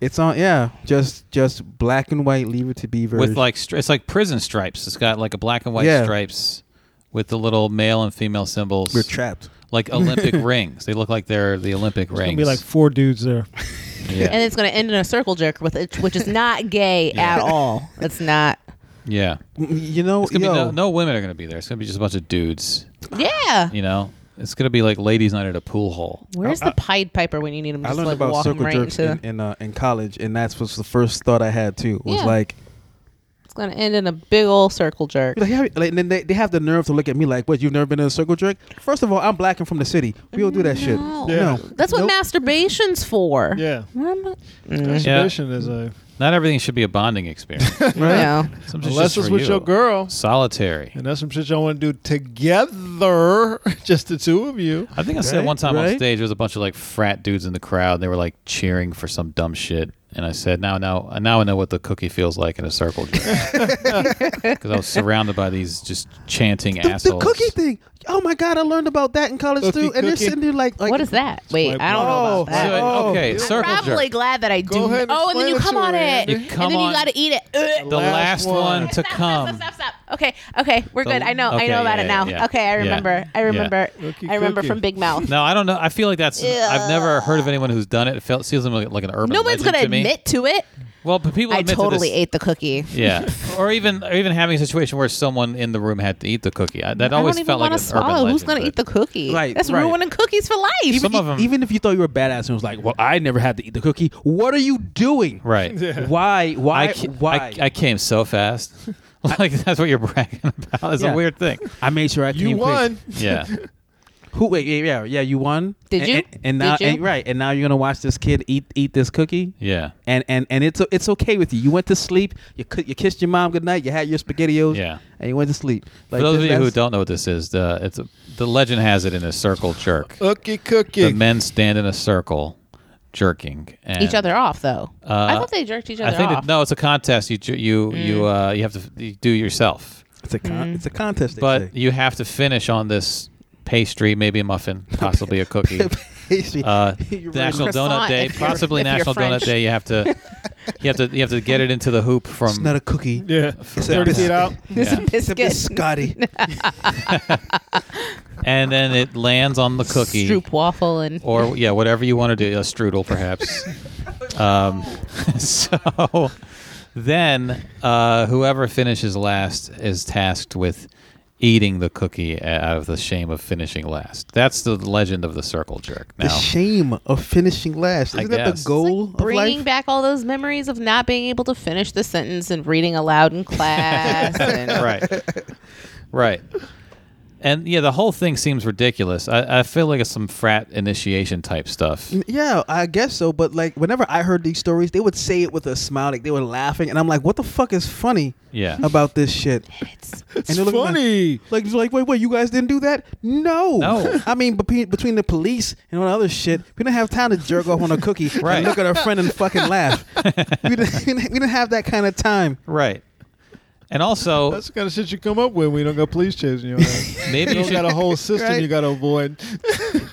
Speaker 5: It's on yeah, just just black and white. Leave it to Beaver
Speaker 3: with like stri- it's like prison stripes. It's got like a black and white
Speaker 5: Yeah.
Speaker 3: stripes with the little male and female symbols.
Speaker 5: We're trapped.
Speaker 3: like Olympic rings. They look like they're the Olympic rings.
Speaker 8: It'll be like four dudes there.
Speaker 3: yeah.
Speaker 4: and it's going to end in a circle jerk with it, which is not gay at all. It's not.
Speaker 3: yeah.
Speaker 5: You know,
Speaker 3: It's gonna
Speaker 5: yo,
Speaker 3: be no, no women are gonna be there. It's gonna be just a bunch of dudes.
Speaker 4: Yeah.
Speaker 3: You know, it's gonna be like ladies' night at a pool hall.
Speaker 4: Where's the Pied Piper when you need him?
Speaker 5: I
Speaker 4: Just
Speaker 5: learned
Speaker 4: like
Speaker 5: about
Speaker 4: walk him
Speaker 5: circle
Speaker 4: right
Speaker 5: jerks
Speaker 4: into.
Speaker 5: in in, uh, in college, and that's was the first thought I had too. Was
Speaker 4: Yeah.
Speaker 5: like,
Speaker 4: it's going to end in a big old circle jerk.
Speaker 5: like, how- like, and then they, they have the nerve to look at me like, "What? You've never been in a circle jerk?" First of all, I'm black and from the city. We don't do that shit.
Speaker 4: No.
Speaker 2: Yeah.
Speaker 5: No,
Speaker 4: That's what
Speaker 2: Nope.
Speaker 4: masturbation's for.
Speaker 2: Yeah.
Speaker 4: What am I-
Speaker 2: Masturbation is a
Speaker 3: Not everything should be a bonding experience.
Speaker 4: No.
Speaker 3: Some shit's
Speaker 2: unless
Speaker 3: just
Speaker 2: it's
Speaker 3: for
Speaker 2: with
Speaker 3: you.
Speaker 2: your girl.
Speaker 3: Solitary.
Speaker 2: And that's some shit y'all want to do together, just the two of you.
Speaker 3: I think I said
Speaker 5: Right,
Speaker 3: one time on
Speaker 5: right.
Speaker 3: stage there was a bunch of like frat dudes in the crowd. They were like cheering for some dumb shit, and I said, "Now, now, now I know what the cookie feels like in a circle jerk." Because I was surrounded by these just chanting
Speaker 5: the, the
Speaker 3: assholes.
Speaker 5: cookie thing. Oh my god, I learned about that in college
Speaker 2: Cookie,
Speaker 5: too. And they're
Speaker 2: cookie.
Speaker 5: sitting there like, like
Speaker 4: What is that? Wait,
Speaker 2: my
Speaker 4: I don't know
Speaker 5: Oh,
Speaker 4: about that.
Speaker 5: so-
Speaker 3: So, okay,
Speaker 5: Oh.
Speaker 4: I'm
Speaker 3: circle
Speaker 4: probably
Speaker 3: jerk.
Speaker 4: glad that I do.
Speaker 2: ahead and
Speaker 4: oh, and then you
Speaker 2: explain
Speaker 4: come
Speaker 2: it to
Speaker 4: on
Speaker 2: her,
Speaker 4: it,
Speaker 2: Andy.
Speaker 3: You come
Speaker 4: and then
Speaker 3: on-
Speaker 4: you got to eat it. Ugh.
Speaker 3: The last,
Speaker 2: Last
Speaker 3: one
Speaker 2: one.
Speaker 3: to come.
Speaker 4: Stop, stop, stop. Okay, okay, we're
Speaker 3: The-
Speaker 4: good. I know,
Speaker 3: okay,
Speaker 4: I know about
Speaker 3: yeah,
Speaker 4: it now.
Speaker 3: yeah,
Speaker 4: Okay,
Speaker 3: yeah.
Speaker 4: I remember. I
Speaker 3: Yeah.
Speaker 4: remember.
Speaker 2: Cookie,
Speaker 4: I remember
Speaker 2: cookie.
Speaker 4: from Big Mouth.
Speaker 3: No, I don't know. I feel like that's. I've never heard of anyone who's done it. It felt, seems like, like an urban.
Speaker 4: no one's
Speaker 3: legend
Speaker 4: gonna
Speaker 3: to me.
Speaker 4: admit to it.
Speaker 3: Well, but people
Speaker 4: I
Speaker 3: admit
Speaker 4: totally
Speaker 3: to this.
Speaker 4: ate the cookie.
Speaker 3: Yeah, or even or even having a situation where someone in the room had to eat the cookie. I, that
Speaker 4: I
Speaker 3: always
Speaker 4: don't even
Speaker 3: felt like
Speaker 4: want
Speaker 3: an
Speaker 4: to
Speaker 3: urban
Speaker 4: swallow.
Speaker 3: legend.
Speaker 4: Who's gonna
Speaker 3: but-
Speaker 4: eat the cookie?
Speaker 5: Right,
Speaker 4: That's
Speaker 5: right.
Speaker 4: ruining cookies for life.
Speaker 3: Some
Speaker 5: e-
Speaker 3: of 'em-
Speaker 5: Even if you thought you were a badass and was like, "Well, I never had to eat the cookie." What are you doing?
Speaker 3: Right.
Speaker 5: Why? Why?
Speaker 3: I, ca-
Speaker 5: why?
Speaker 3: I, I came so fast. like that's what you're bragging about. It's a
Speaker 5: Yeah.
Speaker 3: weird thing.
Speaker 5: I made sure I came
Speaker 2: You
Speaker 5: quick.
Speaker 2: won.
Speaker 3: Yeah.
Speaker 5: Who? Wait, yeah, yeah, yeah, you won.
Speaker 4: Did
Speaker 5: and,
Speaker 4: you?
Speaker 5: And, and now,
Speaker 4: Did you?
Speaker 5: and- right, and now you're gonna watch this kid eat eat this cookie,
Speaker 3: Yeah.
Speaker 5: and and and it's it's okay with you. You went to sleep. You cou- you kissed your mom goodnight. You had your spaghettios.
Speaker 3: Yeah.
Speaker 5: and you went to sleep. Like,
Speaker 3: For those of you
Speaker 5: this-
Speaker 3: who
Speaker 5: that's-
Speaker 3: don't know what this is, the it's a, the legend has it in a circle jerk.
Speaker 5: Uh,
Speaker 2: Cookie,
Speaker 3: The
Speaker 2: cookie.
Speaker 3: men stand in a circle, jerking and uh,
Speaker 4: each other off though. I thought they jerked each other
Speaker 3: I think
Speaker 4: off. Mm.
Speaker 3: That, no, it's a contest. You ju- you you uh, you have to f- you do yourself,
Speaker 5: it's a con- it's a contest. they
Speaker 3: but
Speaker 5: say.
Speaker 3: you have to finish on this pastry, maybe a muffin, possibly a cookie. Uh,
Speaker 5: You're right.
Speaker 3: National Donut
Speaker 4: Croissant
Speaker 3: Day,
Speaker 4: if you're-
Speaker 3: possibly
Speaker 4: if you're
Speaker 3: National Donut
Speaker 4: French.
Speaker 3: Day. You have to you have to you have to get it into the hoop from.
Speaker 5: It's not a cookie.
Speaker 2: Yeah.
Speaker 5: It's a
Speaker 2: 30 feet
Speaker 5: biscuit.
Speaker 2: out.
Speaker 4: This
Speaker 3: yeah.
Speaker 5: It's a biscotti.
Speaker 3: and then it lands on the cookie.
Speaker 4: Stroop waffle and
Speaker 3: or yeah, whatever you want to do, a strudel perhaps. um, so then, uh, whoever finishes last is tasked with eating the cookie out of the shame of finishing last. That's the legend of the circle jerk.
Speaker 5: the
Speaker 3: Now,
Speaker 5: shame of finishing last.
Speaker 3: I
Speaker 5: Isn't that
Speaker 3: guess.
Speaker 5: the goal
Speaker 4: It's like bringing
Speaker 5: of life?
Speaker 4: back all those memories of not being able to finish the sentence and reading aloud in class. and
Speaker 3: right, right. And yeah, the whole thing seems ridiculous. I, I feel like it's some frat initiation type stuff.
Speaker 5: yeah, I guess so. But like, whenever I heard these stories, they would say it with a smile, like they were laughing, and I'm like, "What the fuck is funny
Speaker 3: Yeah.
Speaker 5: about this shit?"
Speaker 2: It's
Speaker 5: And they're looking
Speaker 2: funny.
Speaker 5: Like, it's like, wait, wait, you guys didn't do that? No.
Speaker 3: No.
Speaker 5: I mean, between, between the police and all the other shit, we didn't have time to jerk off on a cookie
Speaker 3: Right.
Speaker 5: and look at our friend and fucking laugh. we, didn't, we didn't have that kind of time.
Speaker 3: Right. And also,
Speaker 2: That's the kind of shit you come up with when you don't got police chasing you. around.
Speaker 3: maybe
Speaker 2: you
Speaker 3: you
Speaker 2: don't
Speaker 3: should
Speaker 2: got a whole system
Speaker 5: Right.
Speaker 2: you got to avoid.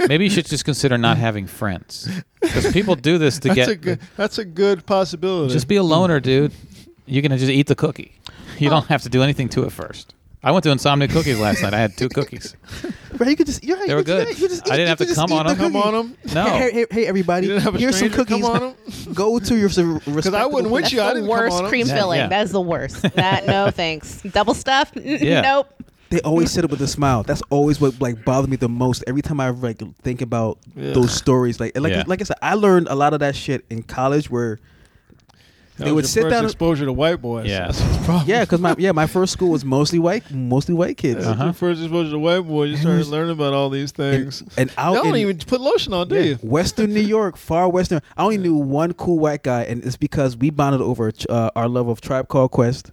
Speaker 3: Maybe you should just consider not having friends because people do this to
Speaker 2: That's
Speaker 3: get
Speaker 2: a good. That's a good possibility.
Speaker 3: just be a loner, dude. You can just eat the cookie. You don't have to do anything to it first. I went to Insomnia Cookies last night. I had two cookies.
Speaker 5: Right? You could just, you're right,
Speaker 3: They
Speaker 5: you
Speaker 3: were
Speaker 5: could- you're
Speaker 3: good.
Speaker 5: right, you just
Speaker 3: I
Speaker 5: eat-
Speaker 3: didn't
Speaker 5: you
Speaker 3: have to
Speaker 5: just
Speaker 3: come
Speaker 5: eat
Speaker 3: on
Speaker 5: the
Speaker 3: 'em.
Speaker 5: cookie.
Speaker 2: come on them.
Speaker 5: Hey,
Speaker 3: No,
Speaker 5: hey, hey, everybody.
Speaker 2: You didn't have a
Speaker 5: Here's some
Speaker 2: stranger
Speaker 5: cookies.
Speaker 2: come on 'em?
Speaker 5: Go to your Because
Speaker 2: I wouldn't with
Speaker 4: That's
Speaker 2: you. I
Speaker 4: the
Speaker 2: didn't come
Speaker 4: worst
Speaker 2: on 'em.
Speaker 4: cream
Speaker 3: Yeah,
Speaker 4: filling.
Speaker 3: yeah.
Speaker 4: That is the worst. That no thanks. Double stuff. N-
Speaker 3: Yeah.
Speaker 4: Nope.
Speaker 5: They always said it with a smile. That's always what like bothered me the most. Every time I like think about those stories, like like
Speaker 3: Yeah.
Speaker 5: like I said, I learned a lot of that shit in college where
Speaker 2: That
Speaker 5: they
Speaker 2: was
Speaker 5: would
Speaker 2: your
Speaker 5: sit
Speaker 2: first
Speaker 5: down-
Speaker 2: Exposure to white boys.
Speaker 3: Yeah.
Speaker 2: That's the problem.
Speaker 5: Yeah, because my yeah my first school was mostly white, mostly white kids.
Speaker 2: That's
Speaker 3: Uh-huh.
Speaker 2: your first exposure to white boys. You started learning about all these things.
Speaker 5: And out
Speaker 2: Y'all don't
Speaker 5: in-
Speaker 2: even put lotion on, do
Speaker 5: Yeah,
Speaker 2: you?
Speaker 5: Western New York, far western. I only knew one cool white guy, and it's because we bonded over uh, our love of Tribe Called Quest.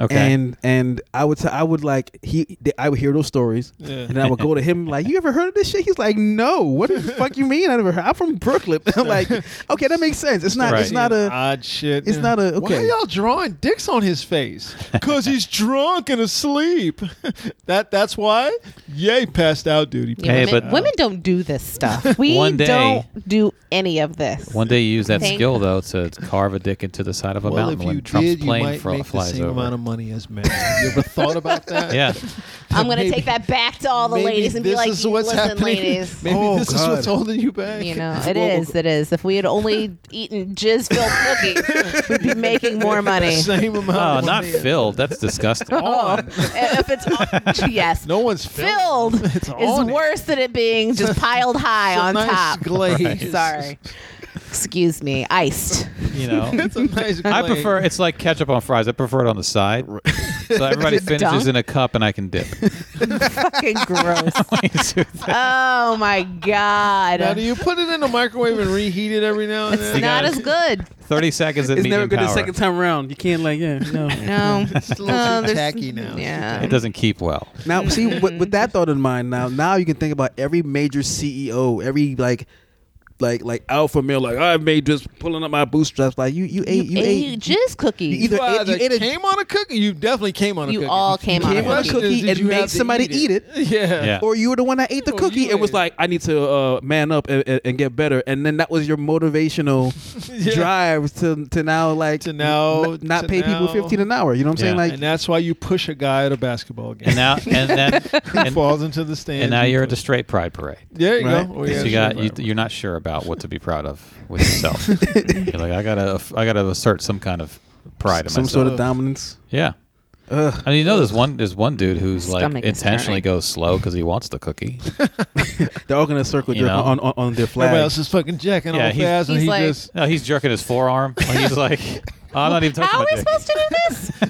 Speaker 3: okay.
Speaker 5: And and I would t- I would like he th- I would hear those stories,
Speaker 2: Yeah.
Speaker 5: and I would go to him like, "You ever heard of this shit?" He's like, "No, what the fuck you mean? I never heard. I'm from Brooklyn." I'm like, "Okay, that makes sense. It's not. It's
Speaker 3: Right.
Speaker 5: not a.
Speaker 2: odd shit.
Speaker 5: it's not a-
Speaker 2: Why
Speaker 5: okay.
Speaker 2: y'all drawing dicks on his face? Cause he's drunk and asleep. that that's why. Yay, passed out, dude. He
Speaker 4: Yeah,
Speaker 3: Hey,
Speaker 4: women,
Speaker 3: but- uh,
Speaker 4: women don't do this stuff. We
Speaker 3: One day-
Speaker 4: don't do any of this.
Speaker 3: One day you use that
Speaker 4: Thank-
Speaker 3: skill though to carve a dick into the side of a
Speaker 2: well,
Speaker 3: mountain
Speaker 2: if
Speaker 3: when
Speaker 2: you
Speaker 3: Trump's
Speaker 2: did, you
Speaker 3: plane
Speaker 2: might
Speaker 3: fro-
Speaker 2: make the
Speaker 3: flies
Speaker 2: same
Speaker 3: over.
Speaker 2: amount of money as men. You ever thought about that?
Speaker 3: Yeah.
Speaker 8: I'm gonna
Speaker 2: Maybe-
Speaker 8: take that back to all the
Speaker 2: maybe
Speaker 8: ladies and be
Speaker 2: this
Speaker 8: like,
Speaker 2: is
Speaker 8: "You
Speaker 2: what's
Speaker 8: "Listen,
Speaker 2: happening.
Speaker 8: ladies,
Speaker 2: Maybe
Speaker 5: Oh,
Speaker 2: this is
Speaker 5: God.
Speaker 2: what's holding you back.
Speaker 4: You know,
Speaker 2: Well,
Speaker 4: it is. It is. If we had only eaten jizz-filled cookies, we'd be making more money.
Speaker 2: Same amount.
Speaker 3: Oh,
Speaker 2: of
Speaker 3: not
Speaker 2: money.
Speaker 3: filled. That's disgusting.
Speaker 4: Oh, if it's all- yes,
Speaker 2: No one's
Speaker 4: filled
Speaker 2: It's
Speaker 4: is
Speaker 2: on it.
Speaker 4: worse than it being just piled high
Speaker 2: It's a
Speaker 4: on
Speaker 2: nice
Speaker 4: top.
Speaker 2: glaze.
Speaker 4: Sorry, excuse me, iced.
Speaker 3: You know.
Speaker 2: It's a nice glaze.
Speaker 3: I prefer it's like ketchup on fries. I prefer it on the side, so everybody
Speaker 4: Just
Speaker 3: finishes
Speaker 4: dunk?
Speaker 3: in a cup and I can dip.
Speaker 4: Fucking gross. oh my god,
Speaker 2: Now, do you put it in the microwave and reheat it every now and then?
Speaker 4: it's not
Speaker 3: gotta-
Speaker 4: as good.
Speaker 3: Thirty seconds at
Speaker 5: It's never
Speaker 3: medium
Speaker 5: good
Speaker 3: power.
Speaker 5: the second time around. You can't like yeah no.
Speaker 4: No,
Speaker 2: It's a
Speaker 4: Uh,
Speaker 2: little too
Speaker 4: there's-
Speaker 2: tacky now.
Speaker 4: yeah.
Speaker 3: It doesn't keep well.
Speaker 5: Now, see, with, with that thought in mind, now now you can think about every major CEO, every like, like like alpha male, like I made this pulling up my bootstraps. Like you, you ate, you, ate,
Speaker 4: ate jizz cookies.
Speaker 5: You either
Speaker 2: You
Speaker 5: ate- you
Speaker 2: either
Speaker 5: ate a-
Speaker 2: came on a cookie. You definitely came on a
Speaker 4: You
Speaker 2: cookie.
Speaker 4: all came on a
Speaker 5: came on a
Speaker 4: cookie.
Speaker 5: cookie and made somebody eat it.
Speaker 2: Yeah.
Speaker 3: Yeah.
Speaker 5: Or you were the one that ate the
Speaker 2: Oh,
Speaker 5: cookie
Speaker 2: you
Speaker 5: and was
Speaker 2: ate it.
Speaker 5: like, I need to uh, man up and, and, and get better. And then that was your motivational drive to to now like
Speaker 2: To now-
Speaker 5: n- not
Speaker 2: to
Speaker 5: pay people
Speaker 2: now.
Speaker 5: fifteen an hour. You know what I'm
Speaker 3: Yeah.
Speaker 5: saying?
Speaker 2: And
Speaker 5: Like
Speaker 2: that's why you push a guy at a basketball game.
Speaker 3: And now and then
Speaker 2: he
Speaker 3: and,
Speaker 2: falls into the stands.
Speaker 3: and now
Speaker 2: you
Speaker 3: you're at the
Speaker 2: push-
Speaker 3: straight pride parade.
Speaker 2: There you
Speaker 5: Right.
Speaker 2: go. Oh,
Speaker 3: 'Cause
Speaker 2: yeah,
Speaker 3: you got
Speaker 2: sure,
Speaker 3: you,
Speaker 2: right, right.
Speaker 3: you're not sure about what to be proud of with yourself. you're like I gotta I gotta assert some kind of pride in
Speaker 5: some
Speaker 3: myself.
Speaker 5: sort of dominance.
Speaker 3: yeah.
Speaker 5: Ugh.
Speaker 3: And you know there's one there's one dude who's like
Speaker 4: Stomach is
Speaker 3: intentionally
Speaker 4: turning.
Speaker 3: goes slow because he wants the cookie.
Speaker 5: They're all gonna circle
Speaker 3: You
Speaker 5: jerk
Speaker 3: know?
Speaker 5: on, on on their
Speaker 2: Everybody
Speaker 5: flag.
Speaker 2: else is fucking jacking
Speaker 3: Yeah,
Speaker 2: all
Speaker 3: he's-
Speaker 2: fast, and
Speaker 4: he's
Speaker 2: he
Speaker 4: like-
Speaker 2: just
Speaker 3: No, he's jerking his forearm. And he's like, I'm not even touching
Speaker 4: How
Speaker 3: my
Speaker 4: are we
Speaker 3: dick."
Speaker 4: supposed to do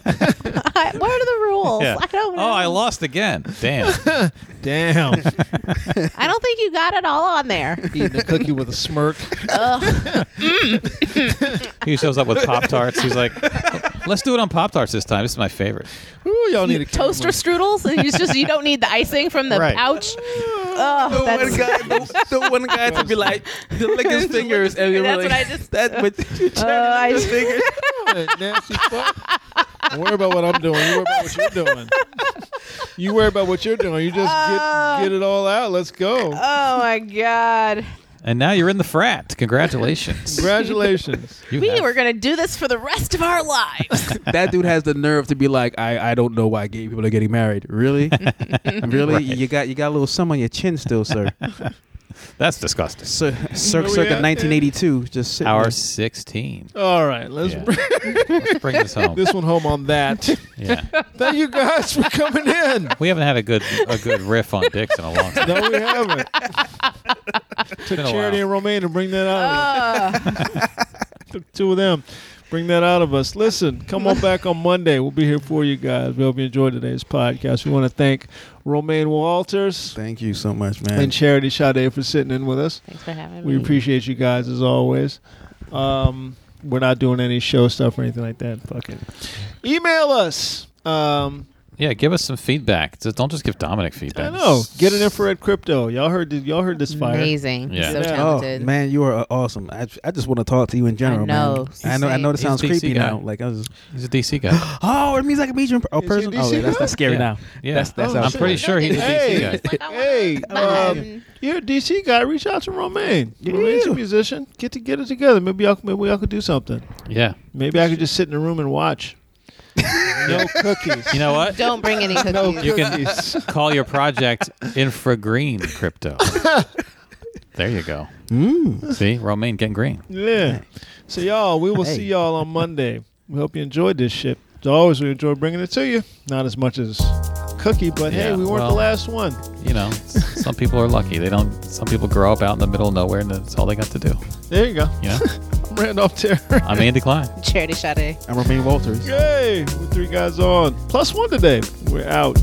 Speaker 4: this? I, what are the rules?
Speaker 3: Yeah.
Speaker 4: I don't know.
Speaker 3: Oh, I lost again. Damn.
Speaker 2: damn
Speaker 4: I don't think you got it all on there.
Speaker 2: eating a cookie with a smirk.
Speaker 3: he shows up with Pop Tarts. He's like, let's do it on Pop Tarts this time. This is my favorite.
Speaker 2: Ooh, y'all need a
Speaker 4: Toaster strudels, and it's just you don't need the icing from the
Speaker 3: Right.
Speaker 4: pouch. Oh,
Speaker 5: the
Speaker 4: that's
Speaker 5: one guy, the, the one guy to be like, to lick his fingers, and we were
Speaker 4: That's
Speaker 5: like,
Speaker 4: what I just-
Speaker 5: that, but you
Speaker 4: Oh, I-
Speaker 5: his fingers.
Speaker 2: Yeah, nasty fuck. Don't worry about what I'm doing. You worry about what you're doing. You worry about what you're doing. You just get get it all out. Let's go.
Speaker 4: oh my god.
Speaker 3: And now you're in the frat. Congratulations.
Speaker 2: Congratulations.
Speaker 3: You
Speaker 4: We
Speaker 3: have-
Speaker 4: were gonna do this for the rest of our lives.
Speaker 5: That dude has the nerve to be like, I, I don't know why gay people are getting married. Really, really, you got you got a little sum on your chin still, sir.
Speaker 3: That's disgusting.
Speaker 5: Cir- cir-
Speaker 2: we
Speaker 5: circa
Speaker 2: at,
Speaker 5: 1982, just sitting
Speaker 3: Hour
Speaker 5: there.
Speaker 3: 16.
Speaker 2: All right, let's
Speaker 3: Yeah.
Speaker 2: bring
Speaker 3: Let's bring this home.
Speaker 2: this one home on that.
Speaker 3: Yeah.
Speaker 2: Thank you guys for coming in.
Speaker 3: We haven't had a good a good riff on dicks in a long time.
Speaker 2: No, we haven't. Took
Speaker 3: Been a
Speaker 2: Charity
Speaker 3: while.
Speaker 2: and Romaine to bring that out. of us.
Speaker 4: Uh,
Speaker 2: Took two of them. Bring that out of us. Listen, come on back on Monday. We'll be here for you guys. We hope you enjoyed today's podcast. We want to thank Romaine Walters
Speaker 5: Thank you so much, man.
Speaker 2: and Charity Sade for sitting in with us.
Speaker 4: Thanks for having
Speaker 2: We
Speaker 4: me.
Speaker 2: appreciate you guys as always. Um, we're not doing any show stuff or anything like that. Fucking email us. Um,
Speaker 3: Yeah, give us some feedback. Just don't just give Dominic feedback.
Speaker 2: I know. Get an infrared crypto. Y'all heard. th- Y'all heard this fire.
Speaker 4: Amazing.
Speaker 3: Yeah.
Speaker 4: So
Speaker 2: Yeah.
Speaker 5: oh
Speaker 4: talented.
Speaker 5: man, you are uh, awesome. I, I just want to talk to you in general,
Speaker 4: know.
Speaker 5: man. I know. I know. This
Speaker 3: He's
Speaker 5: sounds
Speaker 3: DC
Speaker 5: creepy
Speaker 3: guy.
Speaker 5: now. Like I was. Just,
Speaker 3: He's a DC guy.
Speaker 5: oh, it means I can meet you in per- oh,
Speaker 2: he a
Speaker 5: person. Oh,
Speaker 2: DC
Speaker 5: wait, that's,
Speaker 2: guy?
Speaker 5: that's scary
Speaker 3: Yeah.
Speaker 5: now.
Speaker 3: Yeah.
Speaker 5: That's, that's
Speaker 2: Oh,
Speaker 3: I'm
Speaker 5: shit.
Speaker 3: pretty sure he's a DC
Speaker 2: Hey,
Speaker 3: guy.
Speaker 2: hey, um,
Speaker 4: Fine.
Speaker 2: you're a DC guy. Reach out to Romaine.
Speaker 5: Yeah.
Speaker 2: Romaine's a musician. Get to get it together. Maybe y'all. Maybe y'all could do something.
Speaker 3: Yeah.
Speaker 2: Maybe I could just sit in a room and watch. no cookies.
Speaker 3: You know what?
Speaker 4: Don't bring any cookies.
Speaker 3: You can
Speaker 2: Cookies.
Speaker 3: call your project Infragreen Crypto. there you go.
Speaker 2: Mm.
Speaker 3: See, Romaine getting green.
Speaker 2: Yeah. So y'all, we will
Speaker 5: Hey.
Speaker 2: see y'all on Monday. We hope you enjoyed this shit. As always, we enjoy bringing it to you. Not as much as Cookie, but hey,
Speaker 3: Yeah,
Speaker 2: we weren't
Speaker 3: well-
Speaker 2: the last one.
Speaker 3: You know, s- some people are lucky. They don't. Some people grow up out in the middle of nowhere, and that's all they got to do.
Speaker 2: There you go.
Speaker 3: You know,
Speaker 2: I'm Randolph Terror.
Speaker 3: I'm Andy Klein.
Speaker 4: Charity Sade.
Speaker 5: I'm Romaine Walters.
Speaker 2: Yay! With three guys on. Plus one today. We're out.